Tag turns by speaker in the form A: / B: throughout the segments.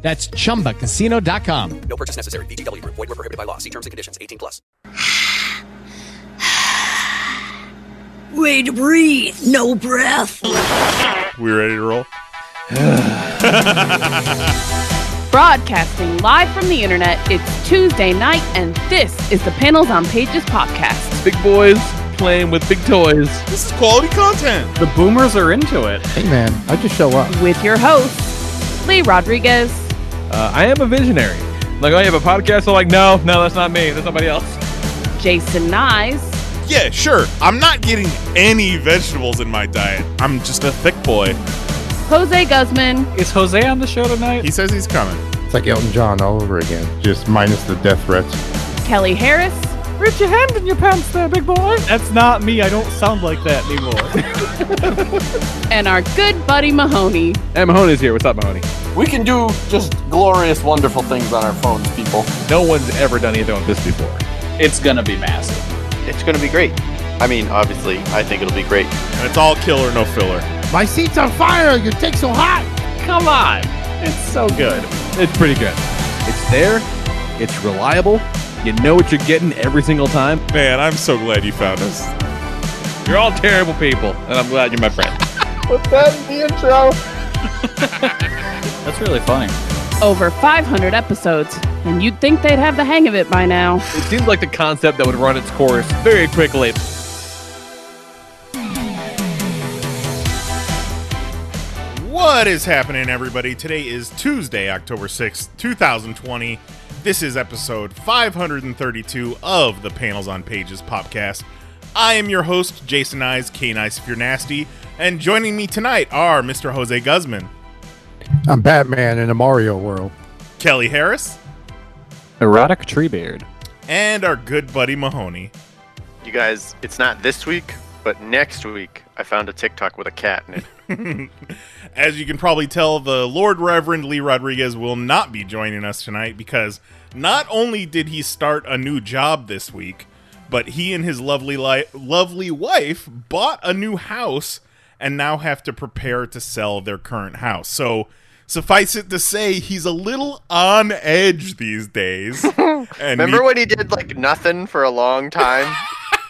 A: That's chumbacasino.com.
B: No purchase necessary. BGW. Void were prohibited by law. See terms and conditions. 18 plus.
C: Way to breathe, no breath.
D: We ready to roll?
E: Broadcasting live from the internet, it's Tuesday night, and this is the Panels on Pages podcast.
F: big boys playing with big toys.
D: This is quality content.
G: The boomers are into it. Hey man, I just show up.
E: With your hosts, Lee Rodriguez,
F: Uh, I am a visionary. Like, oh, you have a podcast? I'm like, no, no, that's not me. That's somebody else.
E: Jason Nyes,
D: Yeah, sure. I'm not getting any vegetables in my diet. I'm just a thick boy.
E: Jose Guzman,
G: Is Jose on the show tonight?
D: He says he's coming.
H: It's like Elton John all over again, just minus the death threats.
E: Kelly Harris,
G: Put your hand in your pants there, big boy. That's not me. I don't sound like that anymore.
E: and our good buddy Mahoney.
F: And Mahoney's here. What's up, Mahoney?
I: We can do just glorious, wonderful things on our phones, people.
F: No one's ever done anything like this before.
G: it's gonna be massive.
I: It's going to be great. I mean, obviously, I think it'll be great.
D: And it's all killer, no filler.
H: My seat's on fire! Your take's so hot!
G: Come on, it's so good.
F: It's pretty good. It's there. It's reliable. You know what you're getting every single time.
D: Man, I'm so glad you found us.
F: You're all terrible people, and I'm glad you're my friend.
G: That's really funny.
E: Over 500 episodes, and you'd think they'd have the hang of it by now.
F: It seems like the concept that would run its course very quickly.
D: What is happening, everybody? Today is Tuesday, October 6th, 2020. This is episode 532 of the Panels on Pages podcast. I am your host, Jason Eyes, K Nice if you're nasty, and joining me tonight are Mr. Jose Guzman,
H: I'm Batman in a Mario world.
D: Kelly Harris,
G: Erotic tree beard.
D: and our good buddy Mahoney.
I: You guys, it's not this week, but next week, I found a TikTok with a cat in it.
D: As you can probably tell, the Lord Reverend Lee Rodriguez will not be joining us tonight because not only did he start a new job this week, but he and his lovely li- lovely wife bought a new house and now have to prepare to sell their current house. So suffice it to say, he's a little on edge these days. and
I: Remember
D: he-
I: when he did like nothing for a long time?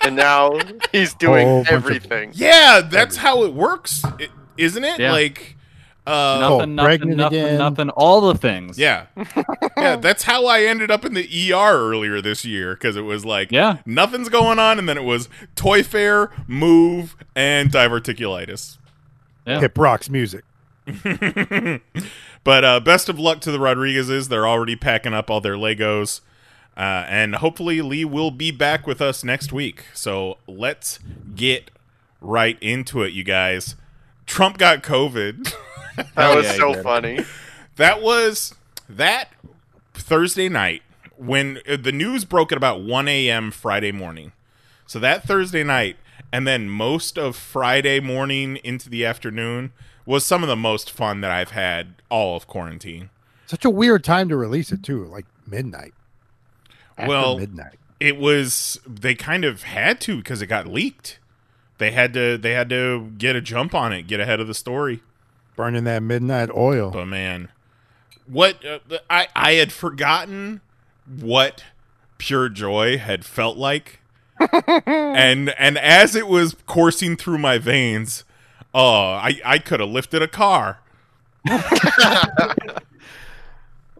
I: and now he's doing
H: Whole bunch of-
I: everything.
D: Yeah, that's how it works, is isn't it?
G: Yeah.
D: Like, uh,
H: Oh, pregnant again.
G: All the things.
D: Yeah. yeah, that's how I ended up in the ER earlier this year because it was like
G: Yeah.
D: nothing's going on and then it was Toy Fair, Move, and Diverticulitis.
G: Yeah.
H: Hip rocks music.
D: But uh, best of luck to the Rodriguezes. They're already packing up all their Legos. Uh, and hopefully Lee will be back with us next week. So let's get right into it, you guys. Trump got COVID.
I: That was
F: yeah, he
I: so
F: did.
I: funny.
D: That was that Thursday night when uh, the news broke at about 1 a.m. Friday morning. So that Thursday night, and then most of Friday morning into the afternoon was some of the most fun that I've had all of quarantine.
H: Such a weird time to release it too, like midnight. After
D: Well-
H: midnight.
D: It was they kind of had to because it got leaked. They had to they had to get a jump on it, get ahead of the story.
H: Burning that midnight oil.
D: But man, what uh, I I had forgotten what pure joy had felt like, and and as it was coursing through my veins, oh, I I could have lifted a car.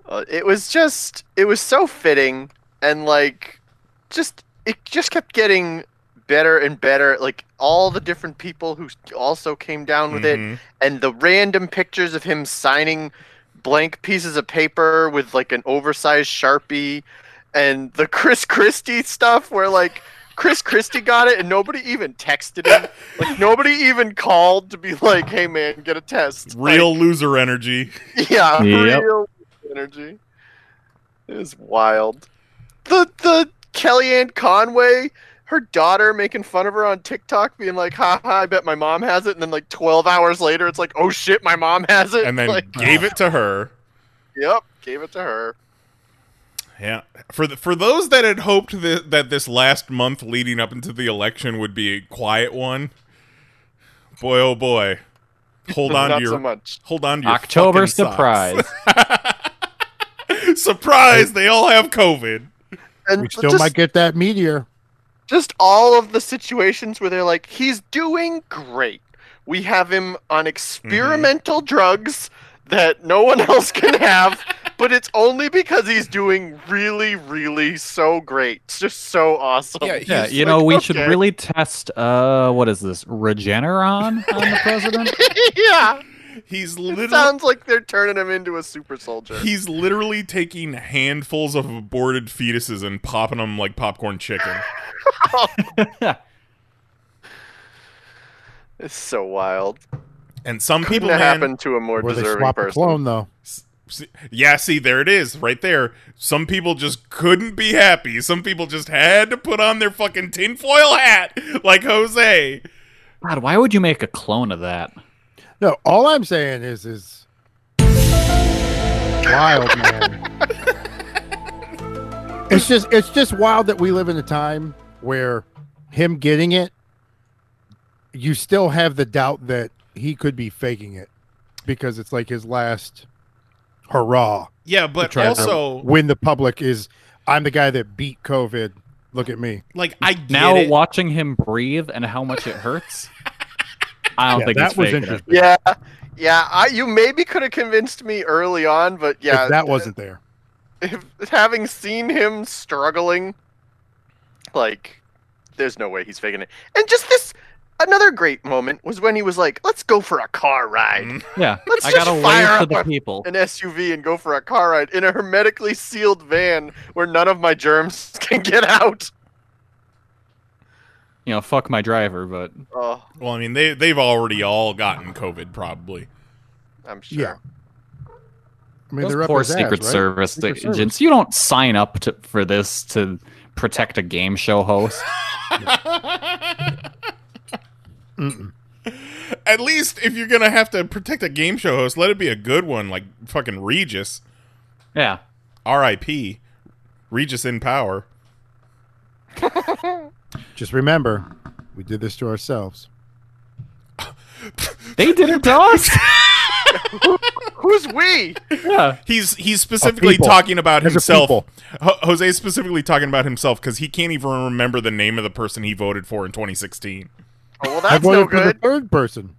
I: Uh, it was just it was so fitting and like just it just kept getting better and better like all the different people who also came down with
D: Mhm.
I: it and the random pictures of him signing blank pieces of paper with like an oversized sharpie and the chris christie stuff where like chris christie got it and nobody even texted him like nobody even called to be like hey man get a test Like,
D: Real loser energy.
I: yeah,
F: Yep.
I: real energy. It was wild. The the Kellyanne Conway, her daughter making fun of her on TikTok, being like, "Ha ha, I bet my mom has it," and then like 12 hours later, it's like, "Oh shit, my mom has it,"
D: and then
I: like,
D: gave it to her.
I: yep, gave it to her.
D: Yeah. For the, for those that had hoped that, that this last month leading up into the election would be a quiet one, boy oh boy, hold on
I: Not
D: to your
I: so much.
D: hold on to your fucking
J: October
D: socks.
J: surprise.
D: surprise! They all have COVID.
I: And
H: We still
I: just,
H: might get that meteor.
I: just all of the situations where they're like, he's doing great. We have him
H: Mm-hmm.
I: on experimental drugs that no one else can have, but it's only because he's doing really, really so great. It's just so awesome.
J: yeah, you know, we should really test. Uh, what is this? Regeneron on the president.
I: yeah.
D: He's
I: It
D: literally
I: sounds like they're turning him into a super soldier.
D: he's literally taking handfuls of aborted fetuses and popping them like popcorn chicken.
I: It's so wild.
D: And some
I: Couldn't
D: people man,
I: have happened to a more
H: Where they
I: deserving
H: swap a
I: person.
H: clone though.
D: See, yeah, see, there it is, right there. Some people just couldn't be happy. Some people just had to put on their fucking tinfoil hat, like Jose.
J: God, why would you make a clone of that?
H: No, all I'm saying is is wild, man. it's just it's just wild that we live in a time where him getting it, you still have the doubt that he could be faking it because it's like his last hurrah
D: Yeah, but
H: try to-
D: also,
H: when the public is I'm the guy that beat COVID. Look at me.
D: like, I get
J: Now
D: it.
J: watching him breathe and how much it hurts. I don't
H: Yeah,
J: think
H: that
J: it's
H: was
J: fake.
H: interesting.
I: Yeah. Yeah. I, you maybe could have convinced me early on, but yeah.
H: if that wasn't there.
I: if, having seen him struggling, like, there's no way he's faking it. And just this, another great moment was when he was like, "Let's go for a car ride."
D: Mhm.
J: Yeah,
I: Let's
J: I
I: just
J: gotta
I: fire
J: wave to
I: up
J: the
I: a-
J: people.
I: An SUV and go for a car ride in a hermetically sealed van where none of my germs can get out.
J: You know, fuck my driver, but
I: Oh,
D: Well, I mean, they, they've already all gotten COVID, probably.
I: I'm sure.
H: Yeah. I mean,
J: Those
H: they're up
J: poor
H: his ass,
J: Secret
H: right?
J: Service
H: Secret
J: agents. You don't sign up to, for this to protect a game show host.
D: At least if you're going to have to protect a game show host, let it be a good one, like fucking Regis.
J: yeah.
D: R.I.P. Regis in power.
H: Just remember, we did this to ourselves.
J: They did it to us.
I: Who's we? Oh,
J: yeah.
D: He's he's specifically
H: people.
D: talking about
H: As a
D: himself.
H: people.
D: Ho- Jose's specifically talking about himself because he can't even remember the name of the person he voted for in 2016.
I: Oh, well,
H: I
I: that's
H: voted
I: no
H: for the
I: good.
H: third person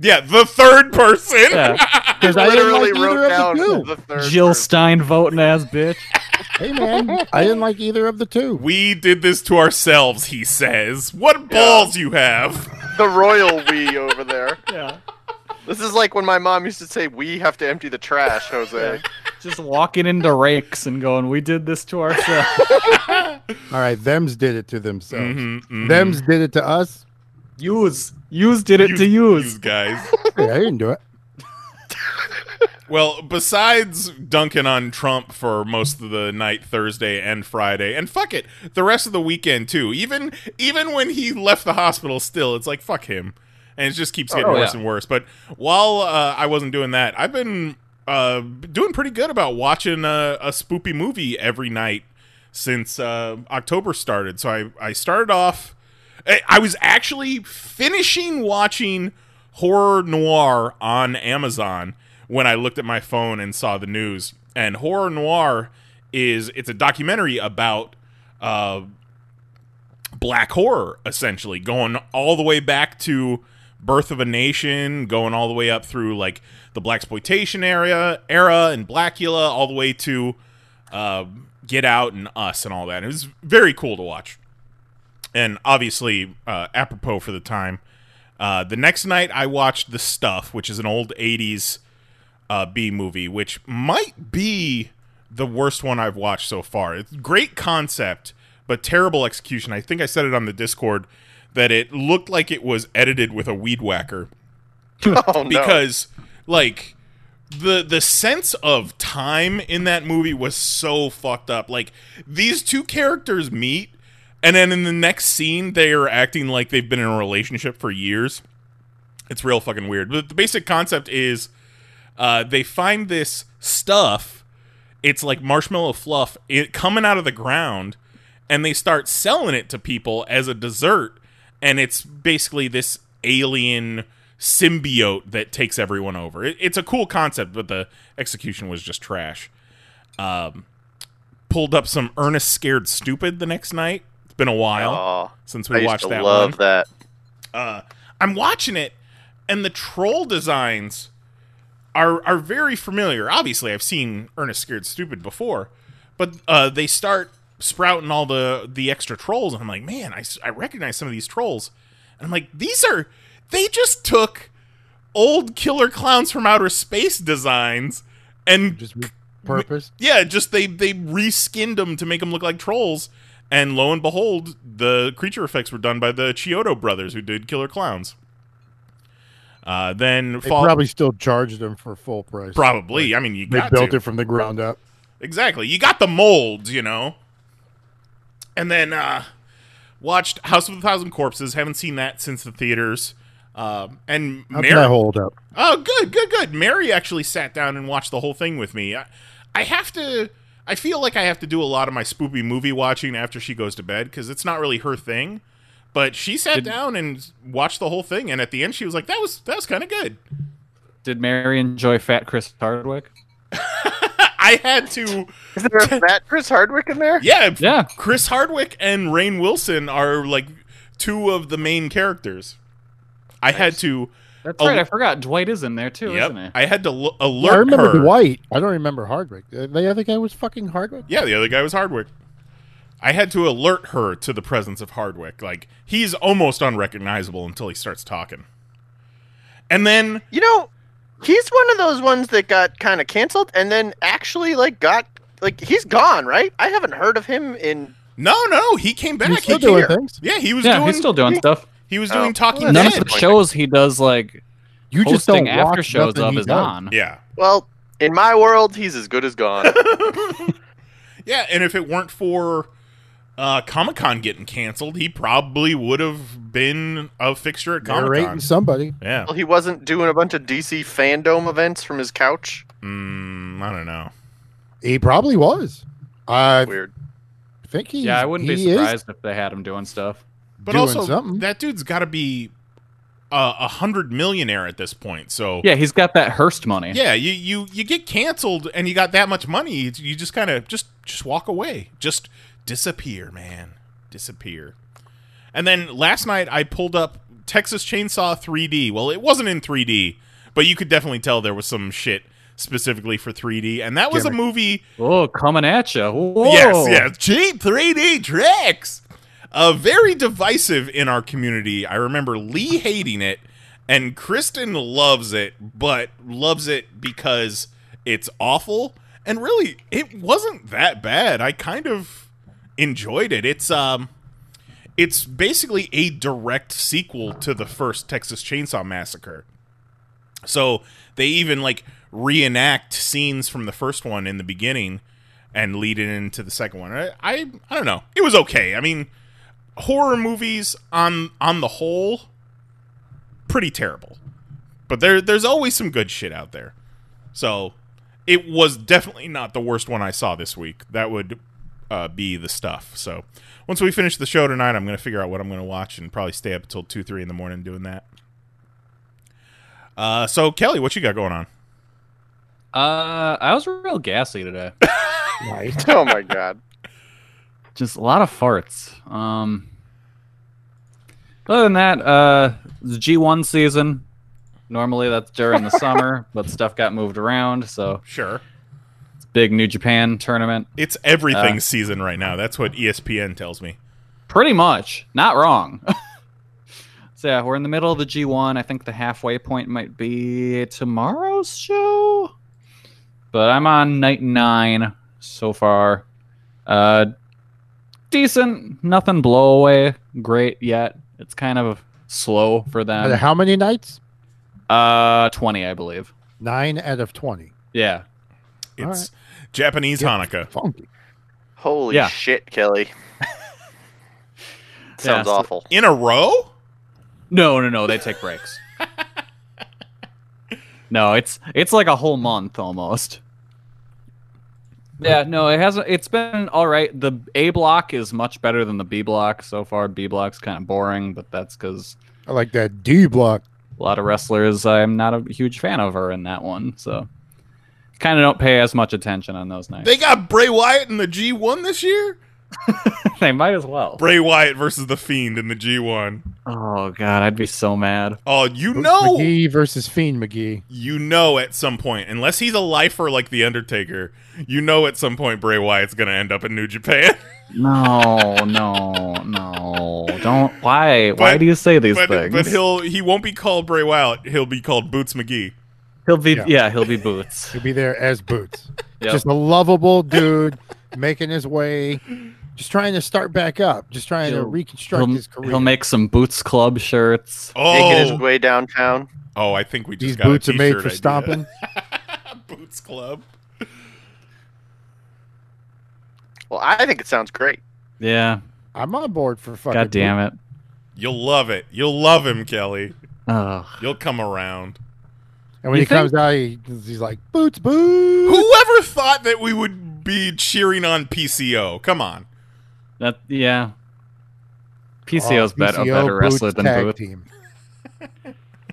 D: Yeah, the third person.
J: yeah.
H: because I didn't
I: Literally
H: like either
I: wrote down
H: of the
I: the
H: two.
I: third.
J: Jill
I: person.
J: Stein voting ass bitch.
H: Hey man, I didn't like either of the two.
D: We did this to ourselves, he says. What balls you have.
I: the royal we over there.
J: Yeah.
I: This is like when my mom used to say, "We have to empty the trash, Jose."
J: Just walking into rakes and going, "We did this to ourselves."
H: All right, them's did it to themselves.
D: Mhm, mhm.
H: Them's did it to us.
J: use, use did it to
D: You-
J: use.
D: you guys.
H: Hey, I didn't do it.
D: Well, besides dunking on Trump for most of the night Thursday and Friday, and fuck it, the rest of the weekend too. Even even when he left the hospital, still it's like fuck him, and it just keeps getting
J: Oh,
D: worse
J: yeah.
D: and worse. But while uh, I wasn't doing that, I've been uh, doing pretty good about watching a, a spoopy movie every night since uh, October started. So I I started off. I Eh, I was actually finishing watching horror noir on Amazon when I looked at my phone and saw the news. And horror noir is it's a documentary about uh, black horror, essentially going all the way back to Birth of a Nation, going all the way up through like the black exploitation area era and Blackula, all the way to uh, Get Out and Us and all that. It was very cool to watch and obviously uh, apropos for the time. Uh, the next night, I watched The Stuff, which is an old '80s uh, B movie, which might be the worst one I've watched so far. It's great concept, but terrible execution. I think I said it on the Discord that it looked like it was edited with a weed whacker
I: Oh no!
D: because like the the sense of time in that movie was so fucked up. Like these two characters meet, and then in the next scene they are acting like they've been in a relationship for years. It's real fucking weird. But the basic concept is uh, they find this stuff. It's like marshmallow fluff it, coming out of the ground, and they start selling it to people as a dessert. And it's basically this alien symbiote that takes everyone over. It, it's a cool concept, but the execution was just trash. Um, pulled up some Ernest Scared Stupid the next night. It's been a while
I: Aw,
D: since
I: I
D: we
I: used
D: watched
I: to
D: that
I: love
D: one.
I: that.
D: Uh, I'm watching it, and the troll designs are are very familiar. Obviously, I've seen Ernest Scared Stupid before, but uh, they start sprouting all the the extra trolls, and I'm like, man, I, s- I recognize some of these trolls, and I'm like, these are they just took old killer clowns from outer space designs and
H: Just purpose.
D: yeah, just they they reskinned them to make them look like trolls, and lo and behold, the creature effects were done by the Chiodo brothers who did Killer Clowns. Uh, then
H: They
D: fall-
H: probably still charged them for full price.
D: Probably. I mean, you
H: they
D: got
H: built
D: to.
H: it from the ground up.
D: exactly you got the molds, you know. And then uh, watched House of a Thousand Corpses. Haven't seen that since the theaters. Um, and
H: How
D: Mary-
H: did I hold up?
D: Oh, good, good, good. Mary actually sat down and watched the whole thing with me. I, I have to. I feel like I have to do a lot of my spoopy movie watching after she goes to bed because it's not really her thing. But she sat
J: Did-
D: down and watched the whole thing, and at the end, she was like, "That was that was kind of good."
J: Did Mary enjoy Fat Chris Hardwick?
D: I had to.
I: Is there a fat Chris Hardwick in there?
D: Yeah,
J: Yeah.
D: Chris Hardwick and Rain Wilson are like two of the main characters. I had to.
J: That's
D: Oh.
J: right. I forgot. Dwight is in there too,
D: yep,
J: isn't he?
D: I had to l- alert
H: I remember
D: her.
H: Dwight. I don't remember Hardwick. Uh, The other guy was fucking Hardwick.
D: Yeah, the other guy was Hardwick. I had to alert her to the presence of Hardwick. Like he's almost unrecognizable until he starts talking. And then
I: You know, he's one of those ones that got kind of canceled and then actually like got like he's gone, right? I haven't heard of him in.
D: no, no, he came back.
H: He's still
D: he came-
H: doing things.
D: Yeah, he was
J: yeah,
D: doing.
J: he's still doing stuff.
D: he was
I: Oh.
D: doing talking
I: Well,
J: None
D: dead.
J: of the shows he does like
H: You just
J: hosting
H: don't
J: after
H: watch
J: shows
H: nothing
J: of
H: he
J: is
H: does.
J: on.
D: yeah,
I: Well, in my world, he's as good as gone.
D: yeah. And if it weren't for uh, Comic Con getting canceled, he probably would have been a fixture at Comic
H: Narrating
D: Con.
H: somebody.
D: Yeah.
I: well, he wasn't doing a bunch of DC fandom events from his couch.
D: Mm, I don't know.
H: He probably was. I
I: Weird.
H: think he.
J: Yeah, I wouldn't be
H: he is-
J: surprised if they had him doing stuff.
D: But
H: Doing
D: also,
H: something.
D: that dude's got to be uh, a hundred millionaire at this point. So
J: Yeah, he's got that Hearst money.
D: Yeah, you you you get canceled and you got that much money, it's- you just kind of just just walk away. Just disappear, man. Disappear. And then last night I pulled up Texas Chainsaw 3D. Well, it wasn't in 3D, but you could definitely tell there was some shit specifically for 3D. And that was a
H: Gimmick.
D: movie
J: Oh, coming at you. Whoa.
D: Yes, yes. Cheap 3D tricks. Uh, very divisive in our community. I remember Lee hating it, and Kristen loves it, but loves it because it's awful. And really, it wasn't that bad. I kind of enjoyed it. It's um, it's basically a direct sequel to the first Texas Chainsaw Massacre. So they even like reenact scenes from the first one in the beginning and lead it into the second one. I, I I don't know. It was okay. I mean, horror movies on on the whole pretty terrible. But there there's always some good shit out there. So, it was definitely not the worst one I saw this week. That would uh, be the stuff. So, once we finish the show tonight, I'm going to figure out what I'm going to watch and probably stay up until 2 3 in the morning doing that. Uh, so Kelly, what you got going on?
J: Uh, I was real gassy today.
I: Oh my god.
J: Just a lot of farts. Um, other than that, uh, it's G1 season. Normally that's during the summer, but stuff got moved around. So
D: Sure.
J: it's big New Japan tournament.
D: It's everything
J: Uh,
D: season right now. That's what E ESPN tells me.
J: Pretty much. Not wrong. so yeah, we're in the middle of the G1. I think the halfway point might be tomorrow's show. But I'm on night nine so far. Uh decent, nothing blow away great yet. It's kind of slow for
H: Out of
J: them.
H: How many nights?
J: Uh twenty, I believe.
H: Nine out of 20.
J: Yeah.
D: It's Japanese Hanukkah.
H: Funky.
I: Holy
J: Yeah.
I: shit, Kelly. Sounds
J: so-
I: awful.
D: In a row?
J: No, no, no. They take breaks. no, it's it's like a whole month almost. Yeah, no, it hasn't. It's been all right. The A block is much better than the B block so far. B block's kind of boring, but that's because
H: I like that D block.
J: a lot of wrestlers I'm not a huge fan of are in that one. So kind of don't pay as much attention on those nights.
D: They got Bray Wyatt in the G1 this year?
J: they might as well.
D: Bray Wyatt versus The Fiend in the G1.
J: Oh god, I'd be so mad.
D: Oh, you know.
H: McGee versus Fiend McGee.
D: you know at some point, unless he's a lifer like The Undertaker, you know at some point Bray Wyatt's going to end up in New Japan.
J: No, no, no. Don't. Why? why
D: But-
J: do you say these
D: but,
J: things?
D: but he'll he won't be called Bray Wyatt. He'll be called Boots McGee.
J: He'll be
H: Yeah.
J: yeah, he'll be boots.
H: He'll be there as Boots.
J: Yep.
H: Just a lovable dude making his way, just trying to start back up, just trying to
J: He'll-
H: reconstruct
J: he'll,
H: his career.
J: he'll make some boots club shirts.
I: Making his
D: Oh,
I: way downtown.
D: oh, I think we just
H: These
D: got a
H: boots are made for
D: t-shirt idea.
H: stomping.
D: boots Club.
I: Well, I think it sounds great.
J: Yeah.
H: I'm on board for fucking.
J: God damn it.
D: You'll love it. You'll love him, Kelly.
J: Ugh.
D: You'll come around.
H: And when
J: You
H: he comes out, he, he's like, Boots, Boots.
D: Whoever thought that we would be cheering on PCO? Come on.
J: That yeah. PCO's
H: Oh,
J: better, a
H: PCO
J: better wrestler
H: Boots
J: than
H: tag
J: Boots.
H: Team.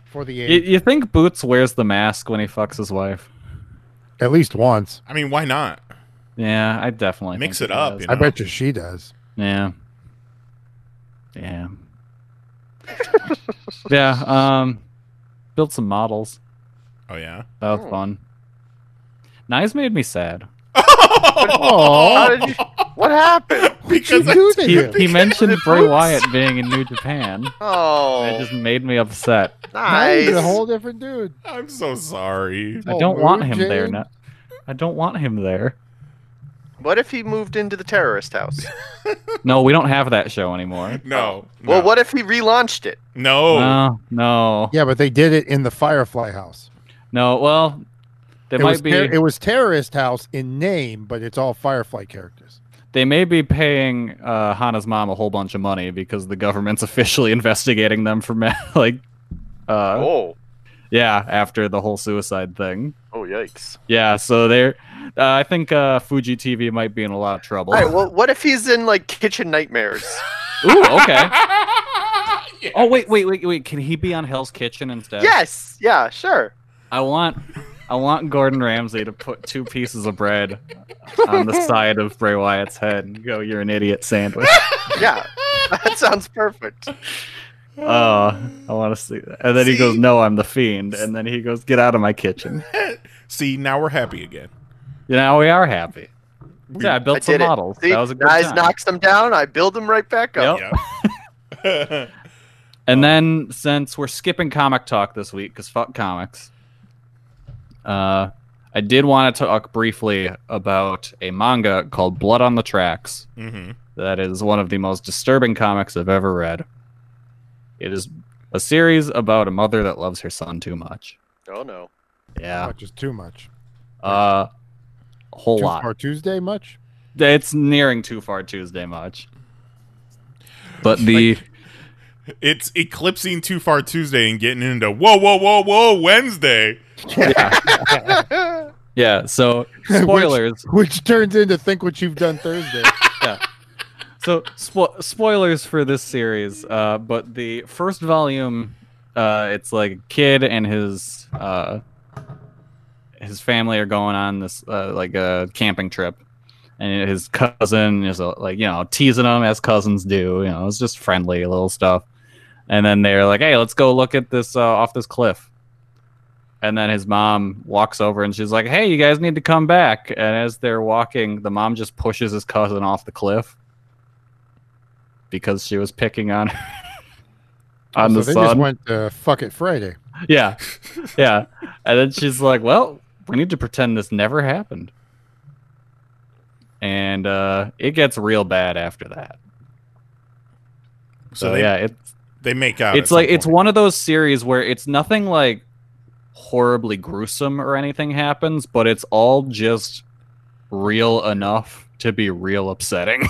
H: For the
J: You,
H: eight,
J: you think Boots wears the mask when he fucks his wife?
H: at least once.
D: I mean, why not?
J: Yeah, I definitely
D: Mix
J: think
D: it
J: he
D: up,
J: does.
D: you
H: I bet you she does.
J: Yeah. Yeah. yeah. Um, build some models.
D: Oh yeah.
J: That was fun. Knives made me sad.
I: How did you, what happened?
D: Oh. because
H: She do
D: I,
H: to
J: He,
H: you.
J: he mentioned Bray Wyatt being in New Japan. That
I: Oh,
J: just made me upset.
H: Now
I: nice.
H: he's a whole different dude.
D: I'm so sorry.
J: I
H: Oh,
J: don't want
H: rude,
J: him there.
H: Jane.
J: No, I don't want him there.
I: What if he moved into the terrorist house?
J: No, we don't have that show anymore.
D: No. no.
I: Well, what if he relaunched it?
D: No.
J: No, no,
H: Yeah, but they did it in the Firefly House.
J: no. Well, they
H: it was
J: might be.
H: ter- it was Terrorist House in name, but it's all Firefly characters.
J: they may be paying uh, Hana's mom a whole bunch of money because the government's officially investigating them for ma- like, uh,
I: Oh,
J: yeah, after the whole suicide thing.
I: oh, yikes!
J: Yeah, so they're. Uh, I think uh, Fuji TV might be in a lot of trouble.
I: All right, well, what if he's in like kitchen nightmares?
J: Ooh, okay. Oh wait, wait, wait, wait! Can he be on Hell's Kitchen instead?
I: yes, yeah, sure.
J: I want, I want Gordon Ramsay to put two pieces of bread on the side of Bray Wyatt's head and go, "You're an idiot, sandwich."
I: Yeah, that sounds perfect.
J: Oh, I want to see that. And then he goes, "No, I'm the fiend." And then he goes, "Get out of my kitchen."
D: See, now we're happy again.
J: You know, we are happy. yeah, I
I: I
J: built some
I: did it.
J: models.
I: See,
J: that was a good
I: guys
J: time.
I: knocks them down. I build them right back up.
J: Yep.
D: Yep.
J: And then since we're skipping comic talk this week because fuck comics, uh, I did want to talk briefly about a manga called Blood on the Tracks.
D: hmm
J: That is one of the most disturbing comics I've ever read. It is a series about a mother that loves her son too much.
I: Oh no.
J: Yeah,
H: Much is too much.
J: uh, a whole
H: too
J: lot.
H: Far Tuesday much?
J: It's nearing Too Far Tuesday much. But the
D: It's eclipsing Too Far Tuesday and getting into Whoa, Whoa, Whoa, Whoa Wednesday.
J: yeah, so spoilers.
H: Which turns into Think What You've Done Thursday.
J: so spo- spoilers for this series uh, but the first volume uh, it's like a kid and his uh, his family are going on this uh, like a camping trip and his cousin is uh, like you know teasing him as cousins do you know it's just friendly little stuff and then they're like hey let's go look at this uh, off this cliff and then his mom walks over and she's like hey you guys need to come back and as they're walking the mom just pushes his cousin off the cliff because she was picking on on
H: Oh, so
J: the
H: they just
J: sun.
H: went to Fuck It Friday.
J: yeah, yeah. And then she's like, "Well, we need to pretend this never happened." And uh, it gets real bad after that.
D: So
J: So
D: they,
J: Oh, yeah, it's
D: they make out.
J: it's
D: at
J: like
D: some
J: it's
D: point.
J: one of those series where it's nothing like horribly gruesome or anything happens, but it's all just real enough to be real upsetting.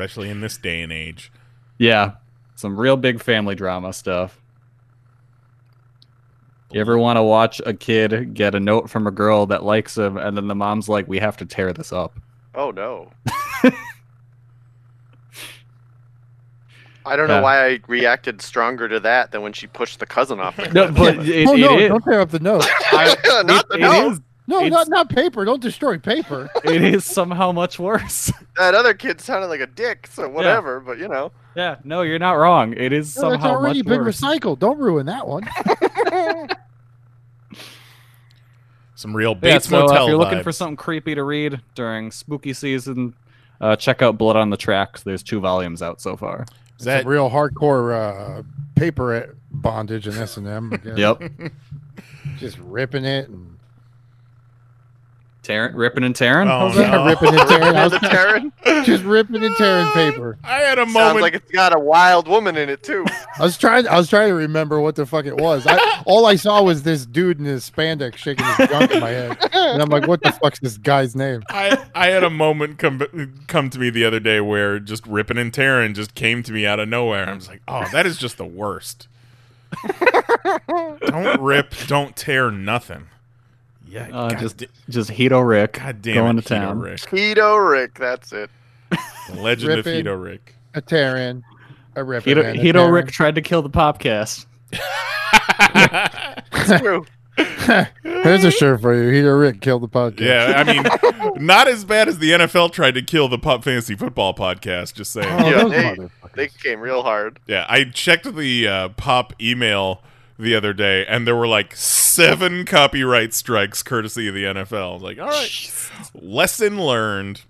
D: especially in this day and age.
J: yeah, some real big family drama stuff. You ever want to watch a kid get a note from a girl that likes him, and then the mom's like, "We have to tear this up."
I: Oh no. I don't
J: Yeah.
I: know why I reacted stronger to that than when she pushed the cousin off. The
J: No, but it,
H: oh
J: it
H: no!
J: is-
H: Don't tear up the note.
I: cliff. Not the
J: it
I: nose.
J: is-
H: No,
J: It's-
H: not not paper. Don't destroy paper.
J: it is somehow much worse.
I: That other kid sounded like a dick, so whatever. But you know,
J: Yeah, no, you're not wrong. It is
H: No, that's
J: somehow
H: already
J: much
H: been
J: worse.
H: recycled. Don't ruin that one.
D: Some real
J: yeah,
D: Bates
J: so uh,
D: Motel.
J: if you're looking for
D: vibes.
J: something creepy to read during spooky season, uh, check out Blood on the Tracks. There's two volumes out so far.
D: Is that
H: Some real hardcore uh, paper at bondage and S and M.
J: Yep,
H: Just ripping it and
J: Taryn, ripping and tearing.
D: Oh,
H: Yeah,
D: no.
H: ripping and tearing. I
I: Now
H: was
I: the Terran
H: just ripping and tearing paper.
D: I had a
I: sounds
D: moment.
I: like it's got a wild woman in it too.
H: I was trying. I was trying to remember what the fuck it was. I, all I saw was this dude in his spandex shaking his junk in my head, and I'm like, "What the fuck's this guy's name?"
D: I, I had a moment come come to me the other day where just ripping and tearing just came to me out of nowhere. I'm just like, oh, that is just the worst. don't rip, don't tear, nothing. Yeah,
J: Uh,
D: God,
J: just,
D: da-
J: just Hito Rick
D: God damn
J: going
D: it,
J: to town.
D: Keto Rick,
I: Keto Rick, that's it.
D: The legend
H: Ripping.
D: of Keto Rick.
H: A Terran, a ripping.
J: Hito,
H: and a
J: Hito
H: tearing.
J: Rick tried to kill the podcast.
I: It's true.
H: There's a shirt for you. Hito Rick killed the podcast.
D: Yeah, I mean, not as bad as the NFL tried to kill the Pop Fantasy Football podcast. Just saying.
H: Oh,
I: Yeah,
H: those
I: they-
H: motherfuckers.
I: They came real hard.
D: Yeah, I checked the uh, pop email the other day, and there were like seven copyright strikes courtesy of the NFL. I was like, all right, lesson learned.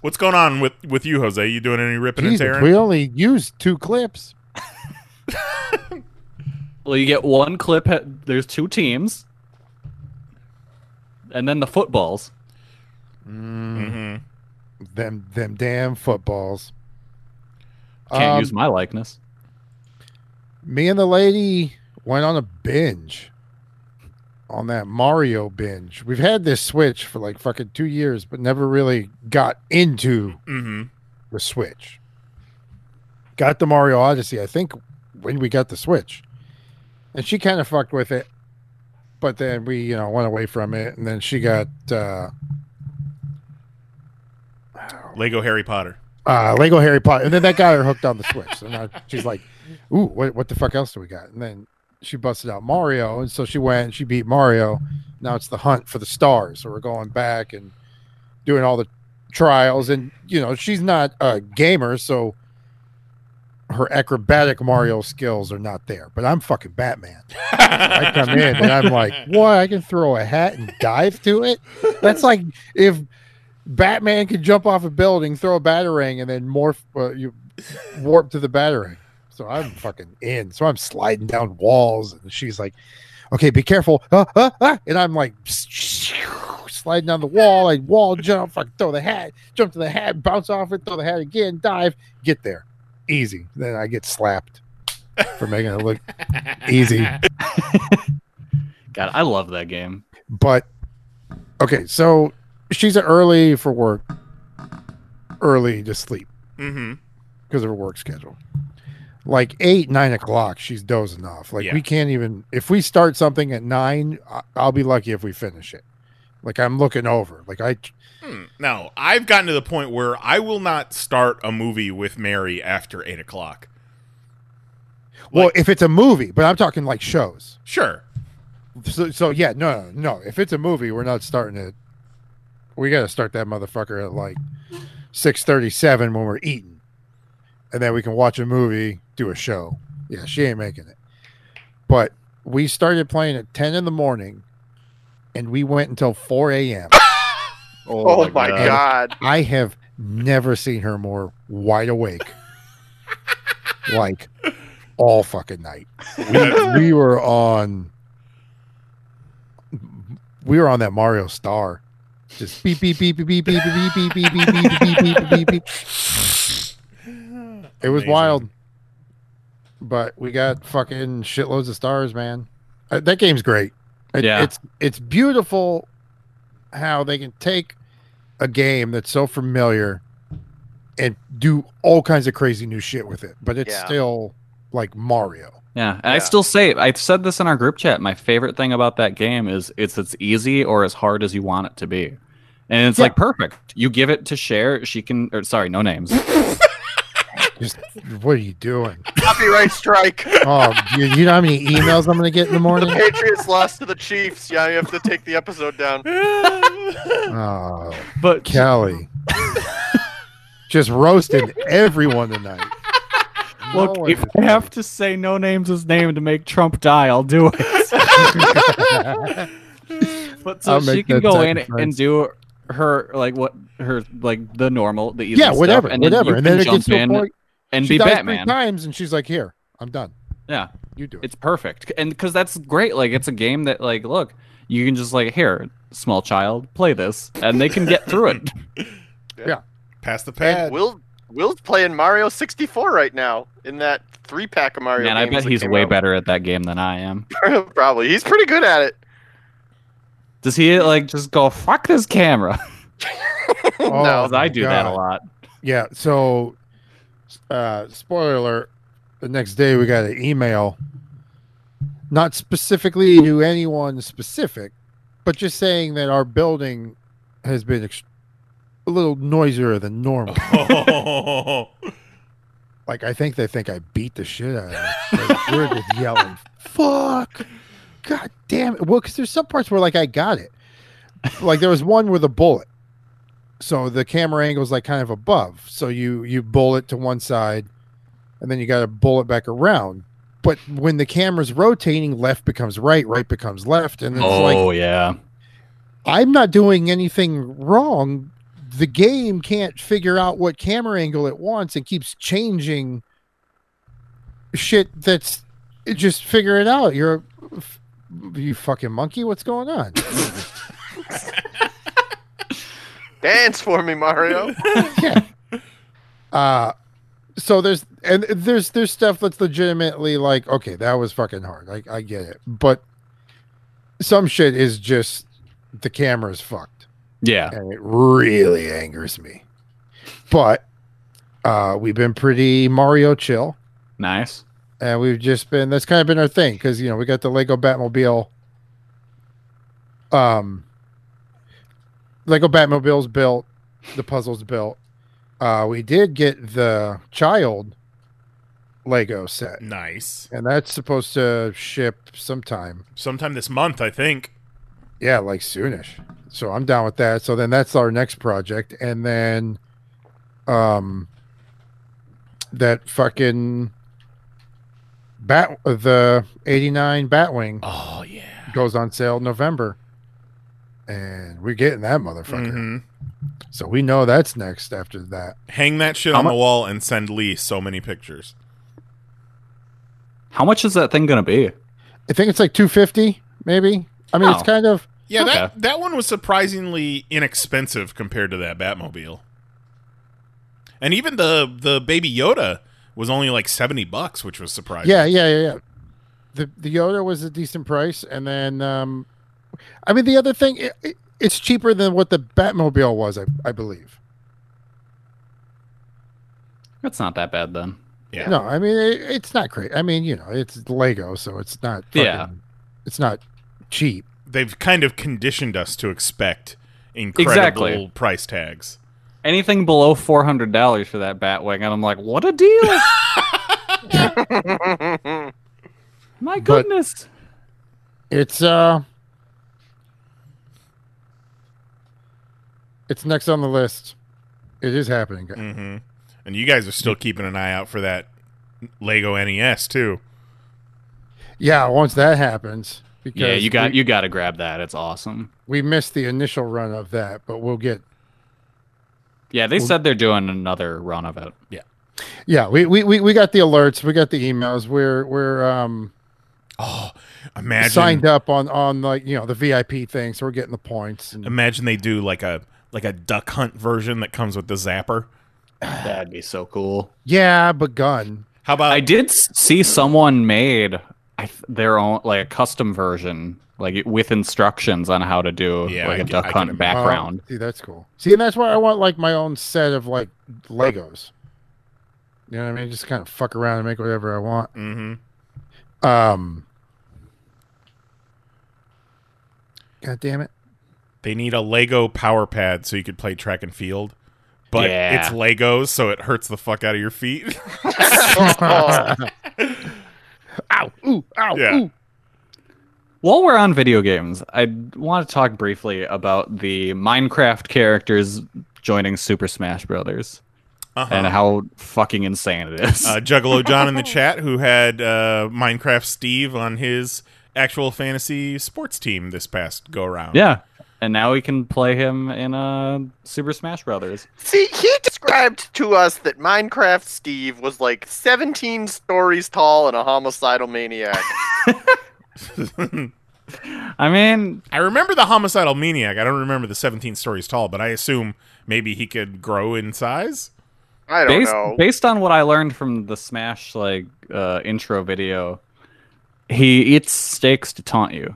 D: What's going on with with you, Jose? You doing any ripping
H: Jesus,
D: and tearing?
H: we only used two clips.
J: Well, you get one clip. he- There's two teams, and then the footballs.
D: Mhm.
H: Them, them damn footballs.
J: Can't
H: Um,
J: use my likeness.
H: me and the lady went on a binge on that Mario binge. We've had this Switch for like fucking two years, but never really got into
D: Mhm.
H: the Switch. Got the Mario Odyssey, I think, when we got the Switch. And she kind of fucked with it, but then we, you know, went away from it. And then she got uh,
D: Lego Harry Potter.
H: uh, Lego Harry Potter, and then that got her hooked on the Switch. So now she's like, "Ooh, what, what the fuck else do we got?" And then she busted out Mario, and so she went and she beat Mario. Now it's the hunt for the stars. So we're going back and doing all the trials, and you know she's not a gamer, so her acrobatic Mario skills are not there. But I'm fucking Batman. I come in and I'm like, "What? I can throw a hat and dive to it." That's like if Batman could jump off a building, throw a batarang, and then morph. Uh, you warp to the batarang. So I'm fucking in. So I'm sliding down walls, and she's like, "Okay, be careful!" Ah, ah, ah. And I'm like, sliding down the wall. I wall jump, fucking throw the hat, jump to the hat, bounce off it, throw the hat again, dive, get there, easy. Then I get slapped for making it look easy.
J: God, I love that game.
H: But okay, so she's early for work, early to sleep.
D: Mhm.
H: because of her work schedule. Like eight, nine o'clock, she's dozing off. Like
D: Yeah.
H: we can't even. If we start something at nine, I- I'll be lucky if we finish it. Like I'm looking over. Like I,
D: Hmm. Now I've gotten to the point where I will not start a movie with Mary after eight o'clock.
H: well, if it's a movie, but I'm talking like shows.
D: Sure,
H: So, so yeah, no, Uh, no, no. If it's a movie, we're not starting it. We got to start that motherfucker at like six thirty-seven when we're eating, and then we can watch a movie, do a show. Yeah, she ain't making it. But we started playing at ten in the morning, and we went until four a.m.
I: Oh, my god.
H: I have never seen her more wide awake, like all fucking night. We, we were on, we were on that Mario Star, just beep beep beep beep beep beep beep beep beep beep beep beep beep beep beep. It was
D: Amazing.
H: wild. but we got fucking shitloads of stars, man. Uh, that game's great. It-
J: Yeah.
H: It's it's beautiful how they can take a game that's so familiar and do all kinds of crazy new shit with it, but it's
I: Yeah.
H: still like Mario.
J: Yeah, and I still say I said this in our group chat. My favorite thing about that game is it's as easy or as hard as you want it to be, and it's
H: Yeah.
J: like perfect. You give it to Cher, she can. Or, sorry, no names.
H: Just what are you doing?
I: Copyright strike.
H: Oh, you, you know how many emails I'm gonna get in the
I: The
H: morning?
I: Patriots lost to the Chiefs. Yeah, you have to take the episode down.
H: Oh,
J: But
H: Kelly, just roasting everyone tonight.
G: Look,
H: No
G: if
H: one
G: I
H: is-
G: have to say no names his name to make Trump die, I'll do it. but so
H: I'll
G: she
H: make
G: can
H: that
G: go in
H: sacrifice.
G: and do her like what her like the normal the easy
H: yeah,
G: stuff,
H: whatever,
G: and then
H: whatever,
G: you
H: and then
G: can
H: it
G: jump
H: gets to a
G: in
H: point.
J: and
H: she
J: be
H: dies
J: Batman.
H: three times, and she's like, "Here, I'm done.
J: Yeah,
H: You do it."
J: it's perfect, and because that's great. Like it's a game that like look, you can just like here, small child, play this, and they can get through it.
D: Pass the
I: And
D: pad.
I: Will Will's playing Mario 64 right now in that three pack of Mario.
J: Man, I
I: games
J: bet
I: that
J: he's
I: came
J: way
I: out.
J: better at that game than I am.
I: Probably, he's pretty good at it.
J: Does he like just go fuck this camera?
H: Oh,
I: No,
J: 'Cause I do that a
H: God.
J: lot.
H: Yeah. So, uh, spoiler alert: the next day we got an email, not specifically to anyone specific, but just saying that our building has been ex- a little noisier than normal.
D: Oh.
H: like I think they think I beat the shit out of them. Like, we're just yelling, "Fuck! God damn it!" Well, because there's some parts where like I got it. Like there was one with a bullet, so the camera angle is like kind of above. So you you bullet to one side, and then you got to bullet back around. But when the camera's rotating, left becomes right, right becomes left, and it's like
J: Oh yeah.
H: I'm not doing anything wrong. The game can't figure out what camera angle it wants and keeps changing shit that's it just figure it out. You're a f- you fucking monkey, what's going on?
I: Dance for me, Mario.
H: yeah. Uh so there's and there's there's stuff that's legitimately like, okay, that was fucking hard. Like I get it. But some shit is just the camera's fucked.
J: Yeah.
H: and it really angers me. But uh, we've been pretty Mario chill,
J: Nice.
H: and we've just been that's kind of been our thing because you know we got the Lego Batmobile. Um, Lego Batmobile's built, the puzzle's built. Uh, we did get the child Lego set,
D: nice.
H: and that's supposed to ship sometime.
D: Sometime this month, I think.
H: Yeah, like soonish. So I'm down with that. So then that's our next project, and then, um, that fucking bat uh, the '89 Batwing
A: Oh, yeah.
H: goes on sale in November, and we're getting that motherfucker.
D: Mhm.
H: So we know that's next after that.
D: Hang that shit on the wall and send Lee so many pictures.
J: How much is that thing gonna be?
H: I think it's like 250, maybe. I mean, it's
J: Oh.
H: kind of
D: Yeah,
J: Okay.
D: that that one was surprisingly inexpensive compared to that Batmobile. And even the the baby Yoda was only like 70 bucks, which was surprising.
H: yeah, yeah, yeah, yeah. The the Yoda was a decent price, and then um, I mean the other thing, it, it, it's cheaper than what the Batmobile was, I, I believe.
J: That's not that bad then.
D: Yeah.
H: No, I mean it, it's not great. I mean you know it's Lego, so it's not
J: Yeah.
H: fucking- it's not cheap.
D: They've kind of conditioned us to expect incredible
J: Exactly.
D: price tags.
J: Anything below four hundred dollars for that Batwing, and I'm like, what a deal! My
H: But-
J: goodness.
H: It's uh, it's next on the list. It is happening. guys.
J: Mm.
D: hmm And you guys are still keeping an eye out for that Lego NES too.
H: Yeah, once that happens, because
J: yeah, you got
H: we-
J: you got to grab that. It's awesome.
H: we missed the initial run of that, but we'll get
J: Yeah, they said they're doing another run of it.
H: Yeah, we, we we we got the alerts, we got the emails, we're we're um
D: Oh, imagine
H: signed up on on like you know the VIP thing, so we're getting the points.
J: Mm.
H: And
D: Imagine they do like a like a duck hunt version that comes with the zapper.
J: That'd be so cool.
H: yeah, but gun.
D: How about
J: I did s- see someone made I th- their own like a custom version, like with instructions on how to do
D: Yeah,
J: like
D: I
J: a
D: ca- I
J: duck
D: can
J: hunt
D: imagine.
H: Wow.
J: background.
H: Um, See, that's cool. See, and that's why I want like my own set of like Legos. You know what I mean? Just kind of fuck around and make whatever I want.
D: Mm-hmm.
H: Um. God damn it!
D: They need a Lego power pad so you could play track and field, but
J: Yeah.
D: it's Legos, so it hurts the fuck out of your feet.
I: Oh.
H: Ow! Ooh! Ow!
D: Yeah.
H: Ooh!
J: While we're on video games, I want to talk briefly about the Minecraft characters joining Super Smash Brothers and
D: Uh-huh.
J: how fucking insane it is.
D: Uh, Juggalo John in the chat, who had uh, Minecraft Steve on his actual fantasy sports team this past go round.
J: yeah, and now we can play him in uh, Super Smash Brothers.
I: See, he described to us that Minecraft Steve was like 17 stories tall and a homicidal maniac.
J: I mean,
D: I remember the homicidal maniac. I don't remember the 17 stories tall, but I assume maybe he could grow in size.
I: I don't
J: based,
I: know.
J: based on what I learned from the Smash like uh, intro video, he eats steaks to taunt you.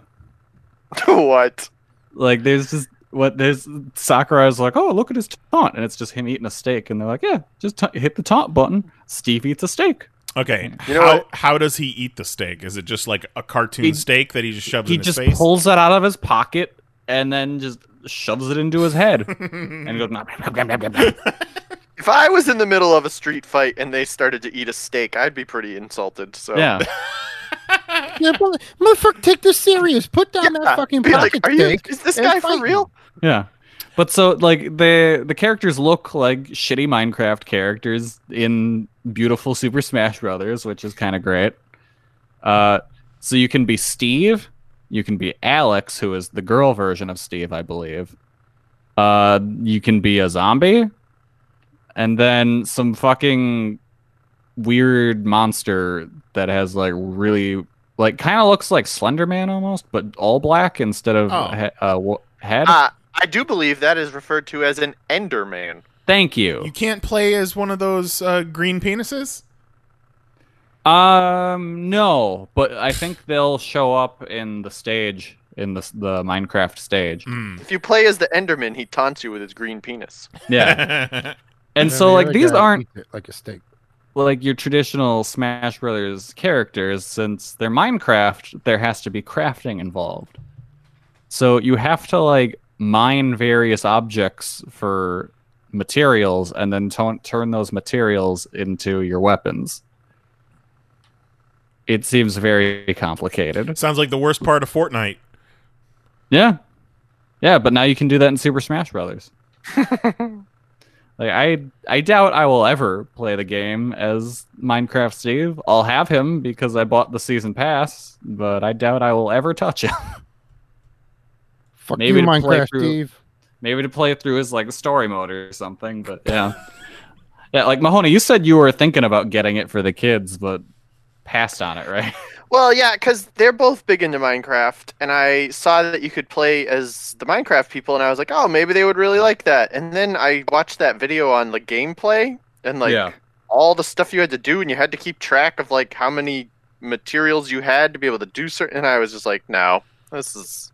I: what?
J: Like there's just what there's Sakurai's like, oh look at his taunt, and it's just him eating a steak, and they're like, yeah, just ta hit the taunt button. Steve eats a steak.
D: Okay,
I: You know
D: how,
I: what?
D: how does he eat the steak? Is it just like a cartoon
J: He-
D: steak that he just shoves
J: he
D: in his
J: just
D: face?
J: pulls it out of his pocket and then just shoves it into his head, and he goes. "Nom, nom, nom, nom, nom, nom."
I: If I was in the middle of a street fight and they started to eat a steak, I'd be pretty insulted. So
J: yeah,
H: Yeah, but- motherfucker, take this serious. Put down
I: Yeah,
H: that fucking
I: be like,
H: pocket
I: "Are you-
H: stick.
I: is this
H: and
I: guy for
H: fight me."
I: real?
J: yeah. But so like the the characters look like shitty Minecraft characters in beautiful Super Smash Brothers, which is kind of great. Uh, so you can be Steve, you can be Alex, who is the girl version of Steve, I believe. Uh, you can be a zombie, and then some fucking weird monster that has like really like kind of looks like Slenderman almost, but all black instead of
D: Oh.
J: he- uh, w- head.
I: Uh, I do believe that is referred to as an Enderman.
J: Thank you.
D: You can't play as one of those uh, green penises?
J: Um, no, but I think they'll show up in the stage in the the Minecraft stage.
D: Mm.
I: If you play as the Enderman, he taunts you with his green penis.
J: Yeah, and
H: Yeah,
J: so
H: the
J: like
H: other
J: these
H: guy
J: aren't
H: eats it like a steak.
J: like your traditional Smash Brothers characters, since they're Minecraft, there has to be crafting involved. So you have to like mine various objects for materials and then ton- turn those materials into your weapons. It seems very complicated.
D: Sounds like the worst part of Fortnite.
J: Yeah. Yeah, but now you can do that in Super Smash Brothers. like I I doubt I will ever play the game as Minecraft Steve. I'll have him because I bought the season pass, but I doubt I will ever touch him.
H: Fuck
J: Maybe
H: you,
J: to play
H: Minecraft,
J: through-
H: Steve.
J: Maybe to play it through as like story mode or something, but yeah. yeah, like Mahoney, you said you were thinking about getting it for the kids, but passed on it, right?
I: Well, yeah, because they're both big into Minecraft, and I saw that you could play as the Minecraft people, and I was like, oh, maybe they would really like that. And then I watched that video on the gameplay and like
J: Yeah.
I: all the stuff you had to do, and you had to keep track of like how many materials you had to be able to do certain. And I was just like, no, this is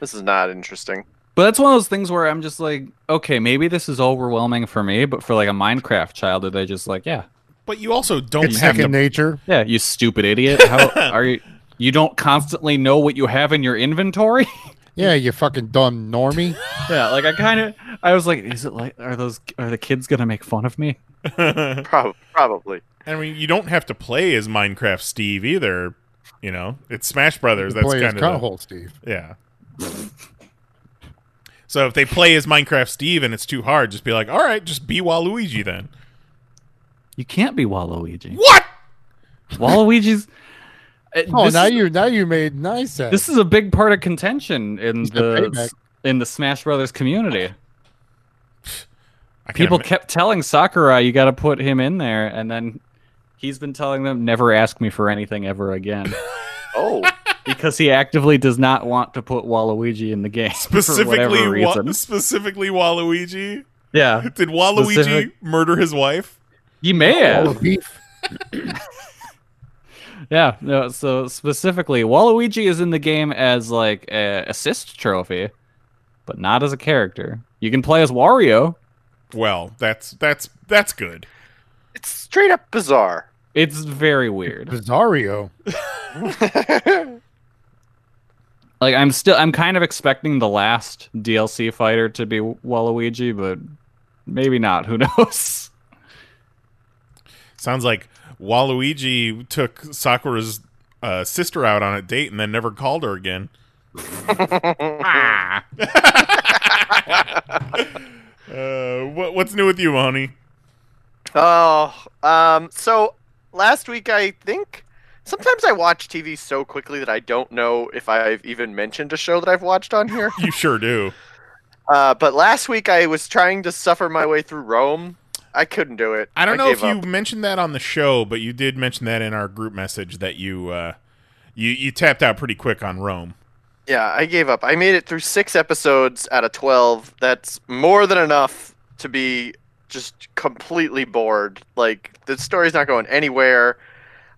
I: this is not interesting.
J: But that's one of those things where I'm just like, okay, maybe this is overwhelming for me, but for like a Minecraft child, are they just like, yeah,
D: But you also don't
H: It's
D: have to.
H: second nature.
J: Yeah, you stupid idiot. How are you? You don't constantly know what you have in your inventory.
H: Yeah, you fucking dumb normie.
J: yeah, like I kind of, I was like, is it like, are those, are the kids gonna make fun of me?
I: Prob- probably.
D: I mean, you don't have to play as Minecraft Steve either. You know, it's Smash Brothers. That's
H: Play as
D: kind of
H: Cutthole, Steve.
D: yeah. so if they play as Minecraft Steve and it's too hard, just be like, all right, just be Waluigi then.
J: You can't be Waluigi.
D: What?
J: Waluigi's. uh,
H: Oh,
J: this
H: now
J: is-
H: you now you made nice. uh, at
J: This
H: it.
J: is a big part of contention in
H: the
J: the
H: payback.
J: in the Smash Brothers community.
D: I can't
J: People
D: ima-
J: kept telling Sakurai, "You got to put him in there," and then he's been telling them, "Never ask me for anything ever again,"
I: Oh,
J: because he actively does not want to put Waluigi in the game for
D: specifically
J: whatever
D: Wa-
J: reason.
D: specifically Waluigi.
J: Yeah,
D: Did Waluigi
J: Specific-
D: murder his wife?
J: he may
H: All
J: have.
H: the beef.
J: yeah, no, so specifically, Waluigi is in the game as like a assist trophy, but not as a character. You can play as Wario.
D: Well, that's that's that's good.
I: It's straight up bizarre.
J: It's very weird.
H: Bizarrio.
J: Like I'm still I'm kind of expecting the last DLC fighter to be Waluigi, but maybe not. Who knows?
D: Sounds like Waluigi took Sakura's uh, sister out on a date and then never called her again.
J: Ah.
D: Uh, what, what's new with you, Mahoney?
I: Oh, um, so last week I think sometimes I watch TV so quickly that I don't know if I've even mentioned a show that I've watched on here.
D: You sure do.
I: Uh, but last week I was trying to suffer my way through Rome. I couldn't do it.
D: I don't know
I: gave
D: if you
I: up.
D: mentioned that on the show, but you did mention that in our group message that you uh, you you tapped out pretty quick on Rome.
I: Yeah, I gave up. I made it through six episodes out of twelve. That's more than enough to be just completely bored. Like the story's not going anywhere.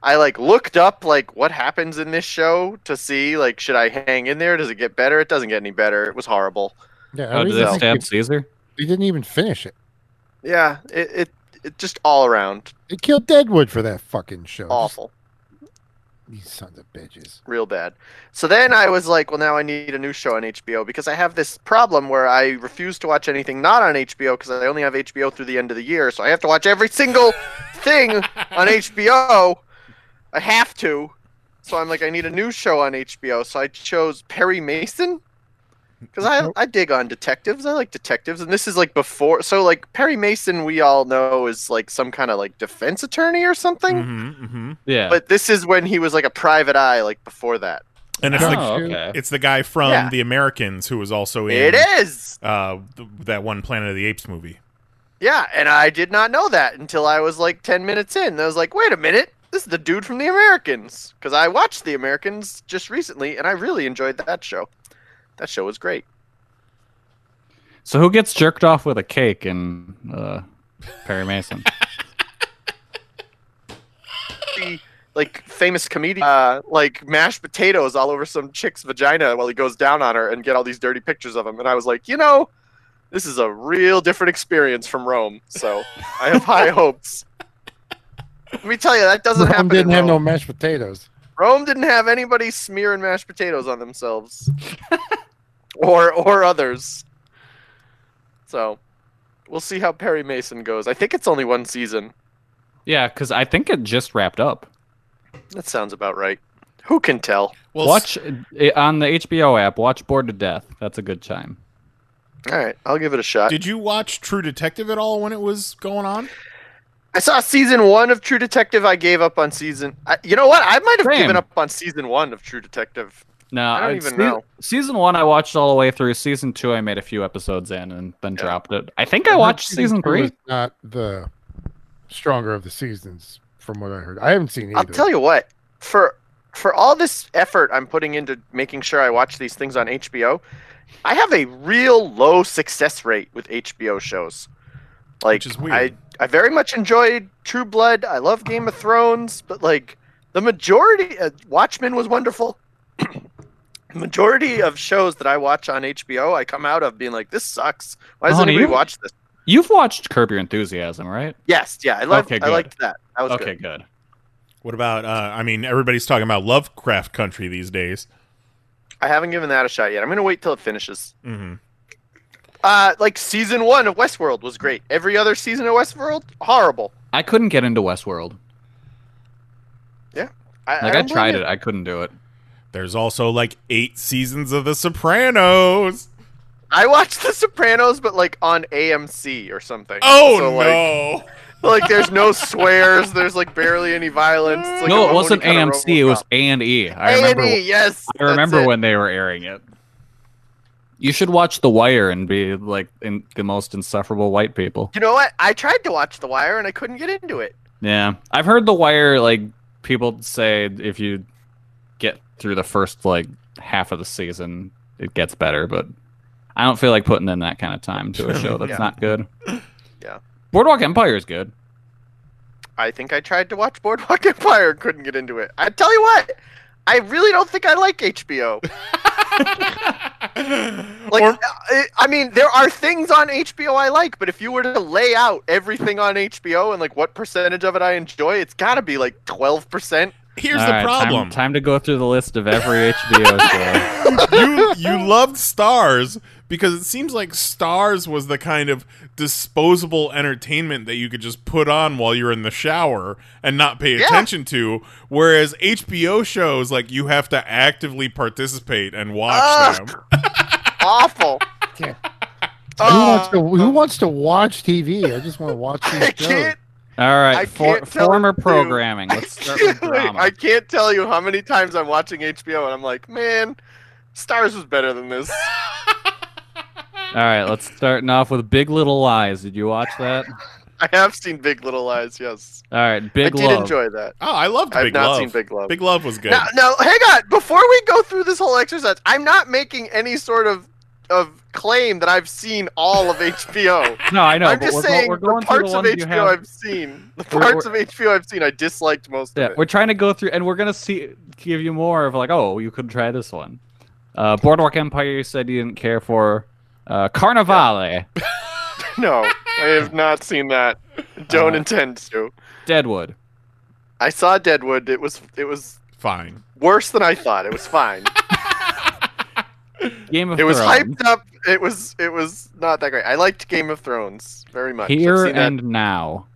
I: I like looked up like what happens in this show to see like should I hang in there? Does it get better? It doesn't get any better. It was horrible.
H: Yeah, I
J: Oh, did
H: really
J: they
H: think
J: stab
H: he-
J: Caesar?
H: he didn't even finish it.
I: Yeah, it it, it just all around
H: They killed Deadwood for that fucking show. Just-
I: awful.
H: These sons of bitches.
I: real bad. So then I was like, well, now I need a new show on HBO because I have this problem where I refuse to watch anything not on HBO because I only have HBO through the end of the year. So I have to watch every single thing on HBO. I have to. So I'm like, I need a new show on HBO. So I chose Perry Mason because I, I dig on detectives. I like detectives. And this is like before. So, like, Perry Mason, we all know, is like some kind of like defense attorney or something.
D: Mm-hmm, mm-hmm.
J: Yeah.
I: But this is when he was like a private eye, like before that.
D: And it's
J: oh,
D: the
J: okay.
D: it's the guy from
I: Yeah.
D: The Americans who was also in
I: It is.
D: Uh, th- that one Planet of the Apes movie.
I: Yeah, and I did not know that until I was like 10 minutes in. And I was like, wait a minute. This is the dude from The Americans. Because I watched The Americans just recently, and I really enjoyed that show. That show was great.
J: so who gets jerked off with a cake in uh, Perry Mason?
I: The, like, famous comedian, uh, like, mashed potatoes all over some chick's vagina while he goes down on her and get all these dirty pictures of him. And I was like, you know, this is a real different experience from Rome. So I have high hopes. Let me tell you, that doesn't
H: Rome
I: happen.
H: didn't
I: in
H: have
I: Rome.
H: no mashed potatoes.
I: Rome didn't have anybody smearing mashed potatoes on themselves, or or others. So, we'll see how Perry Mason goes. I think it's only one season.
J: yeah, because I think it just wrapped up.
I: That sounds about right. Who can tell?
D: Well,
J: watch it, on the HBO app. Watch Bored to Death. That's a good time.
I: All right, I'll give it a shot.
D: Did you watch True Detective at all when it was going on?
I: I saw season one of True Detective. I gave up on season. I, you know what? I might have
J: Same.
I: given up on season one of True Detective.
J: No,
I: I don't even know.
J: Season one, I watched all the way through. Season two, I made a few episodes in and then dropped it. I think I watched season
H: two was
J: three.
H: Not the stronger of the seasons, from what I heard. I haven't seen either.
I: I'll tell you what. For for all this effort I'm putting into making sure I watch these things on HBO, I have a real low success rate with HBO shows. Like
D: Which is weird.
I: I I very much enjoyed True Blood. I love Game of Thrones, but like the majority uh, Watchmen was wonderful. majority of shows that I watch on HBO, I come out of being like this sucks. Why does
J: Oh,
I: anybody
J: you-
I: watch this?
J: You've watched Curb Your Enthusiasm, right?
I: Yes, yeah, I loved
J: Okay,
I: I
J: good.
I: liked that. That was good.
J: Okay, good.
D: What about? Uh, I mean, everybody's talking about Lovecraft Country these days.
I: I haven't given that a shot yet. I'm going to wait till it finishes.
D: hmm
I: Uh, like season one of Westworld was great. Every other season of Westworld, horrible.
J: I couldn't get into Westworld.
I: I,
J: Like I,
I: don't blame
J: tried
I: you.
J: it, I couldn't do it.
D: There's also like eight seasons of The Sopranos.
I: I watched The Sopranos, but like on AMC or something.
D: Oh
I: So, like,
D: no!
I: Like there's no swears. There's like barely any violence. It's like a
J: no, it
I: Mahoney
J: wasn't
I: kinda
J: AMC. It was
I: RoboCop.
J: A and E. I remember.
I: A&E, yes.
J: I
I: that's
J: remember
I: it.
J: when they were airing it. You should watch The Wire and be like in the most insufferable white people.
I: You know what? I tried to watch The Wire and I couldn't get into it.
J: Yeah, I've heard The Wire. Like people say, if you get through the first like half of the season, it gets better. But I don't feel like putting in that kind of time to a show that's
I: Yeah.
J: not good.
I: Yeah.
J: Boardwalk Empire is good.
I: I think I tried to watch Boardwalk Empire and couldn't get into it. I tell you what, I really don't think I like HBO. like, I- I mean, there are things on HBO I like, but if you were to lay out everything on HBO and like what percentage of it I enjoy, it's got to be like twelve percent.
D: Here's
J: All right, time- Time, to go through the list of every HBO show.
D: you you loved Stars because it seems like Stars was the kind of disposable entertainment that you could just put on while you're in the shower and not pay
I: Yeah.
D: attention to, whereas HBO shows like you have to actively participate and watch
I: Ugh.
D: them.
I: Awful.
H: Yeah. who wants
I: Oh,
H: to Who wants to watch TV? I just want to watch
I: I
H: these shows.
I: can't.
J: All
I: I
J: right, for,
I: can't tell
J: former
I: you.
J: programming. Let's start with drama.
I: I can't tell you how many times I'm watching HBO and I'm like, man, Stars was better than this.
J: All right, let's starting off with Big Little Lies. Did you watch that?
I: I have seen Big Little Lies, yes.
J: All right, Big
I: I did
J: Love.
I: enjoy that.
D: Oh, I loved
I: I've
D: Big
I: not
D: Love.
I: seen Big Love.
D: Big Love was good.
I: Now, now, hang on. Before we go through this whole exercise, I'm not making any sort of of claim that I've seen all of HBO.
J: No, I know,
I: I'm
J: but
I: just
J: we're, go-
I: saying
J: we're
I: the
J: going through
I: parts
J: the
I: of
J: ones you
I: HBO
J: have.
I: I've seen. The
J: We're-
I: parts
J: we're-
I: of HBO I've seen, I disliked most
J: yeah,
I: of
J: we're
I: it.
J: trying to go through, and we're gonna see give you more of like, oh, you could try this one. Uh, Boardwalk Empire. You said you didn't care for. Uh, Carnivale,
I: No, I have not seen that.
J: Uh-huh.
I: Don't intend to.
J: Deadwood.
I: I saw Deadwood. It was it was
D: Fine.
I: worse than I thought. It was fine.
J: Game of
I: it was
J: Thrones,
I: hyped up. It was it was not that great. I liked Game of Thrones very much. I've
J: Here
I: seen that.
J: and Now.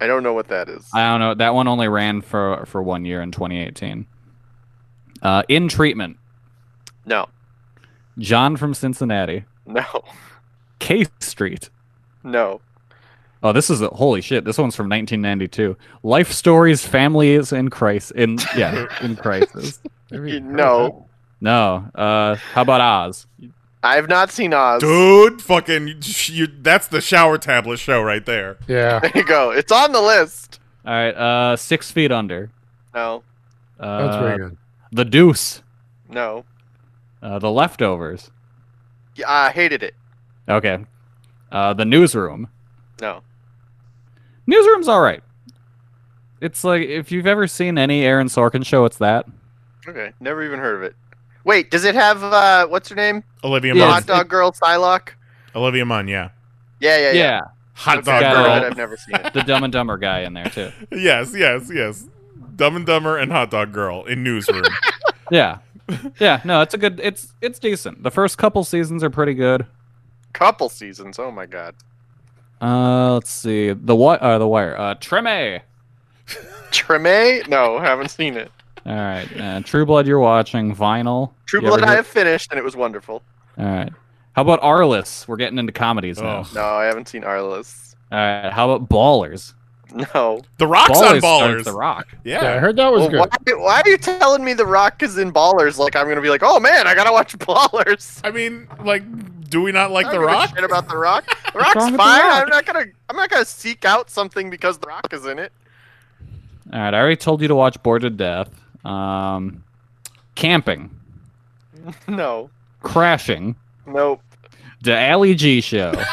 I: I don't know what that is.
J: I don't know. That one only ran for for one year in 2018. Uh, in treatment,
I: No,
J: John from Cincinnati,
I: no,
J: K Street.
I: no.
J: Oh, this is a, holy shit. This one's from 1992. Life stories, families in crisis. In yeah, in crisis.
I: No,
J: No. Uh, how about Oz?
I: I have not seen Oz.
D: Dude, fucking you, that's the shower tablet show right there.
H: Yeah.
I: There you go. It's on the list.
J: All right. Uh, Six Feet Under.
I: No,
J: Uh,
H: That's very good.
J: The Deuce.
I: no.
J: Uh, the Leftovers.
I: Yeah, I hated it.
J: Okay. Uh, the Newsroom.
I: No.
J: Newsroom's all right. It's like if you've ever seen any Aaron Sorkin show, it's that.
I: Okay. Never even heard of it. Wait, does it have uh, what's her name?
D: Olivia
I: The
J: Yeah.
D: Munn.
I: hot dog girl Psylocke.
D: Olivia Munn, yeah.
I: Yeah, yeah, yeah.
D: Hot
I: Okay,
D: dog
J: got
I: never
J: it.
D: girl.
I: mind, I've never seen it.
J: the Dumb and Dumber guy in there too.
D: Yes, yes, yes. Dumb and Dumber and Hot Dog Girl in Newsroom.
J: Yeah, yeah. No, it's a good. It's it's decent. The first couple seasons are pretty good.
I: Couple seasons. Oh my god.
J: Uh, let's see. The what? Uh, the wire. Uh, Treme.
I: Treme? No, haven't seen it.
J: All right. Uh, True Blood. You're watching Vinyl.
I: True
J: You
I: Blood.
J: ever
I: I
J: hear-
I: have finished, and it was wonderful.
J: All right. How about Arliss? We're getting into comedies now.
D: Oh.
I: No, I haven't seen Arliss.
J: All right. How about Ballers?
I: No.
D: the Rock's on
J: Ballers,
D: Ballers.
J: starts The Rock.
D: Yeah.
H: Yeah, I heard that was
I: Well,
H: good.
I: why, why are you telling me The Rock is in Ballers? Like I'm gonna be like, oh man, I gotta watch Ballers.
D: I mean, like, do we not like
I: I
D: The
I: don't give a
D: Rock?
I: Shit about The Rock. The Rock's fine.
J: wrong with The Rock?
I: I'm not gonna. I'm not gonna seek out something because The Rock is in it.
J: All right. I already told you to watch Bored to Death. Um, camping,
I: No.
J: crashing,
I: Nope.
J: the Ali G show.
I: No.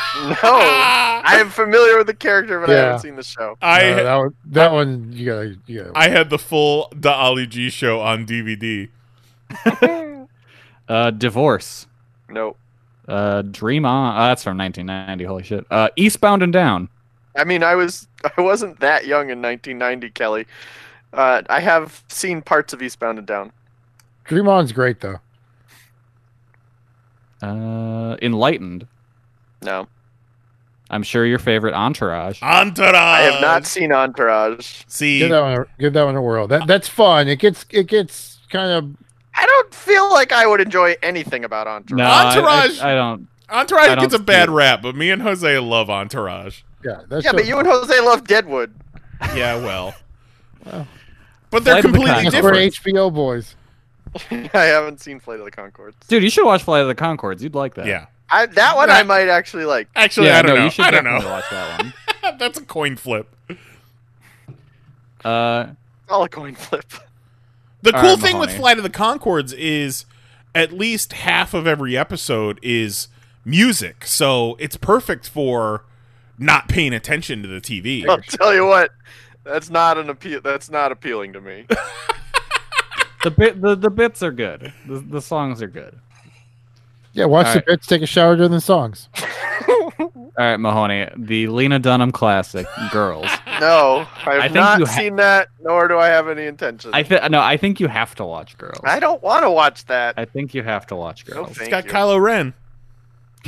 I: I am familiar with the character, but I
H: Yeah.
I: haven't seen the show.
D: I
H: No, that one, that one you gotta, you gotta.
D: I had the full Da Ali G show on DVD.
J: Uh, divorce.
I: Nope.
J: Uh, Dream On. Oh, that's from 1990. Holy shit. Uh, Eastbound and Down.
I: I mean, I was I wasn't that young in 1990, Kelly. Uh, I have seen parts of Eastbound and Down.
H: Dream On's great though.
J: Uh, Enlightened.
I: No,
J: I'm sure your favorite Entourage.
D: Entourage.
I: I have
D: Uh.
I: not seen Entourage.
D: See,
H: Give that one, a, give that one a whirl. That that's fun. It gets, it gets kind of.
I: I don't feel like I would enjoy anything about Entourage.
J: No, I-
D: Entourage.
J: I, I don't. I
D: Entourage
J: don't
D: gets a
J: see
D: bad
J: it.
D: rap, but me and Jose love Entourage.
H: Yeah, that's
I: yeah, but you and Jose love Deadwood.
D: Yeah, well.
H: Wow.
D: But they're
J: Flight of the
D: completely
J: Conchords.
H: that's where
D: different.
H: HBO boys.
I: I haven't seen Flight of the Concords.
J: Dude, you should watch Flight of the Concords. You'd like that.
D: Yeah.
I: I, that one
D: Right.
I: I might actually like.
D: Actually,
J: yeah,
D: I don't
J: no,
D: know.
J: You should
D: I don't
J: definitely
D: know.
J: watch that one.
D: That's a coin flip.
J: Uh,
I: All a coin flip.
D: The
J: All
D: cool
J: right,
D: thing with
J: Mahoney.
D: Flight of the Concords is at least half of every episode is music. So it's perfect for not paying attention to the TV.
I: I'll tell you what. That's not an appeal. That's not appealing to me.
J: The bit the, the bits are good. The, the songs are good.
H: Yeah, watch
J: All
H: the
J: right.
H: bits, take a shower during the songs.
J: All right, Mahoney, the Lena Dunham classic, Girls.
I: No, I have
J: think
I: not
J: you ha-
I: seen that, nor do I have any intention.
J: I th- no, I think you have to watch Girls.
I: I don't want to watch that.
J: I think you have to watch
I: No,
J: Girls.
I: thank
D: got
I: you.
D: Kylo Ren.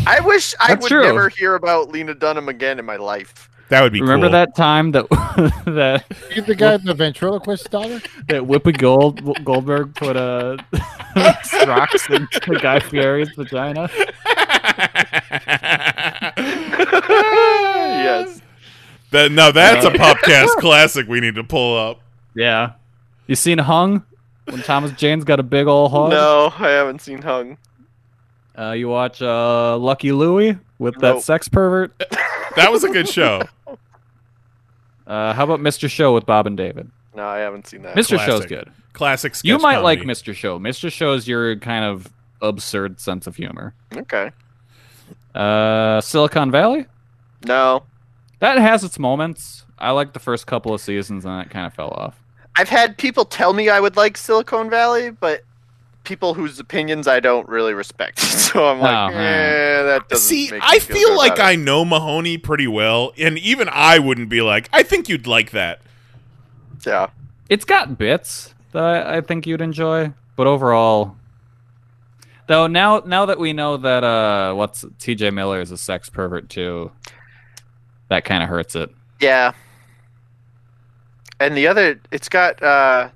I: I wish I
J: That's
I: would
J: true.
I: never hear about Lena Dunham again in my life.
D: That would be
J: Remember
D: cool.
J: that time that that
H: You the guy, the ventriloquist daughter?
J: that Whoopi Gold Goldberg put a rocks in the Guy Fieri's vagina?
I: yes.
D: That no, that's a podcast classic we need to pull up.
J: Yeah. You seen Hung? When Thomas Jane's got a big old hog?
I: No, I haven't seen Hung.
J: Uh, you watch uh, Lucky Louie with that
I: Nope.
J: sex pervert?
D: That was a good show.
J: Uh, how about Mr. Show with Bob and David?
I: No, I haven't seen that.
J: Mr. Show's
D: Classic.
J: good.
D: Classic. Sketch
J: You might like
D: comedy.
J: Mr. Show. Mr. Show's your kind of absurd sense of humor.
I: Okay.
J: Uh, Silicon Valley?
I: No.
J: That has its moments. I liked the first couple of seasons and that kind of fell off.
I: I've had people tell me I would like Silicon Valley, but people whose opinions I don't really respect. So I'm like,
J: Oh,
I: eh, that doesn't
D: See,
I: make me
D: I
I: good
D: feel like
I: about it."
D: I know Mahoney pretty well, and even I wouldn't be like, I think you'd like that.
I: Yeah.
J: It's got bits that I, I think you'd enjoy, but overall, though now now that we know that uh, what's T.J. Miller is a sex pervert too, that kind of hurts it.
I: Yeah. And the other, it's got. uh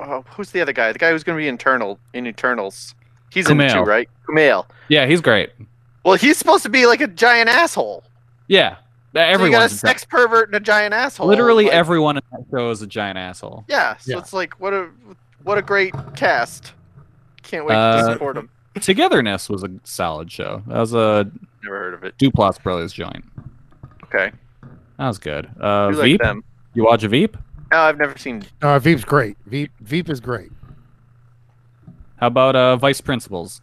I: oh, Who's the other guy? The guy who's going to be internal in Eternals. He's in it too,
J: Kumail.
I: right? Kumail.
J: Yeah, he's great.
I: Well, he's supposed to be like a giant asshole. So
J: Yeah,
I: you got a
J: everyone's a
I: sex pervert and a giant asshole.
J: literally
I: like-
J: everyone in that show is a giant asshole.
I: Yeah. So
H: Yeah.
I: it's like what a what a great cast. Can't wait
J: Uh,
I: to support him.
J: Togetherness was a solid show. That was a
I: Never heard of it.
J: Duplass Brothers joint.
I: Okay.
J: That was good. Uh,
I: You like
J: Veep,
I: them.
J: you watch Veep?
I: No, Oh, I've never seen.
H: No, Veep's great. Veep, Veep is great.
J: How about uh, Vice Principals?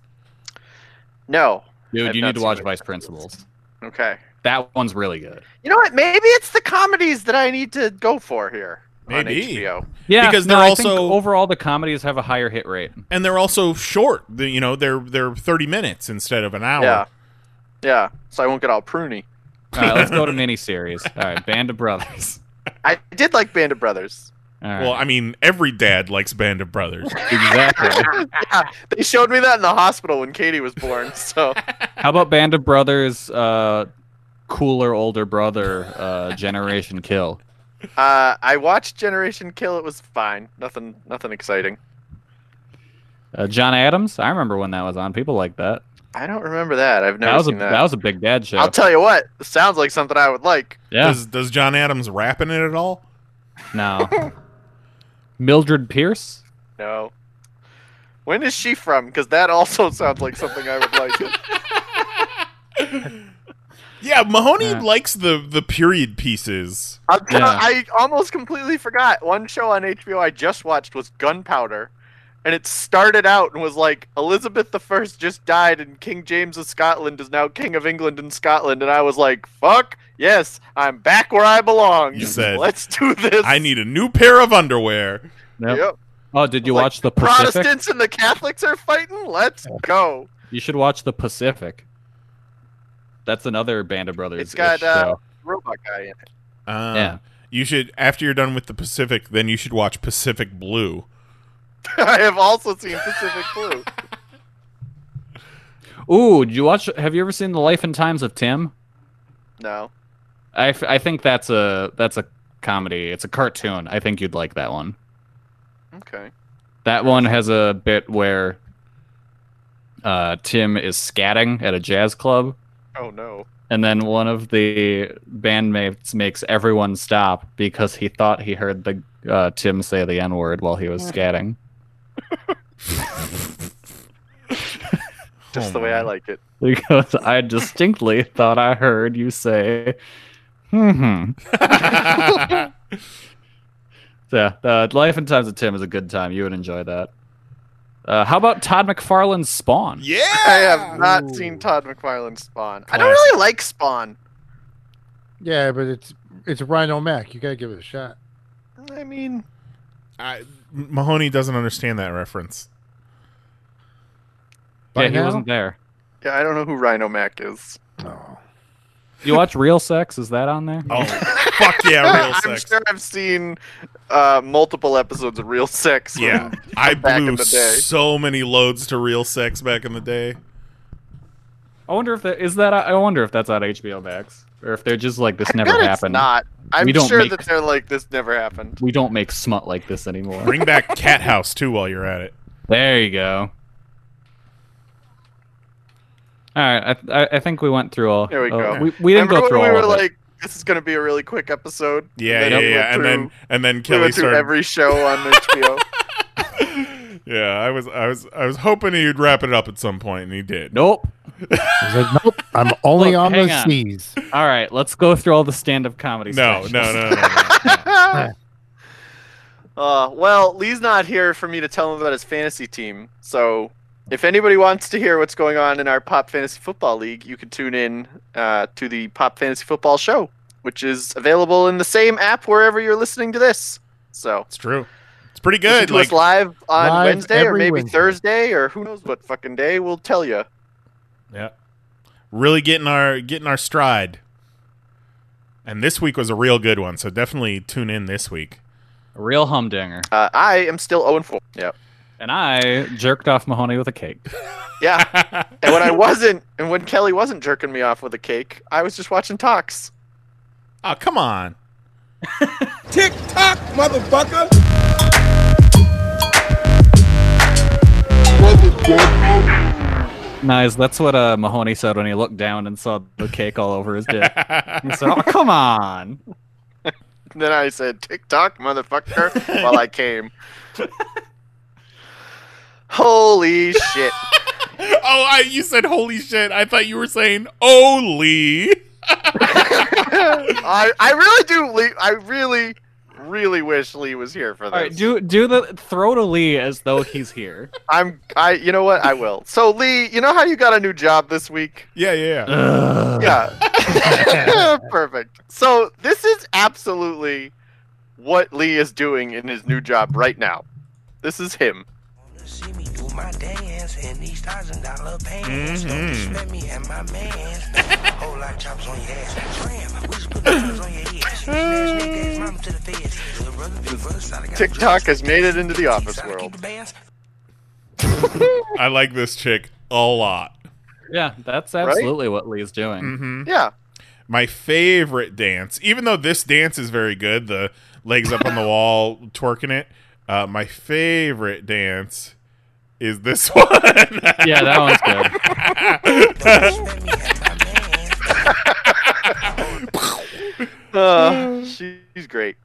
I: No.
J: Dude,
I: I've
J: you
I: not
J: need to
I: seen
J: watch
I: Vice
J: Vice Principals.
I: Okay.
J: That one's really good.
I: You know what? Maybe it's the comedies that I need to go for here. on
D: Maybe.
I: HBO.
J: Yeah,
D: Because
J: no,
D: they're
J: I think
D: also-
J: overall the comedies have a higher hit rate.
D: And they're also short. They- you know, they're they're thirty minutes instead of an hour.
I: Yeah. Yeah. So I won't get all pruny.
J: All right, let's go to miniseries. All right, Band of Brothers.
I: I did like Band of Brothers.
J: All right,
D: Well, I mean, every dad likes Band of Brothers.
J: exactly.
I: Yeah, they showed me that in the hospital when Katie was born. So
J: How about Band of Brothers? Uh, cooler older brother, uh, Generation Kill.
I: uh, I watched Generation Kill. It was fine. Nothing. Nothing exciting.
J: Uh, John Adams. I remember when that was on. People like that.
I: I don't remember that. I've never
J: that was a
I: seen that.
J: was a big dad show.
I: I'll tell you what. This sounds like something I would like.
J: yeah.
D: Does does John Adams rap in it at all?
J: No. Mildred Pierce.
I: No. When is she from? Because that also sounds like something I would like.
D: Yeah, Mahoney
J: Yeah.
D: likes the the period pieces.
I: I'm tell-
J: Yeah.
I: I almost completely forgot. One show on HBO I just watched was Gunpowder, and it started out and was like Elizabeth I just died, and King James of Scotland is now King of England and Scotland, and I was like, "Fuck yes, I'm back where I belong."
D: You said,
I: "Let's do this."
D: I need a new pair of underwear.
J: Yep.
I: Yep.
J: Oh, did you
I: Like,
J: watch the Pacific?
I: Protestants and the Catholics are fighting. Let's go.
J: You should watch the Pacific. That's another Band of Brothers.
I: It's got uh, robot guy in it.
D: Uh,
J: Yeah.
D: You should after you're done with the Pacific, then you should watch Pacific Blue.
I: I have also seen Pacific Blue.
J: Ooh, did you watch? Have you ever seen the Life and Times of Tim?
I: No.
J: I, f- I think that's a that's a comedy. It's a cartoon. I think you'd like that one.
I: Okay.
J: That one has a bit where uh, Tim is scatting at a jazz club,
I: Oh no.
J: and then one of the bandmates makes everyone stop because he thought he heard the uh, Tim say the N word while he was scatting.
D: Oh,
I: Just the way I like it.
J: Because I distinctly thought I heard you say, hmm. Yeah, uh, Life and Times of Tim is a good time. You would enjoy that. Uh, how about Todd McFarlane's Spawn?
I: I
D: Yeah.
I: have not seen Todd McFarlane's Spawn. I don't really like Spawn.
H: Yeah, but it's it's Rhino Mac. You gotta give it a shot.
I: I mean,
D: I, Mahoney doesn't understand that reference.
J: Yeah, he
H: now?
J: wasn't there.
I: yeah, I don't know who Rhino Mac is.
J: You watch Real Sex? Is that on there?
D: Oh, fuck yeah, real
I: I'm
D: sex.
I: sure I've seen uh, multiple episodes of Real Sex. from-
D: Yeah, I
I: Back in
D: blew
I: the day.
D: so many loads to real sex back in the day.
J: I wonder if that is that. I wonder if that's on HBO Max or if they're just like this
I: I
J: never
I: bet
J: happened.
I: It's not. I'm
J: We don't
I: sure
J: make-
I: that they're like this never happened.
J: We don't make smut like this anymore.
D: Bring back Cat House too while you're at it.
J: there you go. All right, I, I, I think we went through all.
I: There we
J: all-
I: go.
J: We, we didn't
I: Remember
J: go through
I: when
J: all.
I: we were
J: of it.
I: like, this is going to be a really quick episode.
D: Yeah,
I: And
D: yeah,
I: then we
D: yeah.
I: went
D: And
I: through-
D: then and then
I: we
D: Kelly
I: went through
D: started.
I: every show on HBO.
D: yeah, I was I was I was hoping he'd wrap it up at some point, and he did.
J: Nope.
H: I was like, nope, I'm only
J: Look,
H: on the
J: hang on.
H: C's.
J: All right, let's go through all the stand-up comedy.
D: No,
J: specials.
D: no, no, no, no.
I: Uh, well, Lee's not here for me to tell him about his fantasy team. So, if anybody wants to hear what's going on in our Pop Fantasy Football League, you can tune in uh, to the Pop Fantasy Football Show, which is available in the same app wherever you're listening to this. So,
D: It's true. It's pretty
I: listen
D: good.
I: to
D: Like
I: us live on
H: Live
I: Wednesday or
H: every
I: maybe
H: Wednesday.
I: Thursday or who knows what fucking day. We'll tell you.
D: really getting our getting our stride. And this week was a real good one, so definitely tune in this week.
J: A real humdinger.
I: Uh, I am still 0 4. Yeah.
J: And I jerked off Mahoney with a cake.
I: Yeah. and when I wasn't, and when Kelly wasn't jerking me off with a cake, I was just watching talks.
D: Oh, come on.
J: Nice. That's what uh, Mahoney said when he looked down and saw the cake all over his dick. He said, "Oh, come on."
I: Then I said, TikTok, motherfucker, while I came. Holy shit.
D: Oh, I, you said holy shit. I thought you were saying holy.
I: I, I really do, Lee, I really, really wish Lee was here for this.
J: All right, do do the throw to Lee as though he's here.
I: I'm, I, you know what? I will. So, Lee, you know how you got a new job this week?
D: Yeah, yeah, yeah.
I: Yeah. Perfect. So, this is absolutely what Lee is doing in his new job right now. This is him.
K: See me do my dance in these thousand dollar pants.
D: Mhm.
K: Let me and my mans. Whole lot of chops on your ass. Tram, we just put guns on your head. Smash niggas, mama to the feds. Little brother, big brother, solid got
I: TikTok
K: drugs.
I: has made it into the office
K: Solid keep
I: world.
K: the bands.
D: I like this chick a lot.
J: Yeah, that's absolutely what Lee's doing.
I: Yeah.
D: My favorite dance, even though this dance is very good, the legs up on the wall, twerking it. Uh, my favorite dance is this one.
J: Yeah, that one's good.
K: Let me and my mans.
J: Mm.
I: Uh, she's great.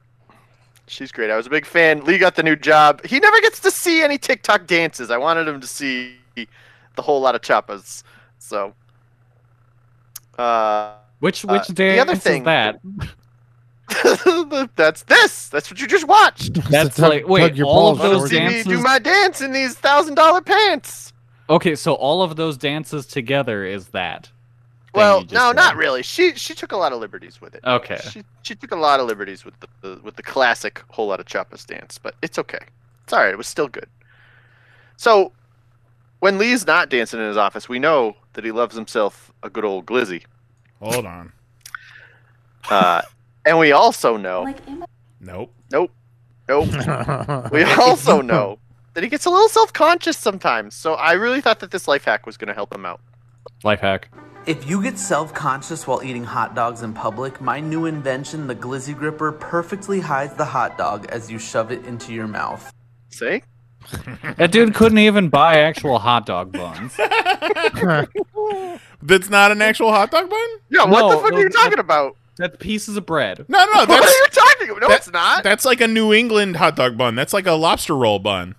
I: She's great. I was a big fan. Lee got the new job. He never gets to see any TikTok dances. I wanted him to see the whole lot of choppas. So, uh,
J: Which
I: Uh,
J: which
I: the
J: dance
I: other
J: is
I: thing-
J: that?
I: that's this. That's what you just watched.
J: That's
H: Tug-
J: like-
H: tug
J: wait,
H: your
J: all of
H: balls
J: those
H: short.
I: See
J: dance-
I: me do
J: dances-
I: my dance in these thousand dollar pants.
J: Okay, so all of those dances together is that. thing
I: Well,
J: you just
I: no,
J: said.
I: not really. She she took a lot of liberties with it.
J: Okay.
I: She she took a lot of liberties with the, the with the classic whole lot of choppas dance, but it's okay. It's all right. It was still good. So, when Lee's not dancing in his office, we know that he loves himself a good old glizzy,
D: Hold on.
I: uh, and we also know,
D: Nope.
I: nope, nope. we also know that he gets a little self conscious sometimes. So I really thought that this life hack was going to help him out.
J: Life hack.
K: If you get self conscious while eating hot dogs in public, my new invention, the Glizzy Gripper, perfectly hides the hot dog as you shove it into your mouth.
I: See?
J: That dude couldn't even buy actual hot dog buns.
D: That's not an actual hot dog bun?
I: Yeah. What
J: No,
I: the fuck
J: no,
I: are you
J: that-
I: talking about?
J: That's pieces of bread.
D: No, no,
I: What are
D: that's
I: you talking about? No,
D: that-
I: it's not.
D: that's like a New England hot dog bun. That's like a lobster roll bun.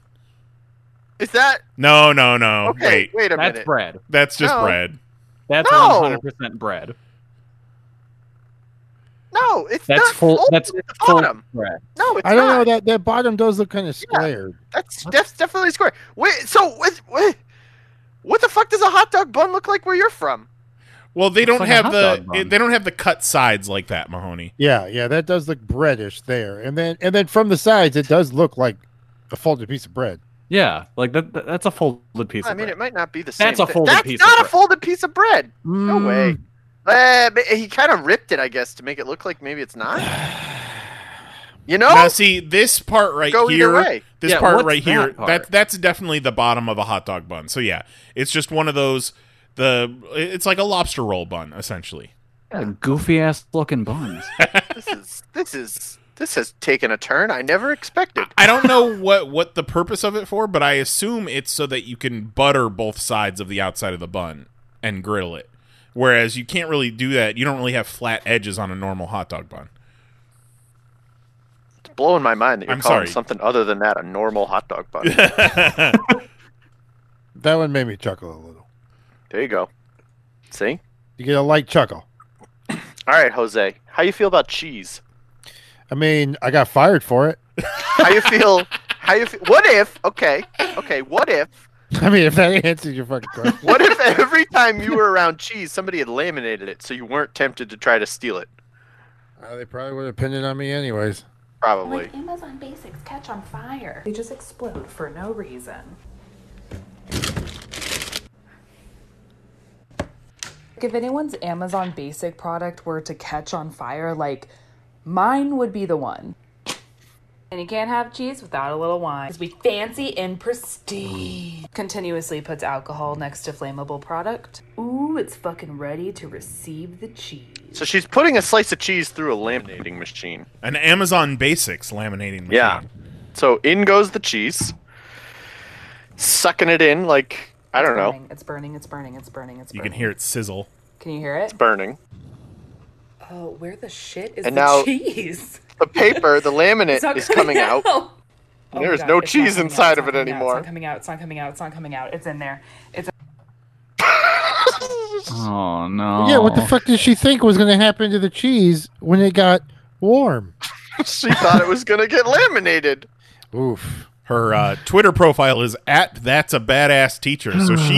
I: Is that
D: No, no, no.
I: okay?
D: Wait,
I: Wait a
J: That's
I: minute.
J: bread.
D: that's just
I: No.
D: bread.
J: That's
I: No.
J: one hundred percent bread.
I: No, it's
J: That's
I: not
J: full.
I: open
J: That's
I: at the
J: full
I: bottom.
J: bread.
I: No, it's
H: I don't know
I: not.
H: that that bottom does look kind of squared.
I: That's that's definitely square. Wait, so what, what? What the fuck does a hot dog bun look like where you're from?
D: Well, they
H: Looks
D: don't
H: like a
D: have
H: hot
D: the
H: dog bun.
D: it, they don't have the cut sides like that, Mahoney.
H: Yeah, yeah, that does look breadish there, and then and then from the sides, it does look like a folded piece of bread.
G: Yeah, like that, that- that's a folded piece.
I: I
G: of
I: mean,
G: bread.
I: it might not be the same.
G: That's a
I: thing.
G: folded
I: That's
G: piece of
I: not a
G: bread. Mm.
I: folded piece of bread. No way. Eh, but he kind of ripped it, I guess, to make it look like maybe it's not. You know?
D: Now, see this part right
I: Oh! Go either
D: here.
I: way.
D: This
I: Yeah,
D: part
I: what's
D: right here.
I: that part?
D: That that's definitely the bottom of a hot dog bun. So yeah, it's just one of those. The it's like a lobster roll bun essentially.
J: Goofy ass looking buns.
I: This is this has taken a turn I never expected.
D: I don't know what what the purpose of it for, but I assume it's so that you can butter both sides of the outside of the bun and grill it. Whereas you can't really do that. You don't really have flat edges on a normal hot dog bun.
I: It's blowing my mind that you're
D: I'm
I: calling
D: sorry.
I: something other than that a normal hot dog bun.
H: That one made me chuckle a little.
I: there you go. See?
H: You get a light chuckle.
I: All right, Jose. How you feel about cheese?
H: I mean, I got fired for it.
I: How you feel? How you feel? What if? Okay, okay. What if?
H: I mean, if that answers your fucking question,
I: What if every time you were around cheese, somebody had laminated it, so you weren't tempted to try to steal it?
H: Uh, they probably would have pinned it on me anyways.
I: Probably.
L: Amazon basics catch on fire. They just explode for no reason. If anyone's Amazon basic product were to catch on fire, like mine would be the one. And you can't have cheese without a little wine. 'cause we fancy and prestige. Continuously puts alcohol next to flammable product. Ooh, it's fucking ready to receive the cheese.
I: So she's putting a slice of cheese through a laminating machine.
D: An Amazon Basics laminating machine.
I: Yeah. So in goes the cheese, sucking it in like I don't know.
L: It's burning, it's burning, it's burning, it's
D: You
L: burning.
D: can hear it sizzle.
L: Can you hear it?
I: Burning.
L: Oh, where the shit is
I: And
L: the
I: now-
L: cheese?
I: The paper, the
L: It's
I: laminate
L: not
I: is coming out.
L: Oh my
I: There's
L: God,
I: no
L: it's not
I: cheese
L: coming out,
I: inside
L: it's
I: of
L: not
I: it
L: coming out,
I: anymore.
L: It's not coming out. It's not coming out. It's not coming out. It's in there. It's
J: Oh no.
H: Yeah, what the fuck did she think was going to happen to the cheese when it got warm?
I: she thought it was gonna get laminated.
H: Oof.
D: Her uh, Twitter profile is at that's a badass teacher. So she's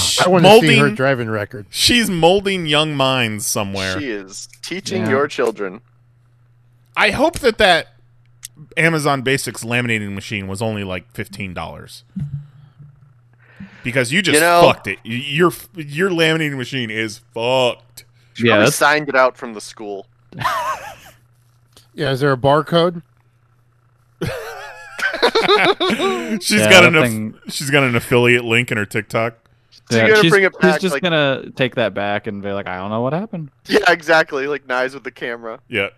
D: she's
H: I want to see
D: molding
H: her driving record.
D: she's molding young minds somewhere.
I: She is teaching
D: Yeah.
I: your children.
D: I hope that that Amazon Basics laminating machine was only like fifteen dollars. Because you just
I: You know-
D: fucked it. Y- Your your laminating machine is fucked.
I: She probably signed it out from the school.
H: Yeah, is there a barcode?
D: she's
J: Yeah,
D: got
J: that
D: an aff-
J: thing-
D: she's got an affiliate link in her TikTok.
I: So you gotta
J: she's,
I: bring it
J: she's
I: back,
J: just
I: like-
J: gonna take that back and be like, I don't know what happened.
I: Yeah, exactly. Like knives with the camera.
D: Yeah.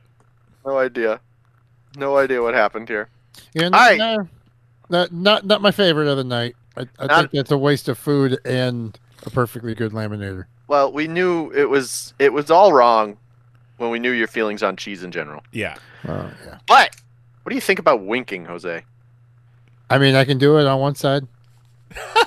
I: No idea. No idea what happened here.
H: Yeah, n-
I: Alright.
H: no, not, not not my favorite of the night. I, I think
I: Not-
H: that's a waste of food and a perfectly good laminator.
I: Well, we knew it was it was all wrong when we knew your feelings on cheese in general.
D: Yeah.
H: Uh, yeah.
I: But what do you think about winking, Jose?
H: I mean, I can do it on one side.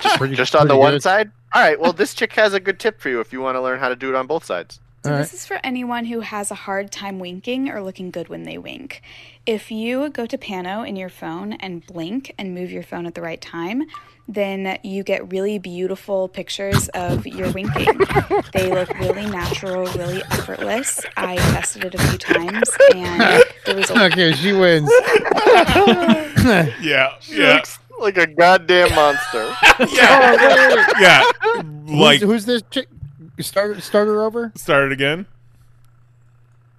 H: Just,
I: Just on the one side? All right. Well, this chick has a good tip for you if you want to learn how to do it on both sides.
M: So this is for anyone who has a hard time winking or looking good when they wink. If you go to Pano in your phone and blink and move your phone at the right time, then you get really beautiful pictures of your winking. they look really natural, really effortless. I tested it a few times and the result
H: okay, she wins.
D: yeah,
I: She looks like a goddamn monster.
D: yeah.
H: who's,
D: Like-
H: who's this chick? Start start her over.
D: Start it again.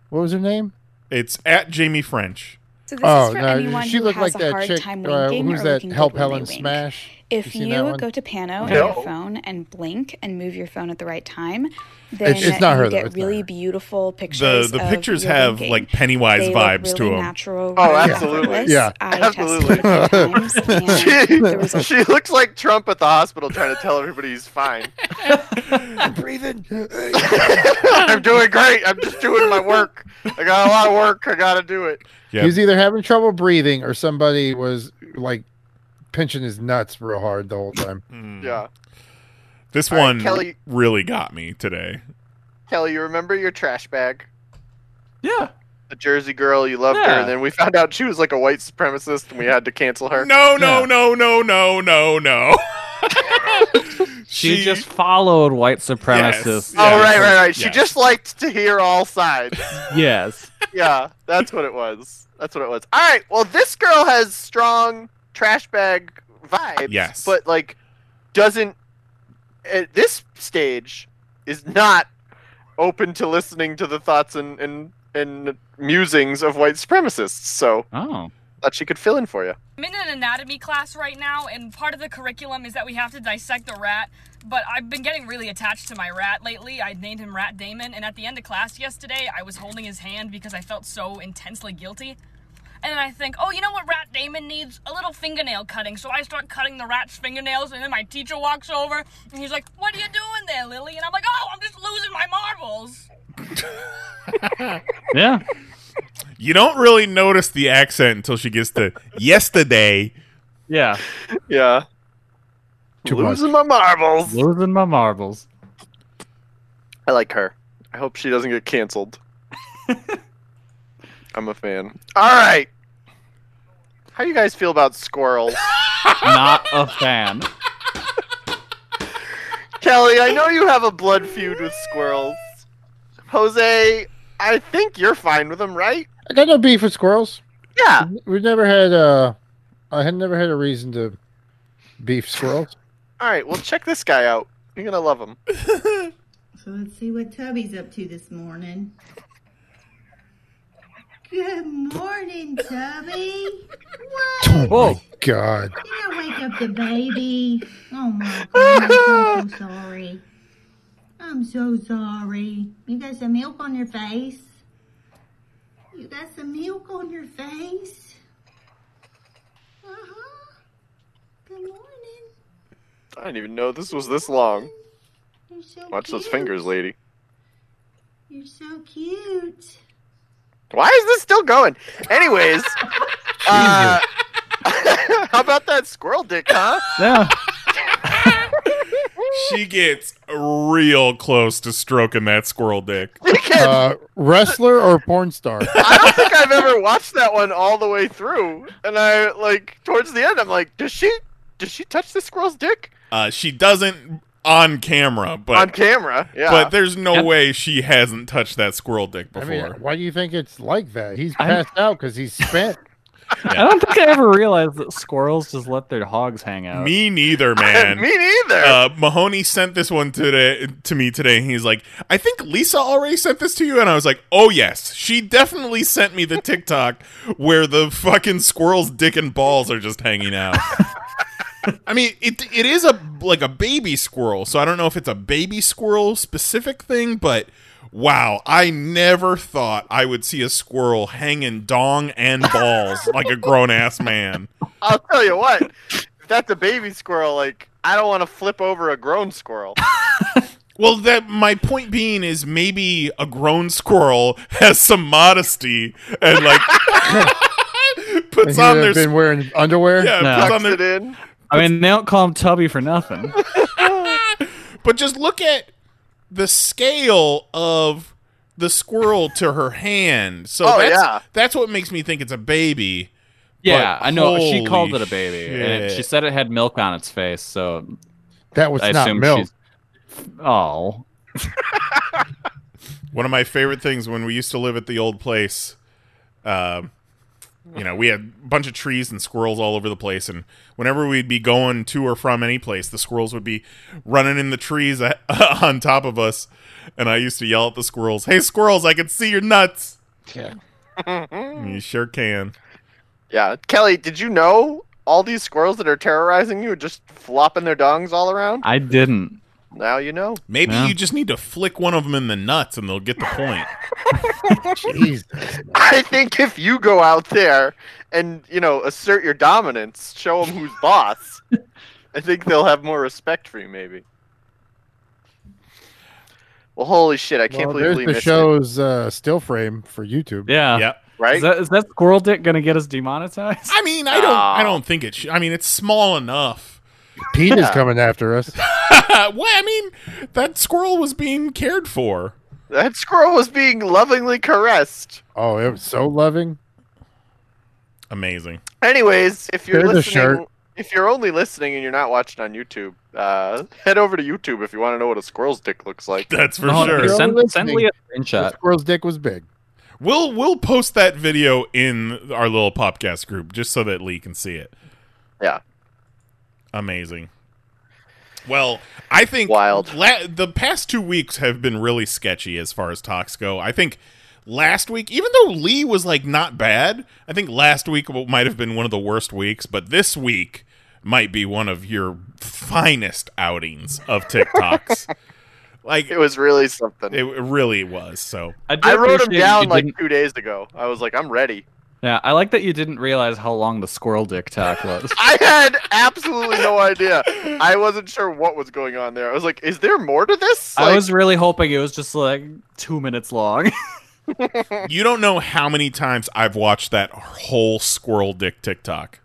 H: What was her name?
D: It's at Jamie French.
M: So this
H: Oh,
M: is for
H: no,
M: anyone
H: she
M: who
H: looked
M: has
H: like
M: a
H: that
M: hard
H: chick,
M: time
H: uh,
M: winking
H: who's
M: or
H: that
M: looking
H: Help
M: good when they
H: Helen
M: wink.
H: Smash? You
M: If
H: seen
M: you,
H: that one?
M: go to Pano
H: No.
M: on your phone and blink and move your phone at the right time, then
D: it's not
M: you
D: her, though,
M: get
D: it's not
M: really beautiful pictures.
D: The the
M: of
D: pictures
M: your
D: have
M: winking.
D: like Pennywise
M: They look
D: vibes to
M: really
D: them.
M: Natural,
I: Oh,
M: really
I: absolutely.
M: effortless.
D: Yeah.
M: I tested
I: Absolutely.
M: it a few times, and the
I: she,
M: result
I: she looks like Trump at the hospital trying to tell everybody he's fine.
H: I'm breathing.
I: I'm doing great. I'm just doing my work. I got a lot of work. I got to do it.
H: He was either having trouble breathing or somebody was like pinching his nuts real hard the whole time.
I: Yeah.
D: Mm. This
I: All right,
D: one
I: Kelly-
D: really got me today.
I: Kelly, you remember your trash bag?
J: Yeah.
I: The Jersey girl, you loved her,
D: Yeah.
I: and then we found out she was like a white supremacist, and we had to cancel her.
D: No, no, no, no, no, no, no.
J: She, just followed white supremacists.
I: Oh right, right, right. She just liked to hear all sides.
J: Yes.
I: yeah, that's what it was. That's what it was. All right. Well, this girl has strong trash bag vibes.
D: Yes.
I: But like, doesn't at this stage is not open to listening to the thoughts and and and musings of white supremacists. So
J: oh,
I: thought she could fill in for you.
N: I'm in an anatomy class right now, and part of the curriculum is that we have to dissect a rat. But I've been getting really attached to my rat lately. I named him Rat Damon, and at the end of class yesterday, I was holding his hand because I felt so intensely guilty. And then I think, oh, you know what Rat Damon needs? A little fingernail cutting. So I start cutting the rat's fingernails, and then my teacher walks over, and he's like, What are you doing there, Lily? And I'm like, Oh, I'm just losing my marbles.
J: yeah.
D: You don't really notice the accent until she gets to yesterday.
J: Yeah.
I: Yeah.
D: Too much.
I: Losing my marbles.
J: Losing my marbles.
I: I like her. I hope she doesn't get canceled. I'm a fan. All right. How you guys feel about squirrels?
J: Not a fan.
I: Kelly, I know you have a blood feud with squirrels. Jose, I think you're fine with them, right?
H: I got no beef with squirrels.
I: Yeah.
H: We've never had uh I had never had a reason to beef squirrels.
I: All right, well check this guy out. You're gonna love him.
O: So let's see what Tubby's up to this morning. Good morning, Tubby. What?
H: Oh my god.
O: Did I wake up the baby? Oh my god, I'm so sorry. I'm so sorry. You got some milk on your face. You got some milk on your face. Uh huh. Good morning.
I: I didn't even know this was this long.
O: You're so
I: Watch
O: cute.
I: those fingers, lady.
O: You're so cute.
I: Why is this still going? Anyways, uh, how about that squirrel dick, huh?
J: Yeah.
D: She gets real close to stroking that squirrel dick.
H: Uh, wrestler or porn star?
I: I don't think I've ever watched that one all the way through. And I like towards the end, I'm like, does she does she touch the squirrel's dick
D: Uh, she doesn't on camera, but
I: on camera? Yeah.
D: Uh, But there's no way she hasn't touched that squirrel dick
H: I
D: before.
H: mean, why do you think it's like that? He's
J: I'm-
H: passed out because he's spent.
J: I don't think I ever realized that squirrels just let their hogs hang out.
D: Me neither, man.
I: me neither.
D: Uh, Mahoney sent this one today to me today, and he's like, "I think Lisa already sent this to you," and I was like, "Oh yes, she definitely sent me the TikTok where the fucking squirrel's dick and balls are just hanging out." I mean, it it is a like a baby squirrel, so I don't know if it's a baby squirrel specific thing, but wow, I never thought I would see a squirrel hanging dong and balls like a grown ass man.
I: I'll tell you what, if that's a baby squirrel, like I don't want to flip over a grown squirrel.
D: Well, that my point being is maybe a grown squirrel has some modesty and like puts
H: he
D: on
H: would
D: their
H: have been wearing underwear.
D: yeah, puts on their,
I: in.
J: I mean, they don't call him Tubby for nothing.
D: But just look at the scale of the squirrel to her hand. So
J: Oh,
D: that's,
J: yeah.
D: that's what makes me think it's a baby.
J: Yeah,
D: But
J: I know. She
D: holy
J: called it a baby, and it- she
D: shit.
J: said it had milk on its face. So
H: That was
J: I
H: not
J: assume
H: milk.
J: she's- Oh,
D: One of my favorite things when we used to live at the old place, um, you know, we had a bunch of trees and squirrels all over the place. And whenever we'd be going to or from any place, the squirrels would be running in the trees a- on top of us. And I used to yell at the squirrels, Hey, squirrels, I can see your nuts.
H: Yeah.
D: You sure can.
I: yeah, Kelly, did you know all these squirrels that are terrorizing you are just flopping their dongs all around?
J: I didn't.
I: Now you know.
D: Maybe
J: Yeah.
D: you just need to flick one of them in the nuts and they'll get the point.
I: I think if you go out there and you know assert your dominance, show them who's boss, I think they'll have more respect for you. Maybe. Well, holy shit! I can't
H: Well,
I: believe we
H: there's the
I: missed it.
H: show's uh, still frame for YouTube.
J: Yeah.
D: Yep.
I: Right?
J: Is that, is that squirrel dick gonna get us demonetized?
D: I mean, I don't. I don't think it. Sh- I mean, it's small enough.
H: Pete is
D: Yeah.
H: coming after us.
D: Uh, well, I mean, that squirrel was being cared for.
I: That squirrel was being lovingly caressed.
H: Oh, it was so loving.
D: Amazing.
I: Anyways, if you're
H: There's a
I: listening,
H: shirt.
I: if you're only listening and you're not watching on YouTube, uh, head over to YouTube if you want to know what a squirrel's dick looks like.
D: That's for
J: Oh,
D: sure.
H: The squirrel's dick was big.
D: We'll we'll post that video in our little podcast group just so that Lee can see it.
I: Yeah.
D: Amazing. Well, I think
I: Wild.
D: La- the past two weeks have been really sketchy as far as talks go. I think last week, even though Lee was like not bad, I think last week w- might have been one of the worst weeks, but this week might be one of your finest outings of TikToks. like it
I: was really something.
D: It really was. So
J: I, do
I: I wrote him
J: appreciate
I: down
J: you
I: like
J: didn't-
I: two days ago. I was like, I'm ready.
J: Yeah, I like that you didn't realize how long the squirrel dick talk was.
I: I had absolutely no idea. I wasn't sure what was going on there. I was like, is there more to this?
J: I
I: Like,
J: was really hoping it was just like two minutes long.
D: you don't know how many times I've watched that whole squirrel dick TikTok.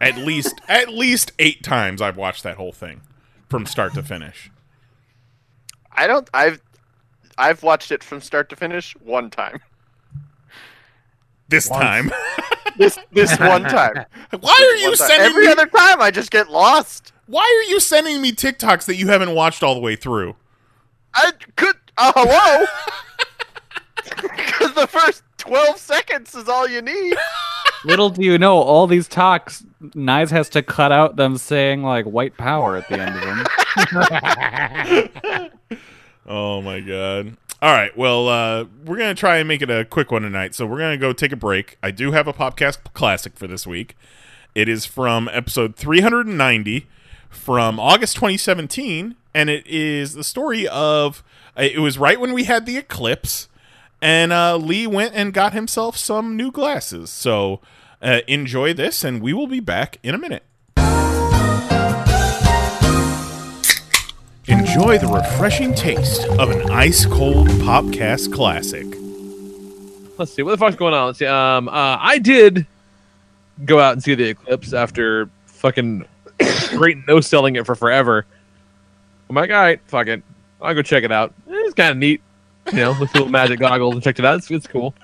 D: At least at least 8 times I've watched that whole thing from start to finish.
I: I don't. I've I've watched it from start to finish one time.
D: This time.
I: this this one time.
D: Why are you
I: One time.
D: sending
I: every
D: me-
I: other time? I just get lost.
D: Why are you sending me TikToks that you haven't watched all the way through?
I: I could. Uh, hello. Because the first twelve seconds is all you need.
J: Little do you know, all these talks, Nyes has to cut out them saying like white power at the end of them.
D: Oh my god. All right, well, uh, we're going to try and make it a quick one tonight. So we're going to go take a break. I do have a podcast classic for this week. It is from episode 390 from August 2017 and it is the story of uh, it was right when we had the eclipse and uh, Lee went and got himself some new glasses. So uh, enjoy this and we will be back in a minute. Enjoy the refreshing taste of an ice cold podcast classic.
P: let's see what the fuck's going on. Let's see. Um, uh, I did go out and see the eclipse after fucking great no selling it for forever. I'm like, all right, fuck it, I'll go check it out. It's kind of neat, you know, with little magic goggles and checked it out. It's, it's cool.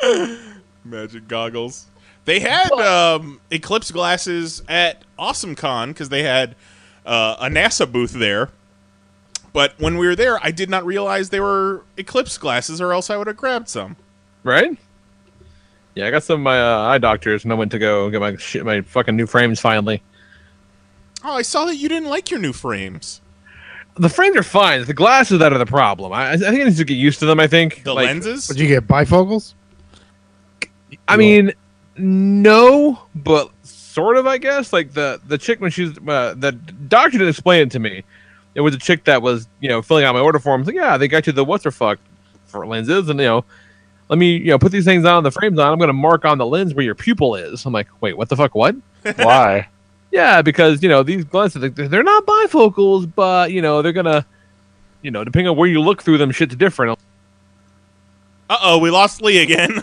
D: Magic goggles. They had um, Eclipse glasses at AwesomeCon because they had uh, a NASA booth there. But when we were there, I did not realize they were Eclipse glasses, or else I would have grabbed some.
P: Right? Yeah, I got some of my uh, eye doctors, and I went to go get my shit, my fucking new frames finally.
D: Oh, I saw that you didn't like your new frames.
P: The frames are fine. It's the glasses that are the problem. I, I think I need to get used to them. I think the
D: lenses.
H: Did you get bifocals?
P: I mean, no, but sort of, I guess. Like the the chick when she was uh, the doctor didn't explain it to me. It was a chick that was you know filling out my order forms. Like, yeah, they got you the what's her fuck for lenses, and you know, let me you know put these things on the frames on. I'm gonna mark on the lens where your pupil is. I'm like, wait, what the fuck? What? Why? yeah, because you know these glasses like, they're not bifocals, but you know they're gonna you know depending on where you look through them, shit's different.
D: Uh oh, we lost Lee again.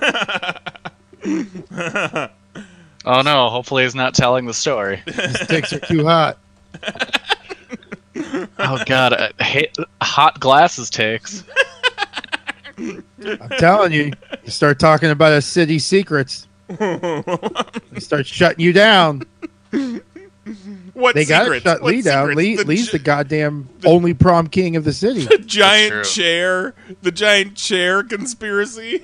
Q: Oh no, hopefully he's not telling the story.
H: Dicks are too hot.
Q: oh god, I hate hot glasses takes.
H: I'm telling you, you start talking about a city secrets, they start shutting you down.
D: What
H: they
D: secrets?
H: gotta shut
D: What
H: Lee down.
D: secrets?
H: Lee,
D: The
H: Lee's the goddamn only prom king of the city.
D: the giant chair, the giant chair conspiracy.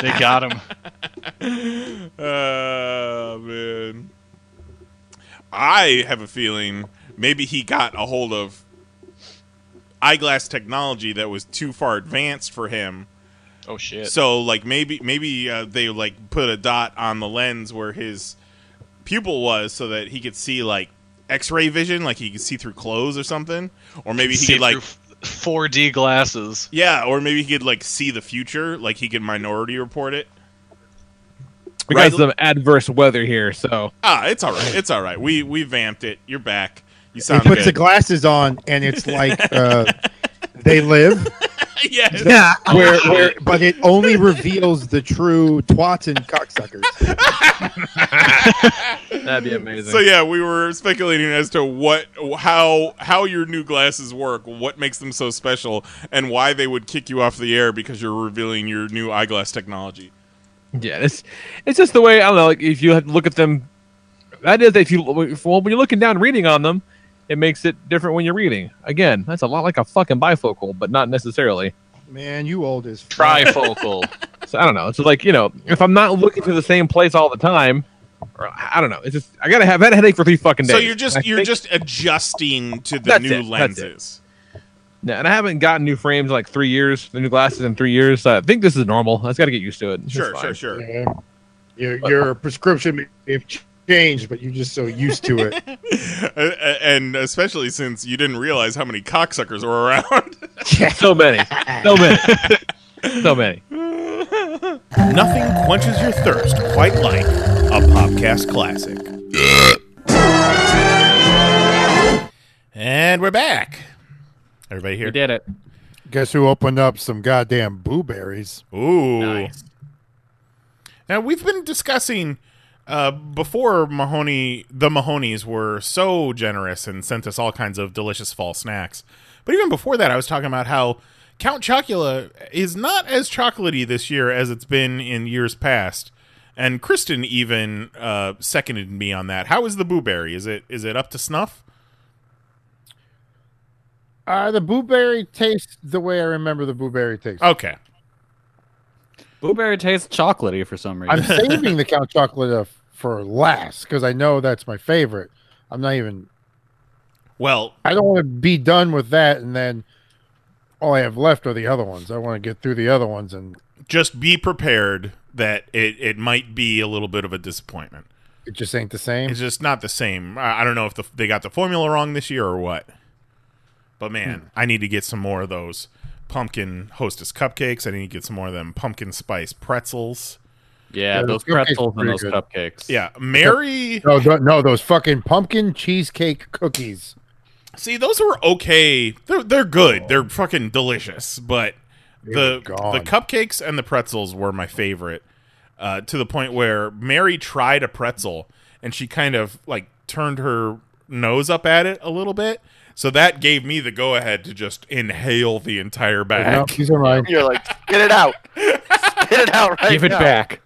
Q: They got him.
D: Oh man. I have a feeling maybe he got a hold of eyeglass technology that was too far advanced for him.
Q: Oh shit.
D: So like maybe maybe uh, they like put a dot on the lens where his pupil was so that he could see like x-ray vision like he could see through clothes or something or maybe he
Q: See
D: could like
Q: through 4D glasses.
D: yeah or maybe he could like see the future like he could minority report it
P: We
D: Right.
P: got some adverse weather here, so
D: ah it's all right it's all right we we vamped it you're back you
H: He
D: sound
H: puts the
D: good
H: glasses on, and it's like uh, they live.
D: yes.
H: Where, where, but it only reveals the true twats and cocksuckers.
P: that'd be amazing.
D: So yeah, we were speculating as to what, how, how your new glasses work, what makes them so special, and why they would kick you off the air because you're revealing your new eyeglass technology.
P: Yeah, it's it's just the way I don't know. Like if you had to look at them That is, if you well, when you're looking down reading on them, it makes it different when you're reading. Again, that's a lot like a fucking bifocal, but not necessarily
H: Man, you old as
P: trifocal. so I don't know. It's just like you know, if I'm not looking to the same place all the time, or, I don't know. It's just I gotta have that headache for three fucking days.
D: So you're just
P: And I
D: you're
P: think-
D: just adjusting to the
P: That's
D: new
P: it, that's it.
D: lenses.
P: Yeah, and I haven't gotten new frames in like three years, the new glasses in three years. So I think this is normal. I just got to get used to it. It's
D: Sure,
P: fine.
D: sure, sure.
H: Your, your prescription may have changed, but you're just so used to it.
D: Uh, uh, and especially since you didn't realize how many cocksuckers were around.
P: so many, so many, so many.
D: Nothing quenches your thirst quite like a podcast classic. and we're back. Everybody here? We
J: did it.
H: Guess who opened up some goddamn blueberries?
D: Ooh. Now we've been discussing uh, before Mahoney the Mahonies were so generous and sent us all kinds of delicious fall snacks. But even before that I was talking about how Count Chocula is not as chocolatey this year as it's been in years past. And Kristen even uh, seconded me on that. How is the blueberry? Is it is it up to snuff?
H: Uh, the blueberry tastes the way I remember the blueberry tastes.
D: Okay.
J: Blueberry tastes chocolatey for some reason.
H: I'm saving the Count Chocula f- for last because I know that's my favorite. I'm not even.
D: Well,
H: I don't want to be done with that, and then all I have left are the other ones. I want to get through the other ones, and
D: Just be prepared that it, it might be a little bit of a disappointment.
H: it just ain't the same.
D: It's just not the same. I I don't know if the, they got the formula wrong this year or what. But man, I need to get some more of those pumpkin hostess cupcakes. I need to get some more of them pumpkin spice pretzels.
J: Yeah, Yeah, those those cupcakes are pretzels and pretty those good. cupcakes.
D: Yeah, Mary.
H: No, th- no, those fucking pumpkin cheesecake cookies.
D: See, those were okay. They're they're good. They're fucking delicious. But the the cupcakes and the pretzels were my favorite. Uh, to the point where Mary tried a pretzel and she kind of like turned her nose up at it a little bit. So that gave me the go ahead to just inhale the entire bag.
H: No, these are mine.
D: You're like, get it out. Spit it out
H: right Give it now." back.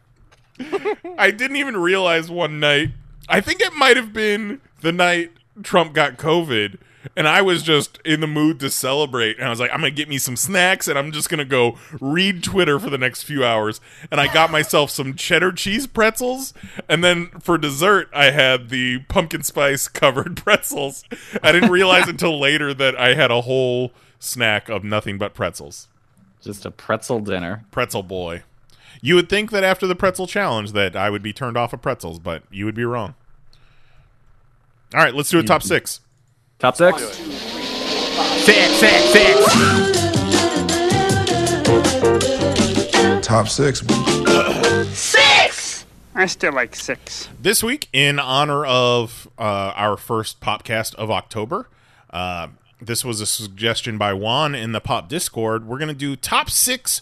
D: I didn't even realize one night. I think it might have been the night Trump got COVID, and I was just in the mood to celebrate. And I was like, I'm going to get me some snacks, and I'm just going to go read Twitter for the next few hours. And I got myself some cheddar cheese pretzels. And then for dessert, I had the pumpkin spice covered pretzels. I didn't realize until later that I had a whole snack of nothing but pretzels.
J: Just a pretzel dinner.
D: Pretzel boy. You would think that after the pretzel challenge that I would be turned off of pretzels, but you would be wrong. All right, let's do a top six.
J: Top six.
D: Six, six, six.
R: Top six.
S: Six! I still like six.
D: This week, in honor of uh, our first podcast of October, uh, this was a suggestion by Juan in the Pop Discord. We're going to do top six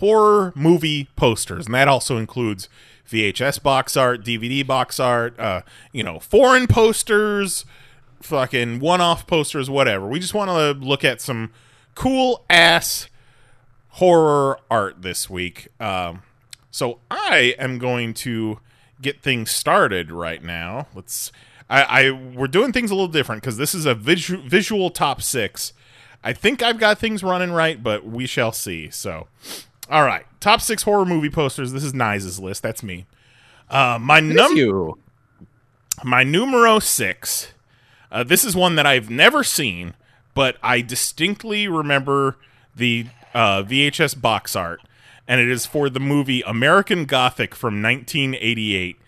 D: horror movie posters, and that also includes VHS box art, DVD box art, uh, you know, foreign posters, fucking one-off posters, whatever. We just want to look at some cool ass horror art this week. Um, so I am going to get things started right now. Let's. I, I we're doing things a little different because this is a visu- visual top six. I think I've got things running right, but we shall see. So, all right, top six horror movie posters. This is Nize's list. That's me. Uh, my number, my numero six. Uh, this is one that I've never seen, but I distinctly remember the uh, VHS box art, and it is for the movie American Gothic from 1988.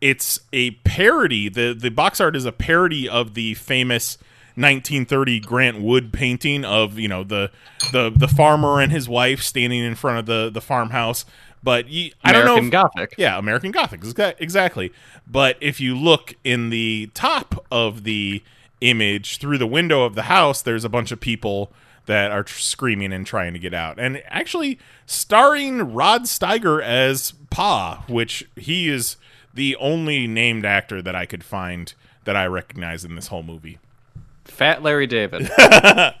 D: It's a parody. the The box art is a parody of the famous 1930 Grant Wood painting of you know the the the farmer and his wife standing in front of the the farmhouse. But you, I don't know.
J: American
D: if-
J: Gothic.
D: yeah, American Gothic. Exa- Exactly. But if you look in the top of the image through the window of the house, there's a bunch of people that are tr- screaming and trying to get out. And actually, starring Rod Steiger as Pa, which he is the only named actor that I could find that I recognize in this whole movie
J: Fat Larry David.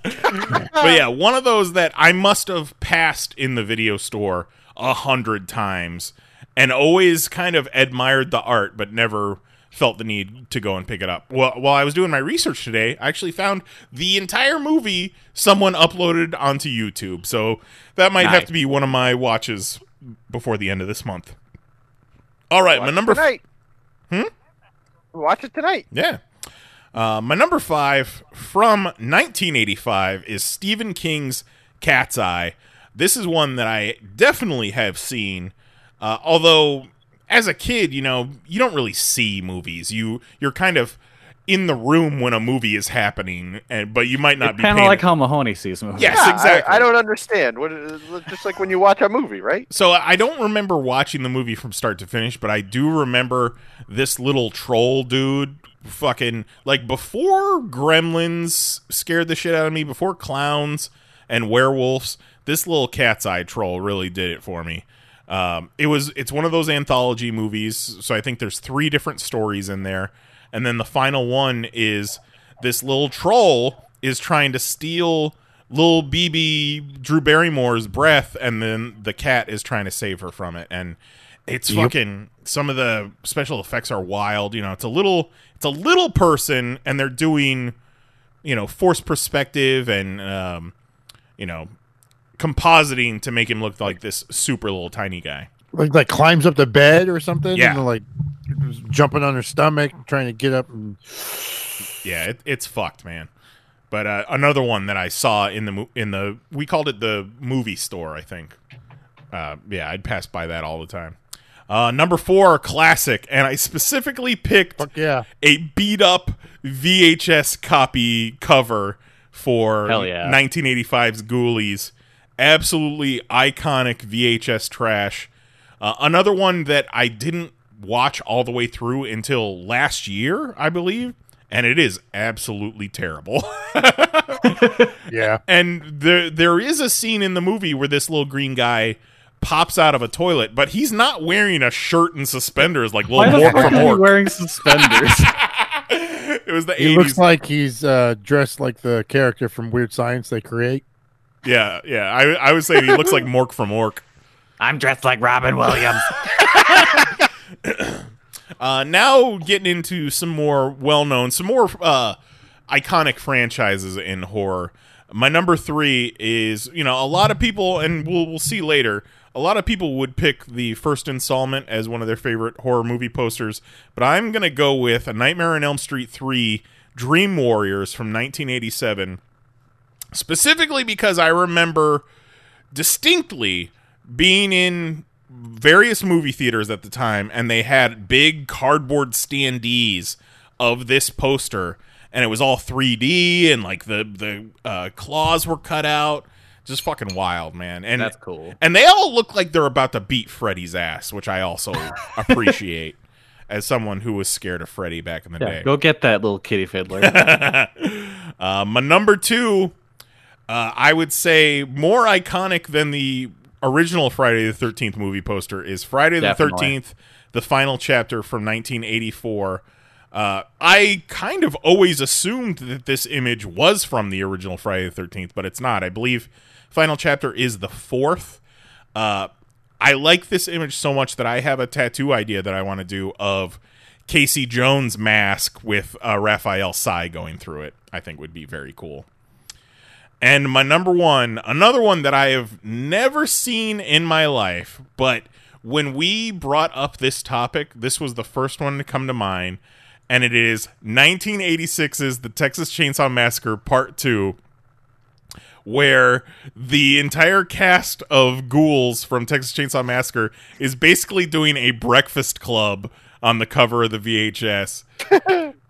D: but yeah, one of those that I must have passed in the video store a hundred times and always kind of admired the art, but never felt the need to go and pick it up. Well, while I was doing my research today, I actually found the entire movie someone uploaded onto YouTube. So that might have
I: Nice.
D: to be one of my watches before the end of this month. All right, my number.
I: tonight.
D: Hmm?
I: Watch it tonight.
D: Yeah. Uh, my number five from 1985 is Stephen King's Cat's Eye. This is one that I definitely have seen. Uh, although, as a kid, you know, you don't really see movies. You you're kind of in the room when a movie is happening, and but you might not be
J: Kind of
D: paying
J: like how Mahoney sees movies.
D: Yes,
I: Yeah, I-
D: exactly.
I: I, don't understand. What is, just like when you watch a movie, right?
D: So I don't remember watching the movie from start to finish, but I do remember this little troll dude fucking like before gremlins scared the shit out of me, before clowns and werewolves, this little cat's eye troll really did it for me. Um, it was it's one of those anthology movies, so I think there's three different stories in there. And then the final one is this little troll is trying to steal little BB Drew Barrymore's breath, and then the cat is trying to save her from it. And it's
P: Yep.
D: fucking some of the special effects are wild. You know, it's a little it's a little person, and they're doing you know forced perspective and um, you know compositing to make him look like this super little tiny guy.
H: Like, like climbs up the bed or something.
D: Yeah.
H: And then, like jumping on her stomach, trying to get up. And
D: yeah, it, it's fucked, man. But uh, another one that I saw in the mo- in the we called it the movie store, I think. Uh, yeah, I'd pass by that all the time. Uh, number four, classic, and I specifically picked
H: yeah.
D: a beat up VHS copy cover for
J: Hell yeah.
D: 1985's Ghoulies. Absolutely iconic VHS trash. Uh, another one that I didn't watch all the way through until last year, I believe, and it is absolutely terrible.
H: yeah.
D: And there there is a scene in the movie where this little green guy pops out of a toilet, but he's not wearing a shirt and suspenders like
J: Why
D: little
J: the
D: Mork
J: fuck
D: from
J: are you
D: Ork.
J: wearing suspenders?
D: it was the
H: He
D: 80s.
H: looks like he's uh, dressed like the character from Weird Science they create.
D: Yeah, yeah. I I would say he looks like Mork from Ork. I'm dressed like Robin Williams. uh, now getting into some more well-known, some more uh, iconic franchises in horror. My number three is, you know, a lot of people, and we'll we'll see later. A lot of people would pick the first installment as one of their favorite horror movie posters, but I'm gonna go with A Nightmare on Elm Street three, Dream Warriors from 1987 specifically because I remember distinctly being in various movie theaters at the time and they had big cardboard standees of this poster and it was all 3D and like the the uh, claws were cut out just fucking wild man and
J: That's cool.
D: and they all look like they're about to beat Freddy's ass which I also appreciate as someone who was scared of Freddy back in the
J: Yeah,
D: day
J: go get that little kitty fiddler.
D: uh, my number two, uh, I would say more iconic than the original Friday the Thirteenth movie poster is Friday the
J: Definitely.
D: Thirteenth, the final chapter from 1984. Uh, I kind of always assumed that this image was from the original Friday the 13th, but it's not. I believe final chapter is the fourth. Uh, I like this image so much that I have a tattoo idea that I want to do of Casey Jones mask with uh, Raphael Sai going through it. I think would be very cool. And my number one, another one that I have never seen in my life, but when we brought up this topic, this was the first one to come to mind, and it is 1986's The Texas Chainsaw Massacre Part 2 where the entire cast of ghouls from Texas Chainsaw Massacre is basically doing a breakfast club on the cover of the VHS.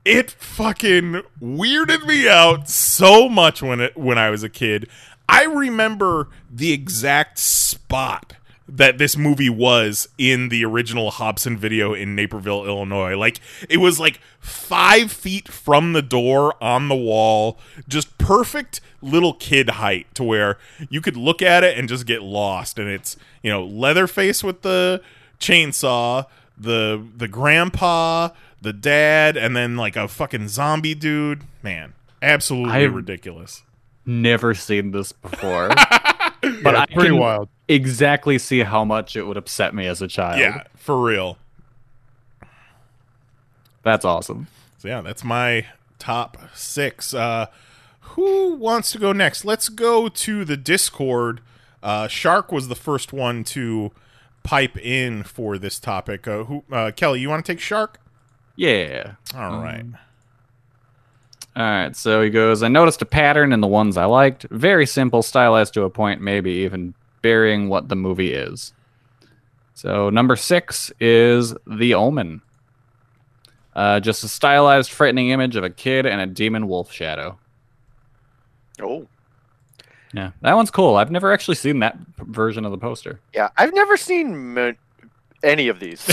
D: it fucking weirded me out so much when it when I was a kid. I remember the exact spot that this movie was in the original Hobson video in Naperville, Illinois. Like it was like five feet from the door on the wall, just perfect little kid height to where you could look at it and just get lost. And it's you know Leatherface with the chainsaw, the the grandpa, the dad, and then like a fucking zombie dude. Man, absolutely
J: I-
D: ridiculous.
J: Never seen this before. but I
D: pretty
J: can
D: wild.
J: Exactly see how much it would upset me as a child.
D: Yeah, for real.
J: That's awesome.
D: So yeah, that's my top six. Uh, who wants to go next? Let's go to the Discord. Uh, Shark was the first one to pipe in for this topic. Uh, who, uh, Kelly, you want to take Shark?
J: Yeah.
D: All right.
J: All right, so he goes, I noticed a pattern in the ones I liked. Very simple, stylized to a point, maybe even burying what the movie is. So, number six is The Omen. Uh, just a stylized, frightening image of a kid and a demon wolf shadow.
I: Oh.
J: Yeah, that one's cool. I've never actually seen that p- version of the poster.
I: Yeah, I've never seen mo- any of these.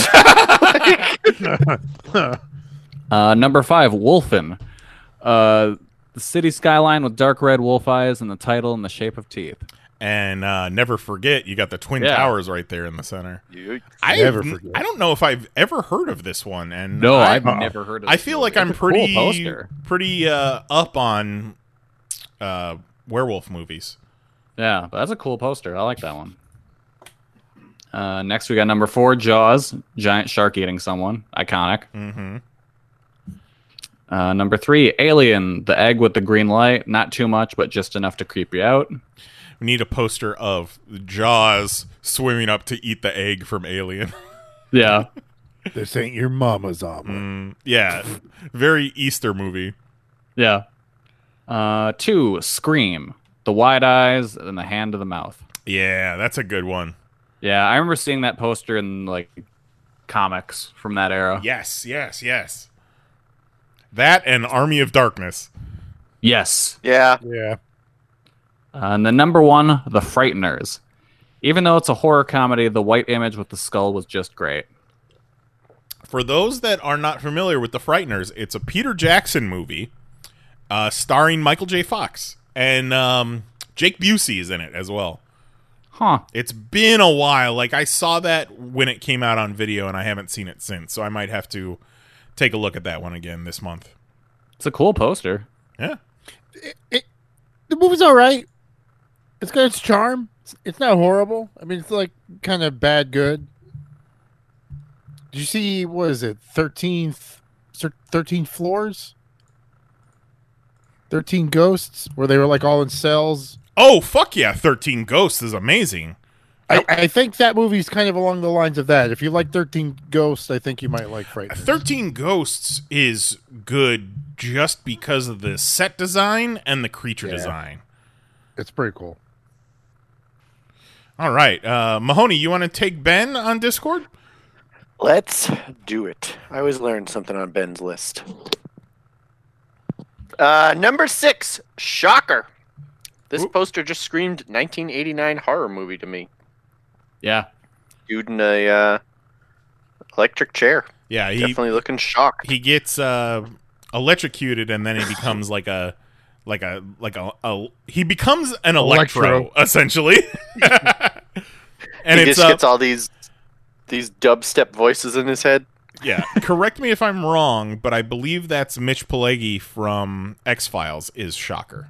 J: Uh, number five, Wolfen. Uh, the city skyline with dark red wolf eyes and the title in the shape of teeth.
D: And uh, never forget, you got the Twin
J: Yeah.
D: Towers right there in the center.
I: Yeet.
D: I
J: Never
D: have-
J: forget.
D: I don't know if I've ever heard of this one, and
J: No,
D: I,
J: I've never heard of
D: I
J: this
D: feel
J: movie.
D: like I'm
J: It's a cool
D: pretty
J: poster.
D: pretty uh, up on uh, werewolf movies.
J: Yeah, but that's a cool poster. I like that one. Uh, next, we got number four, Jaws, giant shark eating someone. Iconic.
D: Mm-hmm.
J: Uh, number three, Alien, the egg with the green light. Not too much, but just enough to creep you out.
D: We need a poster of Jaws swimming up to eat the egg from Alien.
J: Yeah.
H: This ain't your mama's omelet.
D: Mm. yeah, very Easter movie.
J: Yeah. Uh, two, Scream, the wide eyes and the hand to the mouth.
D: Yeah, that's a good one.
J: Yeah, I remember seeing that poster in like comics from that era.
D: Yes, yes, yes. That and Army of Darkness.
J: Yes. Uh,
I: Yeah.
H: Yeah.
J: and the number one, The Frighteners. Even though it's a horror comedy, the white image with the skull was just great.
D: For those that are not familiar with The Frighteners, it's a Peter Jackson movie uh, starring Michael J. Fox. And um, Jake Busey is in it as well.
J: Huh.
D: It's been a while. Like, I saw that when it came out on video, and I haven't seen it since. So I might have to take a look at that one again this month.
J: It's a cool poster.
D: Yeah.
H: The movie's all right. It's got its charm. It's, it's not horrible. I mean, it's like kind of bad good. Did you see what is it? Thirteenth, thirteen floors, thirteen ghosts, where they were like all in cells.
D: Oh, fuck yeah. 13 Ghosts is amazing.
H: I, I think that movie's kind of along the lines of that. If you like Thirteen Ghosts, I think you might like Frighteners.
D: 13 Ghosts is good just because of the set design and the creature
H: Yeah.
D: design.
H: It's pretty cool.
D: All right. Uh, Mahoney, you want to take Ben on Discord?
I: Let's do it. I always learn something on Ben's list. Uh, number six, Shocker. This poster just screamed 1989 horror movie to me.
J: Yeah.
I: Dude in a uh, electric chair.
D: Yeah, he-
I: definitely looking shocked.
D: He gets uh, electrocuted and then he becomes like a like a like a, a he becomes an electro,
I: Electro.
D: essentially. and
I: he
D: it's
I: just
D: uh,
I: gets all these these dubstep voices in his head.
D: yeah. Correct me if I'm wrong, but I believe that's Mitch Pileggi from X Files is Shocker.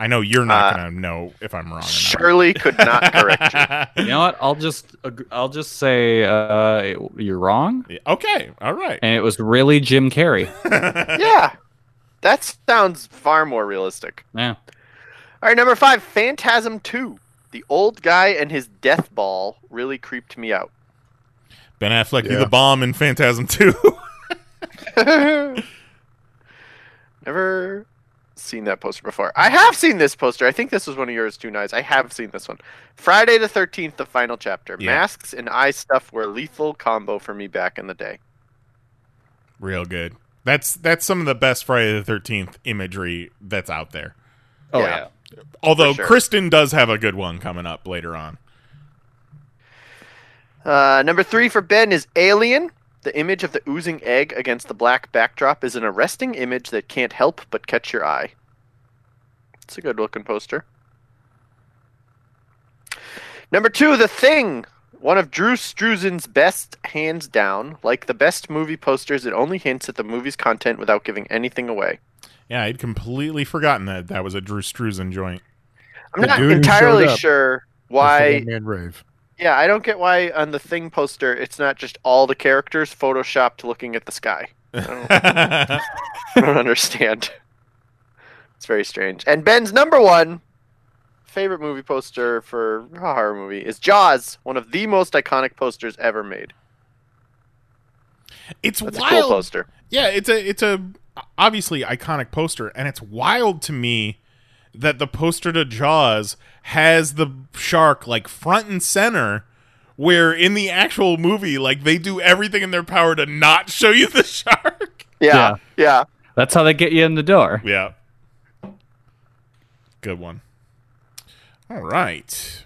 D: I know you're
I: Uh,
D: not gonna know if I'm wrong. Or not.
I: Surely could not correct you.
J: You know what? I'll just ag- I'll just say uh, it- you're wrong.
D: Okay. All right.
J: And it was really Jim Carrey.
I: yeah, that sounds far more realistic.
J: yeah.
I: All right, number five, Phantasm Two. The old guy and his death ball really creeped me out.
D: Ben Affleck threw
I: Yeah.
D: the bomb in Phantasm 2.
I: Never seen that poster before. I have seen this poster. I think this was one of yours, too, Nice. I have seen this one. Friday the 13th, the final chapter.
D: Yeah.
I: Masks and eye stuff were lethal combo for me back in the day.
D: Real good. That's that's some of the best Friday the Thirteenth imagery that's out there.
J: Oh, Yeah.
D: Although
I: For sure.
D: Kristen does have a good one coming up later on.
I: Uh, number three for Ben is Alien. The image of the oozing egg against the black backdrop is an arresting image that can't help but catch your eye. It's a good looking poster. Number two, The Thing. One of Drew Struzan's best, hands down. Like the best movie posters, it only hints at the movie's content without giving anything away.
D: Yeah, I'd completely forgotten that that was a Drew Struzan joint.
I: I'm not entirely sure why.
H: Man rave.
I: Yeah, I don't get why on the Thing poster it's not just all the characters photoshopped looking at the sky. I don't, I don't understand. It's very strange. And Ben's number one favorite movie poster for a horror movie is Jaws, one of the most iconic posters ever made.
D: It's
I: That's
D: wild.
I: a cool poster.
D: Yeah, it's a it's a obviously iconic poster, and it's wild to me that the poster to Jaws has the shark like front and center. Where in the actual movie, like they do everything in their power to not show you the shark.
I: Yeah, yeah.
J: That's how they get you in the door.
D: Yeah. Good one. All right.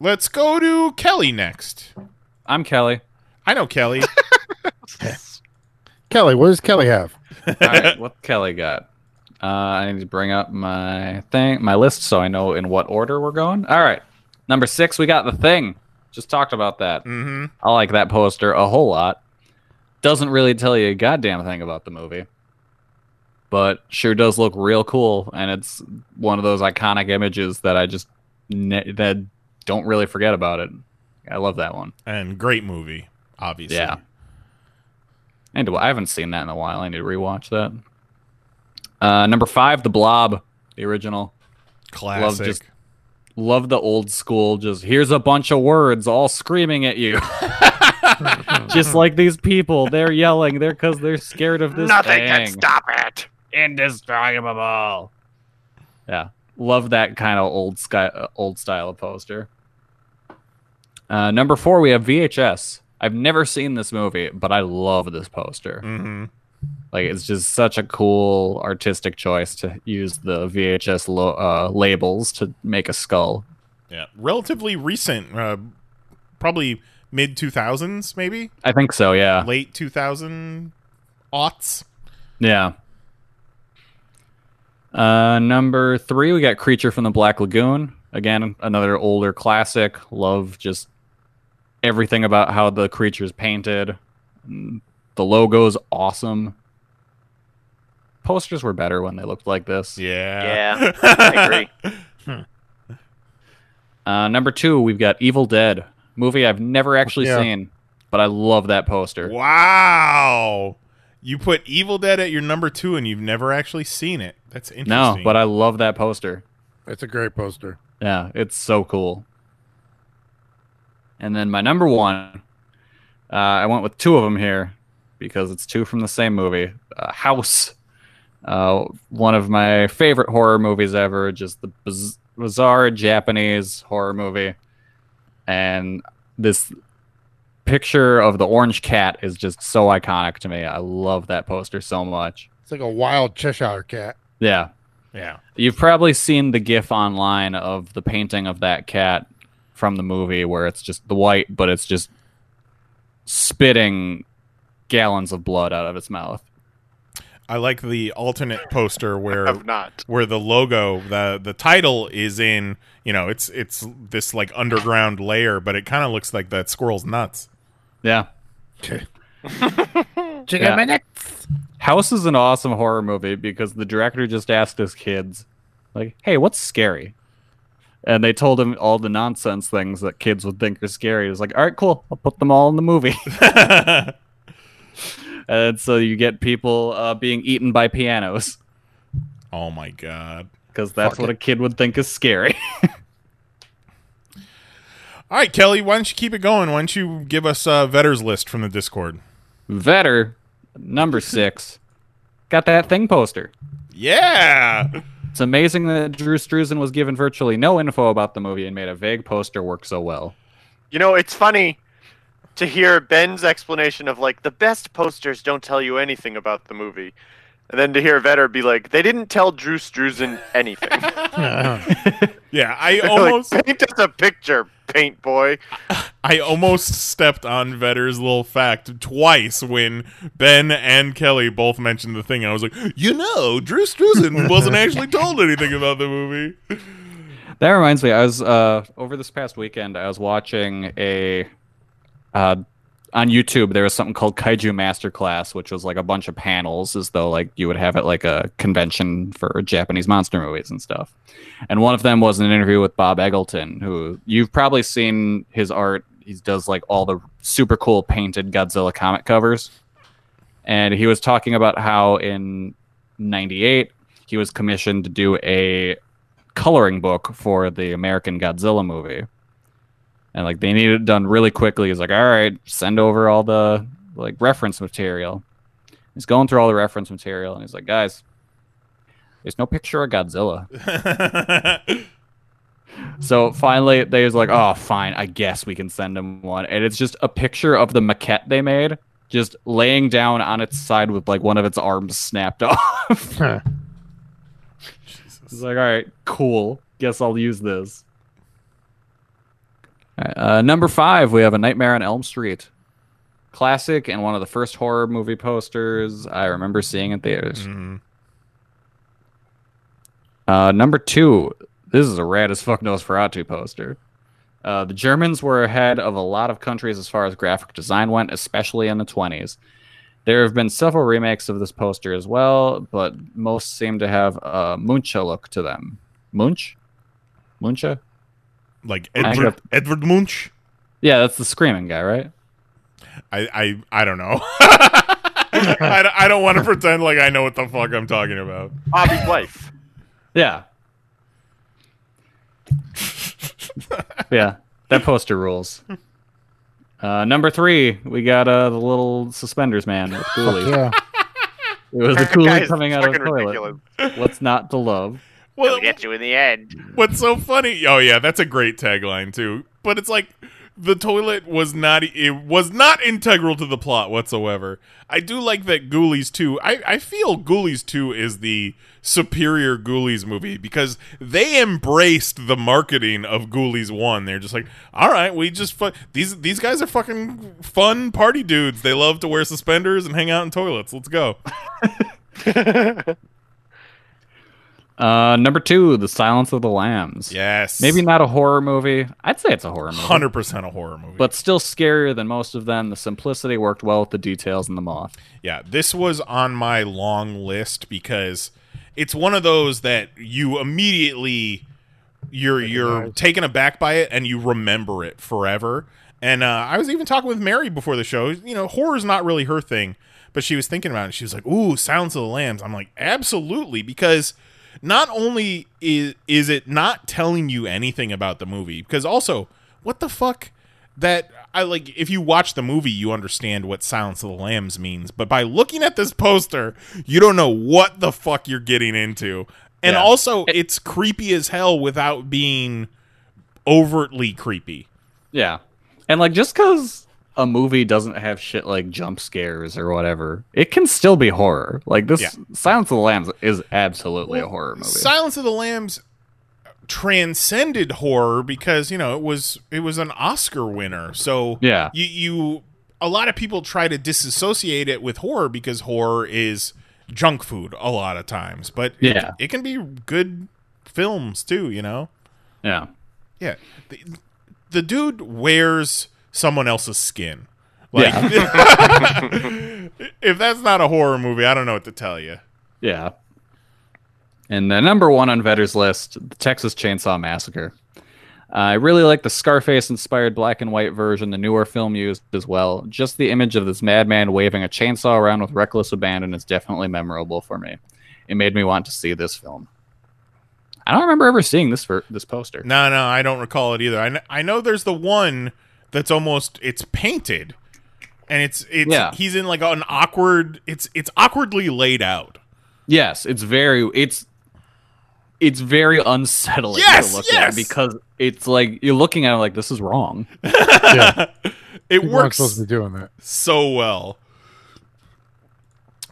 D: Let's go to Kelly next.
J: I'm Kelly.
D: I know Kelly.
H: Kelly, what does Kelly have?
J: All right, what Kelly got? Uh, I need to bring up my thing, my list, so I know in what order we're going. All right, number six, we got the thing. Just talked about that.
D: Mm-hmm.
J: I like that poster a whole lot. Doesn't really tell you a goddamn thing about the movie, but sure does look real cool, and it's one of those iconic images that I just ne- that don't really forget about it. I love that one.
D: And great movie, obviously.
J: Yeah. I, need to- I haven't seen that in a while. I need to rewatch that. Uh, number five, The Blob, the original.
D: Classic.
J: Love just love the old school. Just here's a bunch of words all screaming at you. just like these people, they're yelling. They're because they're scared of this.
S: Nothing can
J: thing.
S: stop
I: it.
J: Indestructible. Yeah, love that kind of old sky, uh, old style of poster. Uh, number four, we have VHS. I've never seen this movie, but I love this poster.
D: Mm-hmm.
J: Like it's just such a cool artistic choice to use the VHS lo- uh, labels to make a skull.
D: Yeah. Relatively recent, uh, probably mid 2000s, maybe?
J: I think so. Yeah.
D: Late 2000 aughts.
J: Yeah. Uh, number three, we got Creature from the Black Lagoon. Again, another older classic. Love just everything about how the creature's painted. Mm, The logo's awesome. Posters were better when they looked like this.
D: Yeah.
I: Yeah, I
D: agree.
J: Uh, number two, we've got Evil Dead, movie I've never actually
D: Yeah.
J: seen, but I love that poster.
D: Wow. You put Evil Dead at your number two and you've never actually seen it. That's interesting.
J: No, but I love that poster.
H: It's a great poster.
J: Yeah, it's so cool. And then my number one, uh, I went with two of them here because it's two from the same movie uh, House. Uh, one of my favorite horror movies ever, just the biz- bizarre Japanese horror movie. And this picture of the orange cat is just so iconic to me. I love that poster so much.
H: It's like a wild Cheshire cat.
J: Yeah.
D: Yeah.
J: You've probably seen the gif online of the painting of that cat from the movie where it's just the white but it's just spitting gallons of blood out of its mouth.
D: I like the alternate poster where
I: I've not.
D: where the logo the the title is in you know it's it's this like underground layer, but it kind of looks like that squirrel's nuts.
J: Yeah.
D: Check
J: out my House is an awesome horror movie because the director just asked his kids like, "Hey, what's scary?" And they told him all the nonsense things that kids would think are scary. It's like, "All right, cool. I'll put them all in the movie." and so you get people uh, being eaten by pianos.
D: Oh my god!
J: Because that's
D: Fuck
J: what
D: it.
J: a kid would think is scary.
D: All right, Kelly, why don't you keep it going? Why don't you give us a vetters list from the Discord?
J: Vetter number six got that thing poster.
D: Yeah.
J: It's amazing that Drew Struzan was given virtually no info about the movie and made a vague poster work so well.
I: You know, it's funny to hear Ben's explanation of like the best posters don't tell you anything about the movie. And then to hear Vetter be like, they didn't tell Drew Struzan anything.
D: Yeah, I
I: They're
D: almost
I: like, paint us a picture, paint boy.
D: I almost stepped on Vetter's little fact twice when Ben and Kelly both mentioned the thing. I was like, you know, Drew Struzan wasn't actually told anything about the movie.
J: That reminds me, I was uh, over this past weekend. I was watching a uh, on YouTube. There was something called Kaiju Masterclass, which was like a bunch of panels, as though like you would have at like a convention for Japanese monster movies and stuff. And one of them was an interview with Bob Eggleton, who you've probably seen his art. He does like all the super cool painted Godzilla comic covers. and he was talking about how in 98 he was commissioned to do a coloring book for the American Godzilla movie. And like they needed it done really quickly. He's like, "All right, send over all the like reference material." He's going through all the reference material and he's like, "Guys, there's no picture of Godzilla." so finally they was like, "Oh, fine. I guess we can send him one." And it's just a picture of the maquette they made just laying down on its side with like one of its arms snapped off. It's like, all right, cool. Guess I'll use this. Alright, uh, number five, we have A Nightmare on Elm Street. Classic and one of the first horror movie posters I remember seeing in theaters. Uh, number two, this is a rad as fuck Nosferatu poster. Uh, the Germans were ahead of a lot of countries as far as graphic design went, especially in the 20s. There have been several remakes of this poster as well, but most seem to have a Muncha look to them. Munch? Muncha?
D: Like
J: I
D: Edward,
J: got-
D: Edward Munch?
J: Yeah, that's the screaming guy, right?
D: I, I, I don't know. I, don't- I don't want to pretend like I know what the fuck I'm talking about.
I: Bobby's wife.
J: Yeah. yeah, that poster rules. Uh, number three, we got uh, the little suspenders man with Cooley.
H: yeah.
J: It was the
D: That guy
J: Cooley
D: is
J: coming out of the
D: fucking
J: toilet.
D: ridiculous.
J: What's not to love?
I: Oh,
D: Well,
S: get you in the end.
D: What's so funny? Oh yeah, that's a great tagline too. But it's like the toilet was not it was not integral to the plot whatsoever. I do like that Ghoulies 2. I I feel Ghoulies 2 is the superior Ghoulies movie because they embraced the marketing of Ghoulies 1. They're just like, "All right, we just fu- these these guys are fucking fun party dudes. They love to wear suspenders and hang out in toilets. Let's go."
J: Uh, number two, The Silence of the Lambs.
D: Yes.
J: Maybe not a horror movie. I'd say it's a horror movie.
D: 100% a horror movie.
J: But still scarier than most of them. The simplicity worked well with the details and the moth.
D: Yeah, this was on my long list because it's one of those that you immediately you're you're taken aback by it and you remember it forever. And uh, I was even talking with Mary before the show. You know, horror's not really her thing, but she was thinking about it. She was like, "Ooh, Silence of the Lambs." I'm like, "Absolutely," because not only is is it not telling you anything about the movie, because also, what the fuck that I like if you watch the movie you understand what Silence of the Lambs means, but by looking at this poster, you don't know what the fuck you're getting into. And
J: Yeah.
D: also it's creepy as hell without being overtly creepy.
J: Yeah. And like just cause a movie doesn't have shit like jump scares or whatever, it can still be horror. Like this
D: Yeah.
J: Silence of the Lambs is absolutely a horror movie.
D: Silence of the Lambs transcended horror because, you know, it was it was an Oscar winner. So
J: Yeah.
D: you you a lot of people try to disassociate it with horror because horror is junk food a lot of times, but it-
J: Yeah.
D: it, can be good films too, you know.
J: Yeah.
D: Yeah. The, the dude wears someone else's skin. Like if that's not a horror movie, I don't know what to tell you.
J: Yeah. And the number one on Vetter's list, the Texas Chainsaw Massacre. Uh, I really like the Scarface inspired black and white version the newer film used as well. Just the image of this madman waving a chainsaw around with reckless abandon is definitely memorable for me. It made me want to see this film. I don't remember ever seeing this for this poster.
D: No, no, I don't recall it either. I kn- I know there's the one that's almost it's painted, and it's it's
J: Yeah.
D: he's in like an awkward it's it's awkwardly laid out.
J: Yes, it's very it's it's very unsettling
D: Yes,
J: to look
D: yes!
J: at because it's like you're looking at it like this is wrong.
D: It
J: People aren't
D: works
J: supposed to
H: be doing that
D: so well.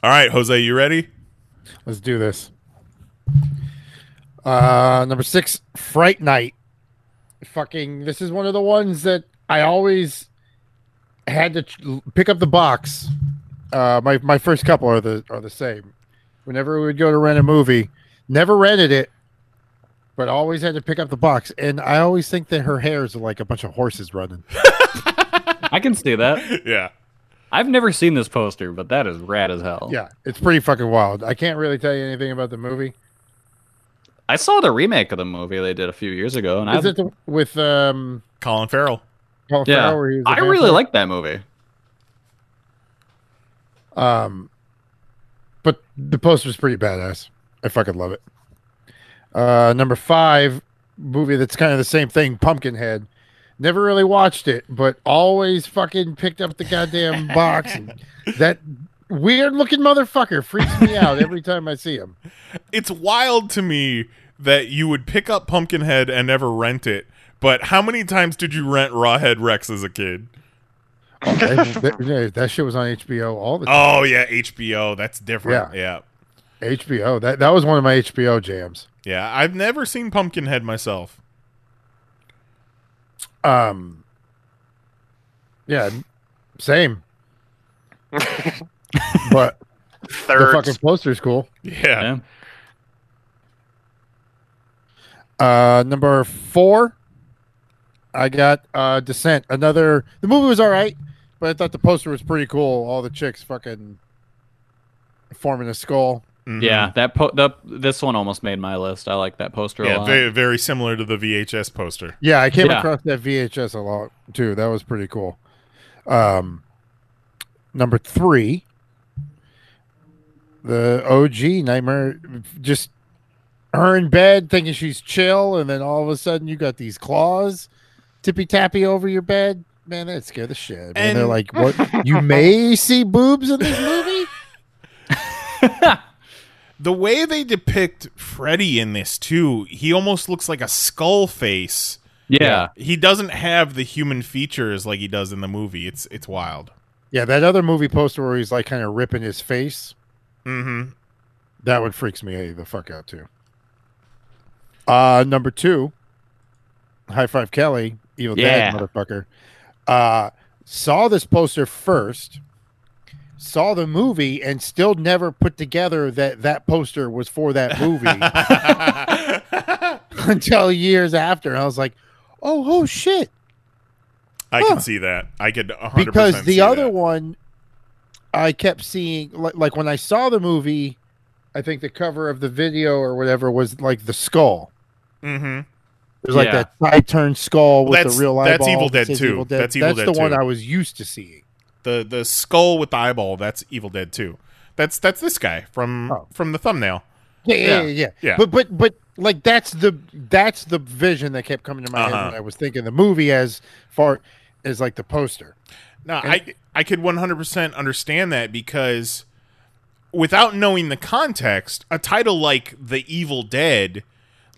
D: All right, Jose, you ready?
H: Let's do this. Uh, number six, Fright Night. Fucking, this is one of the ones that I always had to ch- pick up the box. Uh, my my first couple are the are the same. Whenever we would go to rent a movie, never rented it, but always had to pick up the box. And I always think that her hairs are like a bunch of horses running.
J: I can see that.
D: yeah.
J: I've never seen this poster, but that is rad as hell.
H: Yeah, it's pretty fucking wild. I can't really tell you anything about the movie.
J: I saw the remake of the movie they did a few years ago, and
H: Is
J: I
H: it the, with um
D: Colin Farrell?
H: Colin
J: yeah,
H: Farrell, where he was the
J: I really
H: vampire?
J: like that movie.
H: Um, but the poster's pretty badass. I fucking love it. Uh, number five movie that's kind of the same thing, Pumpkinhead. Never really watched it, but always fucking picked up the goddamn box. And that weird looking motherfucker freaks me out every time I see him.
D: It's wild to me that you would pick up Pumpkinhead and never rent it. But how many times did you rent Rawhead Rex as a kid?
H: that, that- yeah, that shit was on HBO all the time.
D: Oh yeah, HBO. That's different. Yeah,
H: HBO. That that was one of my HBO jams.
D: yeah. I've never seen Pumpkinhead myself.
H: Um, yeah, same. but the
I: Thirds.
H: fucking poster's cool.
D: Yeah.
H: Uh, number four, I got uh, Descent. Another. The movie was all right, but I thought the poster was pretty cool. All the chicks fucking forming a skull.
D: Mm-hmm.
J: Yeah, that po- the, this one almost made my list. I like that poster a
D: Yeah,
J: lot.
D: very, very similar to the VHS poster.
H: Yeah, I came
J: Yeah.
H: across that VHS a lot too. That was pretty cool. Um, number three, the OG Nightmare, just her in bed thinking she's chill, and then all of a sudden you got these claws tippy tappy over your bed. Man, that scared the shit. out of me. And, they're
D: And-
H: like, "What? you may see boobs in this movie."
D: The way they depict Freddy in this too, he almost looks like a skull face.
J: Yeah.
D: He doesn't have the human features like he does in the movie. It's it's wild.
H: Yeah, that other movie poster where he's like kind of ripping his face.
D: Mm-hmm.
H: That one freaks me the fuck out too. Uh number two, High Five Kelly, Evil
J: Yeah.
H: Dead motherfucker. Uh saw this poster first, saw the movie, and still never put together that that poster was for that movie until years after. I was like, oh, oh shit
D: I
H: Huh.
D: can see that. I could 100%
H: because
D: see
H: the other
D: that.
H: one i kept seeing like, like when i saw the movie i think the cover of the video or whatever was like the skull
D: Mhm.
H: it was like
D: Yeah.
H: that side turned skull
D: Well,
H: with
D: that's-
H: the real eyeball
D: that's Evil
H: that
D: Dead
H: says
D: 2. That's Evil Dead
H: the one
D: 2.
H: i was used to seeing
D: the the skull with the eyeball, that's Evil Dead 2. That's that's this guy from from the thumbnail.
H: yeah yeah yeah, yeah.
D: Yeah.
H: but but but like that's the that's the vision that kept coming to my head
D: Uh-huh.
H: when i was thinking the movie as far as like the poster
D: No, I I could 100% understand that because without knowing the context, a title like The Evil Dead,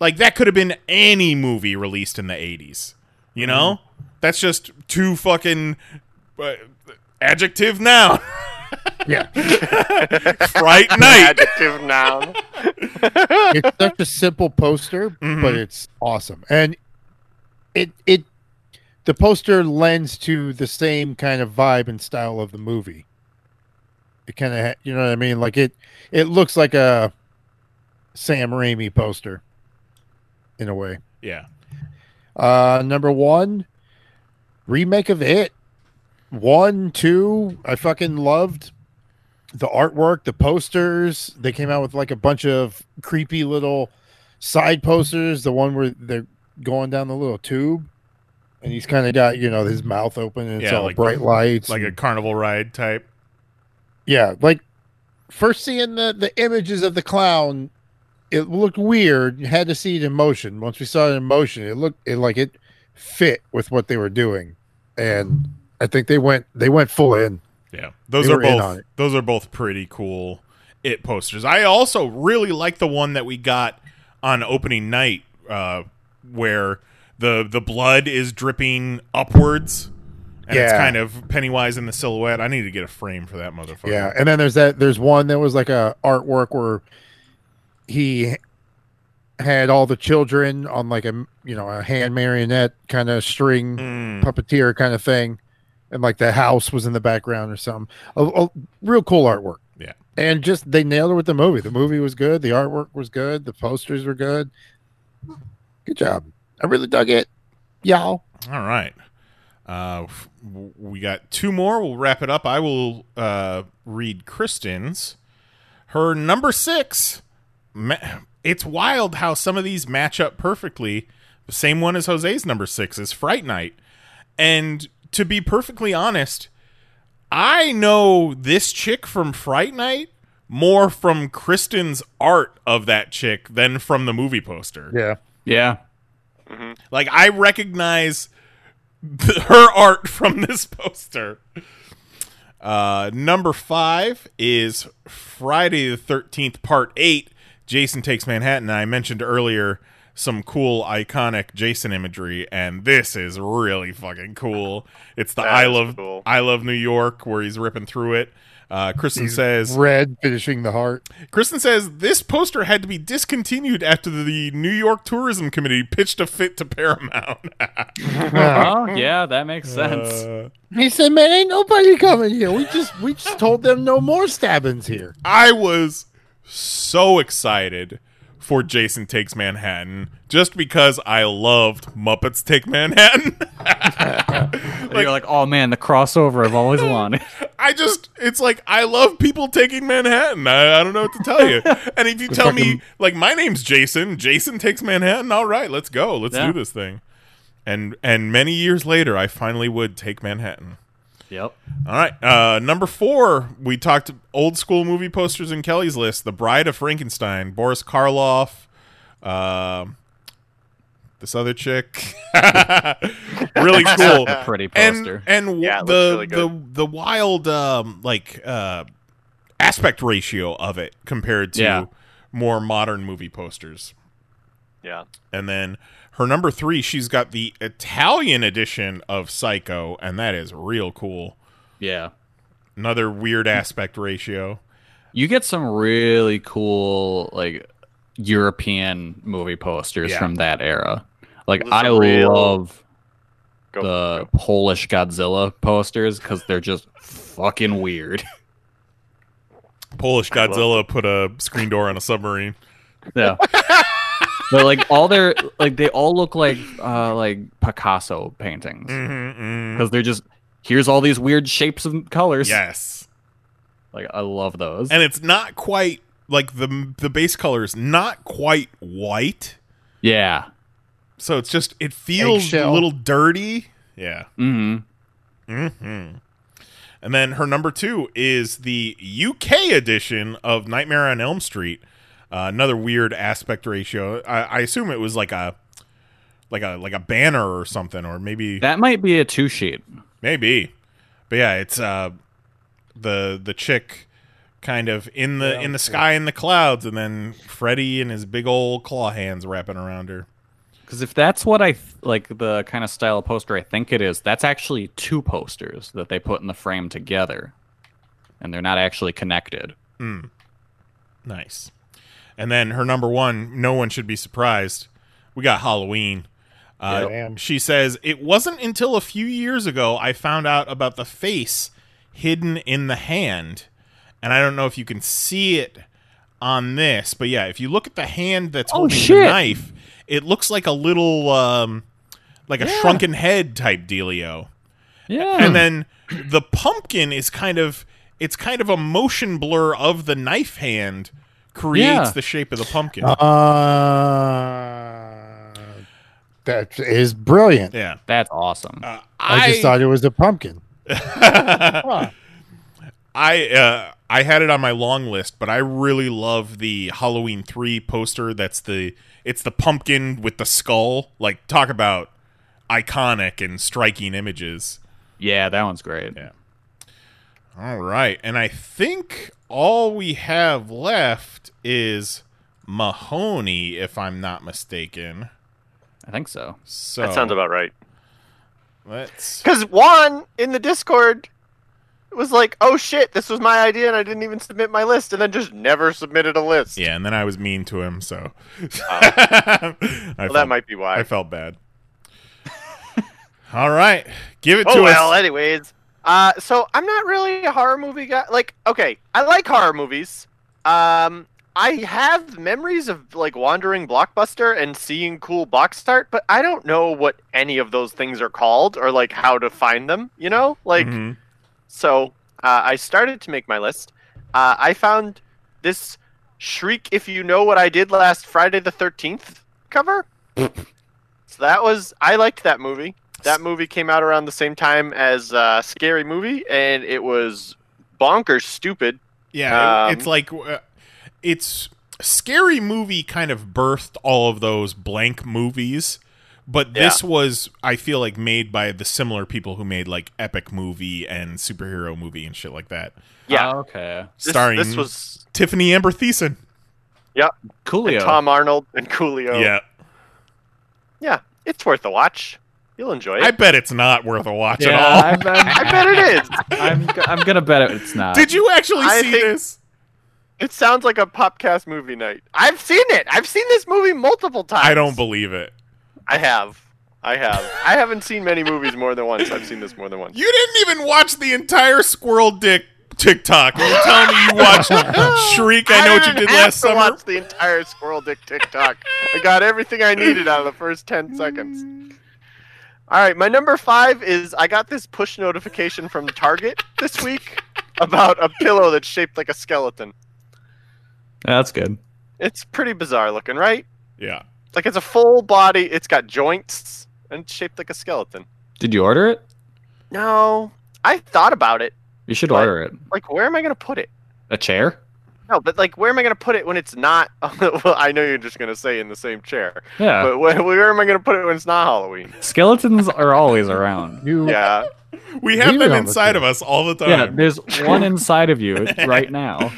D: like that could have been any movie released in the 80s. You know? That's just two fucking uh, adjective noun.
H: yeah.
D: Fright night.
I: Adjective noun.
H: it's such a simple poster, but it's awesome. And it it the poster lends to the same kind of vibe and style of the movie. It kind of you know what I mean? Like it it looks like a Sam Raimi poster in a way.
D: Yeah.
H: Uh number 1 remake of it. 1 2 I fucking loved the artwork, the posters. They came out with like a bunch of creepy little side posters. The one where they're going down the little tube, and he's kind of got you know his mouth open, and it's all bright lights.
D: Like a
H: and-
D: carnival ride type.
H: yeah, like first seeing the the images of the clown, it looked weird. You had to see it in motion. Once we saw it in motion, it looked it like it fit with what they were doing, and I think they went they went full in.
D: Yeah, those
H: They
D: are
H: were in
D: both
H: on it.
D: those are both pretty cool it posters. I also really like the one that we got on opening night, uh, where the the blood is dripping upwards, and it's
H: Yeah.
D: kind of Pennywise in the silhouette. I need to get a frame for that motherfucker.
H: Yeah, and then there's that there's one that was like a artwork where he had all the children on like a you know a hand marionette kind of
D: Mm-hmm.
H: string
D: Mm.
H: puppeteer kind of thing, and like the house was in the background or something. A, a real cool artwork.
D: Yeah.
H: and just they nailed it with the movie. The movie was good. The artwork was good. The posters were good. Good job. I really dug it, y'all.
D: All right. Uh, f- w- we got two more. We'll wrap it up. I will uh, read Kristen's. Her number six. Ma- it's wild how some of these match up perfectly. The same one as Jose's number six is Fright Night. And to be perfectly honest, I know this chick from Fright Night more from Kristen's art of that chick than from the movie poster.
H: Yeah.
J: Yeah.
D: Like I recognize th- her art from this poster. Uh, number five is Friday the Thirteenth Part Eight. Jason takes Manhattan. I mentioned earlier some cool iconic Jason imagery, and this is really fucking cool. It's the I love I love New York where he's ripping through it. Uh, Kristen says
H: red finishing the heart.
D: Kristen says this poster had to be discontinued after the New York Tourism Committee pitched a fit to Paramount.
J: Oh, yeah, that makes sense.
D: Uh,
H: He said, "Man, ain't nobody coming here. We just we just told them no more stabbings here."
D: I was so excited for Jason Takes Manhattan just because I loved Muppets Take Manhattan.
J: You're like, oh man, the crossover I've always wanted.
D: I just, it's like, I love people taking Manhattan. I, I don't know what to tell you. And if you
J: Good
D: tell me,
J: fucking-
D: like, my name's Jason, Jason Takes Manhattan, all right, let's go. Let's
J: Yeah.
D: do this thing. And, and many years later, I finally would take Manhattan.
J: Yep.
D: All right. Uh, number four, we talked old school movie posters in Kelly's list The Bride of Frankenstein, Boris Karloff, um this other chick. really cool.
J: Pretty
D: And-
J: poster.
D: And, w-
J: Yeah, it looks
D: the,
J: really
D: the, the wild, um, like, uh, aspect ratio of it compared to
J: Yeah.
D: more modern movie posters.
I: Yeah.
D: And then her number three, she's got the Italian edition of Psycho, and that is real cool.
J: Yeah.
D: Another weird aspect ratio.
J: You get some really cool like European movie posters
D: Yeah.
J: from that era. Like
I: Those are
J: I
I: real-
J: love the Polish Godzilla posters because they're just fucking weird.
D: Polish Godzilla put a screen door on a submarine.
J: Yeah. but like all their like they all look like uh like Picasso paintings
D: Mm-hmm.
J: because they're just here's all these weird shapes and colors.
D: Yes.
J: Like I love those.
D: And it's not quite like the the base color is not quite white,
J: yeah.
D: so it's just it feels
J: Eggshell.
D: a little dirty. Yeah.
J: Mm-hmm.
D: hmm And then her number two is the UK edition of Nightmare on Elm Street. Uh, another weird aspect ratio. I, I assume it was like a like a like a banner or something, or maybe
J: That might be a two sheet.
D: Maybe. But yeah, it's uh the the chick kind of in the in the sky in the clouds and then Freddy and his big old claw hands wrapping around her.
J: Because if that's what I th- like, the kind of style of poster I think it is, that's actually two posters that they put in the frame together, and they're not actually connected.
D: Mm. Nice. And then her number one, no one should be surprised. We got Halloween. Uh, She says, It wasn't until a few years ago I found out about the face hidden in the hand. And I don't know if you can see it on this, but yeah, if you look at the hand that's holding the
J: Oh, shit.
D: knife, it looks like a little, um, like a
J: Yeah.
D: shrunken head type dealio.
J: Yeah.
D: And then the pumpkin is kind of it's kind of a motion blur of the knife hand creates
H: Yeah.
D: the shape of the pumpkin.
H: Uh-huh. Uh, that is brilliant.
D: yeah.
J: That's awesome.
H: I, just thought it was a pumpkin.
D: I uh, I had it on my long list, but I really love the Halloween 3 poster that's the it's the pumpkin with the skull. Like talk about iconic and striking images.
J: Yeah, that one's great.
D: Yeah. All right. And I think all we have left is Mahoney, if I'm not mistaken.
J: I think so.
D: So
I: That
J: Oh.
I: sounds about right.
D: Let's
I: Because Juan in the Discord was like, "Oh shit, this was my idea, and I didn't even submit my list," and then just never submitted a list.
D: Yeah, and then I was mean to him, so I
I: Oh. well, that
D: felt-
I: might be why.
D: I felt bad. all right. Give it
I: oh
D: to
I: well,
D: us.
I: anyways. Uh, so I'm not really a horror movie guy. Like, okay, I like horror movies. Um, I have memories of like wandering Blockbuster and seeing cool box art, but I don't know what any of those things are called or like how to find them. You know, like.
D: Mm-hmm.
I: So uh, I started to make my list. Uh, I found this "Shriek If You Know What I Did Last Friday the Thirteenth cover. so that was I liked that movie. That movie came out around the same time as uh, Scary Movie, and it was bonkers stupid.
D: Yeah, it-
I: Um,
D: it's like uh, it's scary movie kind of birthed all of those blank movies, but this was I feel like made by the similar people who made like epic movie and superhero movie and shit like that.
I: Yeah.
J: Oh, okay.
I: This-
D: Starring
I: this was-
D: Tiffany Amber Thiessen.
I: Yep.
J: Coolio.
I: And Tom Arnold and Coolio.
D: Yeah,
I: Yeah, it's worth a watch. You'll enjoy it.
D: I bet it's not worth a watch
J: Yeah, I
D: at all.
J: bet-
I: I bet it is.
J: I'm, g- I'm gonna bet it's not.
D: Did you actually see this?
I: It sounds like a popcast movie night. I've seen it. I've seen this movie multiple times.
D: I don't believe it.
I: I have. I have. I haven't seen many movies more than once. I've seen this more than once.
D: You didn't even watch the entire squirrel dick TikTok. You tell me you watched
I: Oh,
D: Shriek. I know what you
I: didn't
D: did
I: have
D: last
I: to
D: summer.
I: watch the entire Squirrel Dick TikTok. I got everything I needed out of the first ten seconds. All right, my number five is I got this push notification from Target this week about a pillow that's shaped like a skeleton.
J: That's good.
I: It's pretty bizarre looking, right?
D: Yeah.
I: Like it's a full body. It's got joints and it's shaped like a skeleton.
J: Did you order it?
I: No, I thought about it.
J: You should order it.
I: Like, where am I gonna put it?
J: A chair?
I: No, but like, where am I going to put it when it's not? well, I know you're just going to say in the same chair.
J: Yeah.
I: But where, where am I going to put it when it's not Halloween?
J: Skeletons are always around.
I: yeah.
D: We have
J: Leave
D: them
J: it on the
D: inside of us all the time.
J: Yeah, there's one inside of you right now.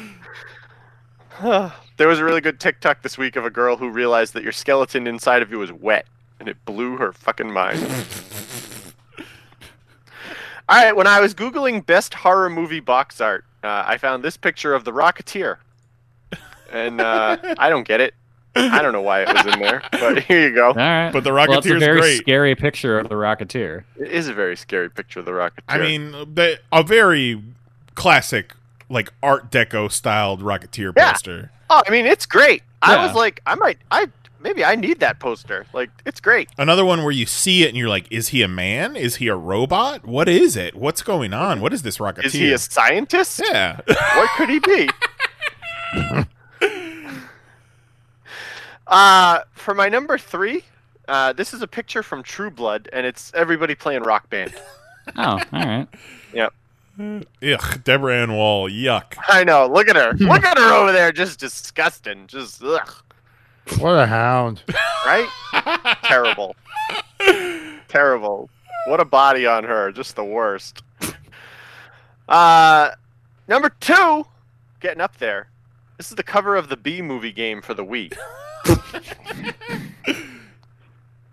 I: there was a really good TikTok this week of a girl who realized that your skeleton inside of you was wet, and it blew her fucking mind. All right, when I was Googling best horror movie box art, uh, I found this picture of The Rocketeer. And uh, I don't get it. I don't know why it was in there, but here you go.
J: All right.
D: But the
J: Well, it's a
D: Rocketeer's
J: very
D: great.
J: scary picture of the Rocketeer.
I: It is a very scary picture of The Rocketeer.
D: I mean, the, a very classic, like Art Deco styled Rocketeer
I: Yeah.
D: poster.
I: Oh, I mean, it's great. I was
D: Yeah.
I: like, I might, I maybe I need that poster. Like, it's great.
D: Another one where you see it and you're like, is he a man? Is he a robot? What is it? What's going on? What is this Rocketeer?
I: Is he a scientist?
D: Yeah.
I: what could he be? uh, for my number three, uh, this is a picture from True Blood, and it's everybody playing rock band.
J: Oh, all right.
I: Yep.
D: Ugh, Deborah Ann Wall. Yuck.
I: I know. Look at her. Look at her over there. Just disgusting. Just ugh.
H: What a hound.
I: Right? Terrible. Terrible. What a body on her. Just the worst. Uh, number two, getting up there. This is the cover of the B movie game for the Wii.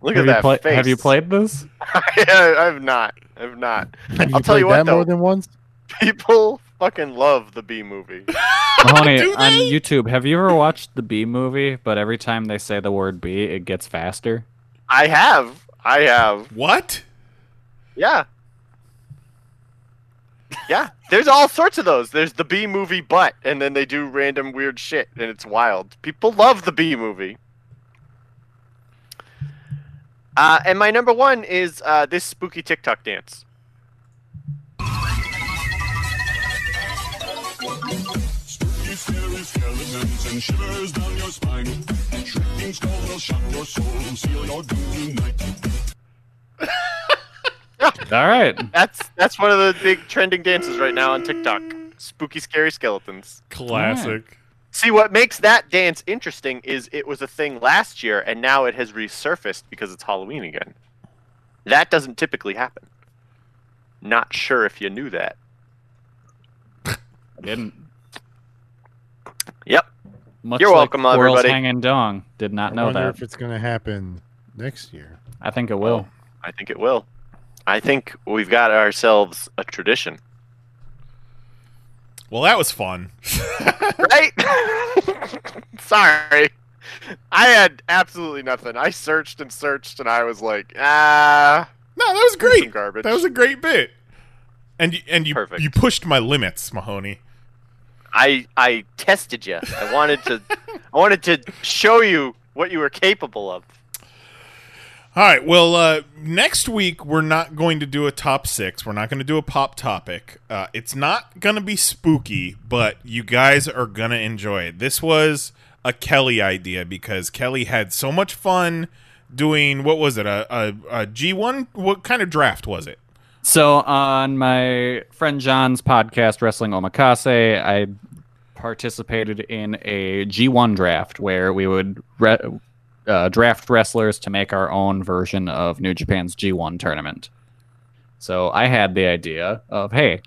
I: Look
J: have
I: at
J: you
I: that
J: play-
I: face.
J: Have you played this?
I: I, have not. I've not.
H: Have
I: I'll
H: you
I: tell you
H: played
I: what,
H: that
I: though.
H: more than once?
I: People fucking love the B movie.
J: Mahoney, on YouTube, have you ever watched the B movie, but every time they say the word B, it gets faster?
I: I have. I have.
D: What?
I: Yeah. Yeah. There's all sorts of those. There's the B movie butt, and then they do random weird shit, and it's wild. People love the B movie. Uh, and my number one is uh, this spooky TikTok dance.
J: All right.
I: That's that's one of the big trending dances right now on TikTok. Spooky, scary skeletons.
D: Classic.
I: See, what makes that dance interesting is it was a thing last year, and now it has resurfaced because it's Halloween again. That doesn't typically happen. Not sure if you knew that.
J: I didn't.
I: Yep.
J: Much
I: You're
J: like
I: welcome,
J: Squirrels
I: everybody.
J: Hanging dong. Did not
H: I
J: know
H: wonder
J: that.
H: if it's Oh. going to happen next year.
J: I think it will.
I: I think it will. I think we've got ourselves a tradition.
D: Well, that was fun.
I: right? Sorry. I had absolutely nothing. I searched and searched, and I was like, ah.
D: No, that was great.
I: Garbage.
D: That was a great bit. And you, and you you pushed my limits, Mahoney.
I: I I tested you. I wanted to I wanted to show you what you were capable of.
D: All right. Well, uh, next week we're not going to do a top six. We're not going to do a pop topic. Uh, it's not going to be spooky, but you guys are going to enjoy it. This was a Kelly idea because Kelly had so much fun doing what was it a a, a G one? What kind of draft was it?
J: So on my friend John's podcast, Wrestling Omakase, I participated in a G1 draft where we would re- uh, draft wrestlers to make our own version of New Japan's G1 tournament. So I had the idea of, hey,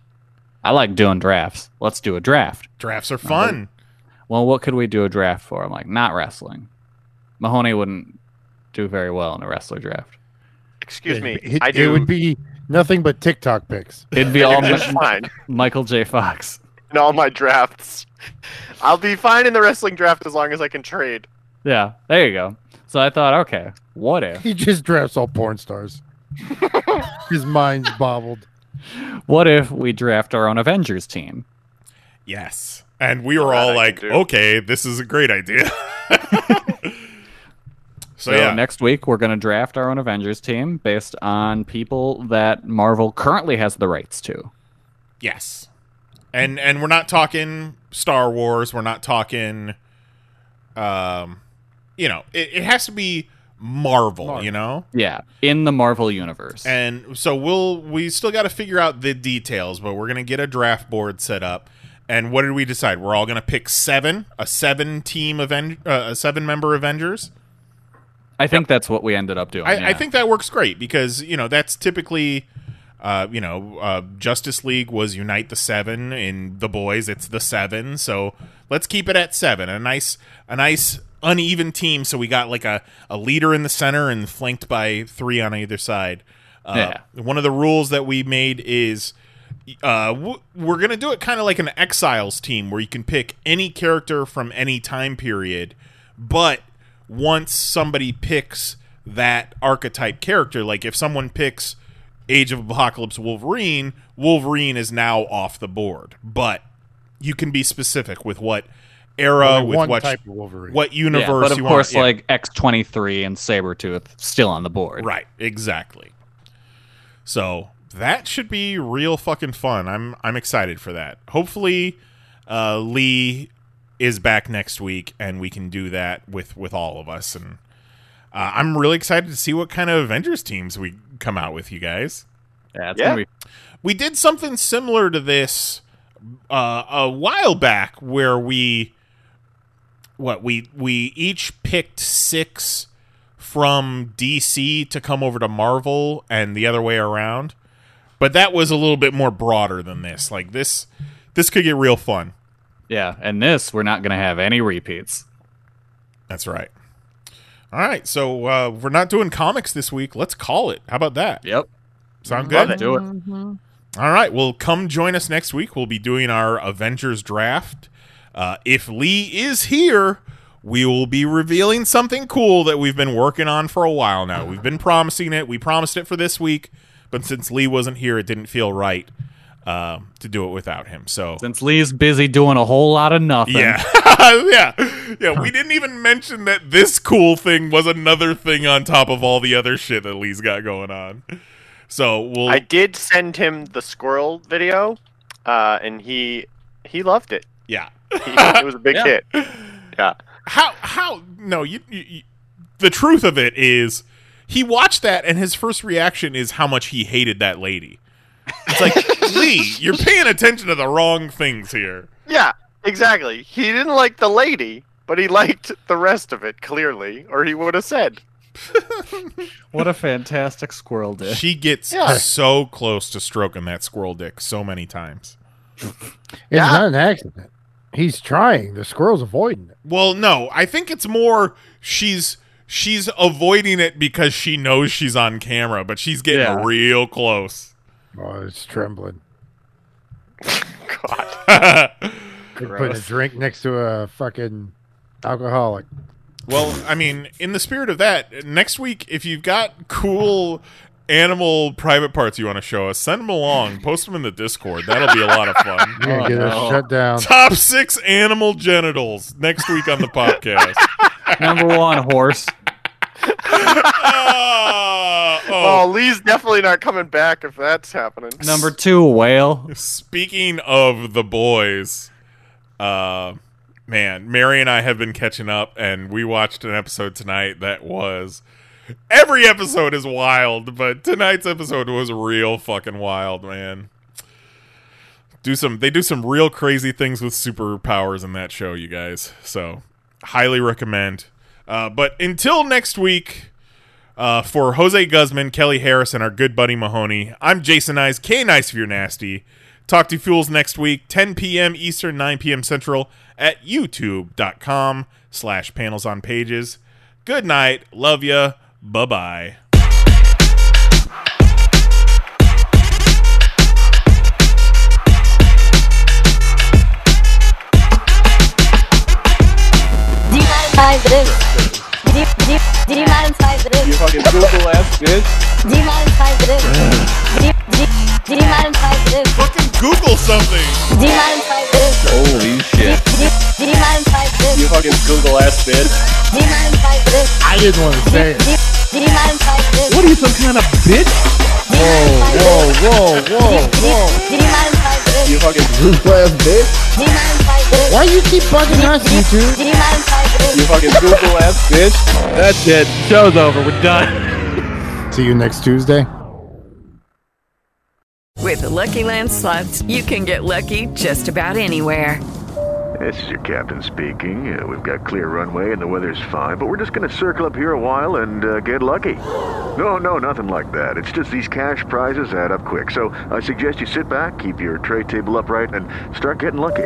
J: I like doing drafts. Let's do a draft.
D: Drafts are fun.
J: Well, what could we do a draft for? I'm like, not wrestling. Mahoney wouldn't do very well in a wrestler draft.
I: Excuse me.
H: It,
I: I
H: it
I: do.
H: would be nothing but TikTok picks.
J: It'd be all
I: You're
J: Mi-
I: fine
J: Michael J. Fox.
I: in all my drafts. I'll be fine in the wrestling draft as long as I can trade.
J: Yeah, there you go. So I thought, okay, what if?
H: He just drafts all porn stars. His mind's bobbled.
J: What if we draft our own Avengers team?
D: Yes. And we were all like, okay, this is a great idea. So,
J: So,
D: yeah.
J: next week we're going to draft our own Avengers team based on people that Marvel currently has the rights to.
D: yes. And and we're not talking Star Wars. We're not talking, um, you know, it, it has to be Marvel, You know,
J: Yeah, in the Marvel universe.
D: And so we'll we still got to figure out the details, but we're gonna get a draft board set up. And what did we decide? We're all gonna pick seven, a seven team Aven- uh, a seven member Avengers.
J: I think that's what we ended up doing.
D: I, I
J: yeah.
D: think that works great because you know that's typically, uh, you know, uh, Justice League was unite the seven in the boys. It's the seven, so let's keep it at seven. A nice, a nice uneven team. So we got like a a leader in the center and flanked by three on either side. Uh, One of the rules that we made is. Uh, w- we're gonna do it kind of like an Exiles team, where you can pick any character from any time period, but once somebody picks that archetype character, like if someone picks Age of Apocalypse Wolverine, Wolverine is now off the board. But you can be specific with what era,
H: Only
D: with
H: one
D: what
H: type of Wolverine.
D: what universe
J: Yeah, but of
D: you
J: course,
D: want.
J: like X twenty three and Sabretooth still on the board.
D: Right, exactly. So that should be real fucking fun. I'm I'm excited for that. Hopefully, uh, Lee is back next week and we can do that with with all of us. And uh, I'm really excited to see what kind of Avengers teams we come out with, you guys.
J: Yeah, it's
D: yeah.
J: gonna be-
D: we did something similar to this uh, a while back where we what we we each picked six from DC to come over to Marvel and the other way around. But that was a little bit more broader than this. Like this this could get real fun.
J: Yeah, and this we're not going to have any repeats.
D: That's right. All right, so uh, we're not doing comics this week. Let's call it. How about that?
J: Yep.
D: Sound
J: Love
D: good?
J: it. Do it.
D: All right. Well, come join us next week. We'll be doing our Avengers draft. Uh, if Lee is here, we will be revealing something cool that we've been working on for a while now. We've been promising it. We promised it for this week, but since Lee wasn't here, it didn't feel right um, to do it without him. So
J: Since Lee's busy doing a whole lot of nothing.
D: yeah. yeah. Yeah. We didn't even mention that this cool thing was another thing on top of all the other shit that Lee's got going on. So we'll.
I: I did send him the squirrel video, uh, and he he loved it.
D: Yeah,
I: he, it was a big
D: Yeah.
I: hit. Yeah.
D: how how no you, you, you the truth of it is he watched that and his first reaction is how much he hated that lady it's like lee you're paying attention to the wrong things here
I: Yeah, exactly. He didn't like the lady, but he liked the rest of it, clearly, or he would have said.
J: What a fantastic squirrel dish.
D: she gets
I: Yeah.
D: so close to stroking that squirrel dick so many times
H: It's not an accident. He's trying. The squirrel's avoiding it.
D: well no i think it's more she's she's avoiding it because she knows she's on camera but she's getting
H: Yeah.
D: real close
H: Oh, it's trembling.
D: God.
H: Like putting a drink next to a fucking alcoholic.
I: Oh,
D: Well, I mean, in the spirit of that, next week, if you've got cool animal private parts you want to show us, send them along. Post them in the Discord. That'll be a lot of fun.
H: You're gonna get us shut down.
D: Top six animal genitals next week on the podcast.
J: Number one horse.
D: Ah,
I: oh. Lee's definitely not coming back if that's happening.
J: Number two whale.
D: Speaking of the boys, uh, man, Mary and I have been catching up, and we watched an episode tonight that was Every episode is wild, but tonight's episode was real fucking wild, man. Do some they do some real crazy things with superpowers in that show, you guys. So highly recommend. Uh, but until next week, uh, for Jose Guzman, Kelly Harris, and our good buddy Mahoney, I'm Jason Eyes, K Nice if you're nasty. Talk to Fools next week, 10 p.m. Eastern, 9 p.m. Central at youtube.com slash panels on pages. Good night. Love ya. Bye-bye.
T: Demonetize this. De- de- demonetize this.
F: You fucking Google ass bitch.
T: Demonetize this. De- de- demonetize this.
D: Fucking Google something.
T: Demonetize this.
F: Holy shit.
T: De- de- demonetize this.
F: You fucking Google ass bitch.
T: Demonetize this.
H: I didn't want to say it.
T: De- demonetize this.
F: What are you, some kind of bitch?
H: Whoa, whoa, whoa,
T: De-
H: whoa, whoa.
T: de- demonetize this.
F: You fucking
H: Google ass bitch.
T: Demonetize this.
H: Why you keep bugging us, YouTube?
T: De- demonetize this.
F: You fucking Google ass bitch. That's it. Show's over. We're done.
H: See you next Tuesday.
U: With the Lucky Land slots, you can get lucky just about anywhere.
V: This is your captain speaking. Uh, we've got clear runway and the weather's fine, but we're just going to circle up here a while and uh, get lucky. No, no, nothing like that. It's just these cash prizes add up quick. So I suggest you sit back, keep your tray table upright, and start getting lucky.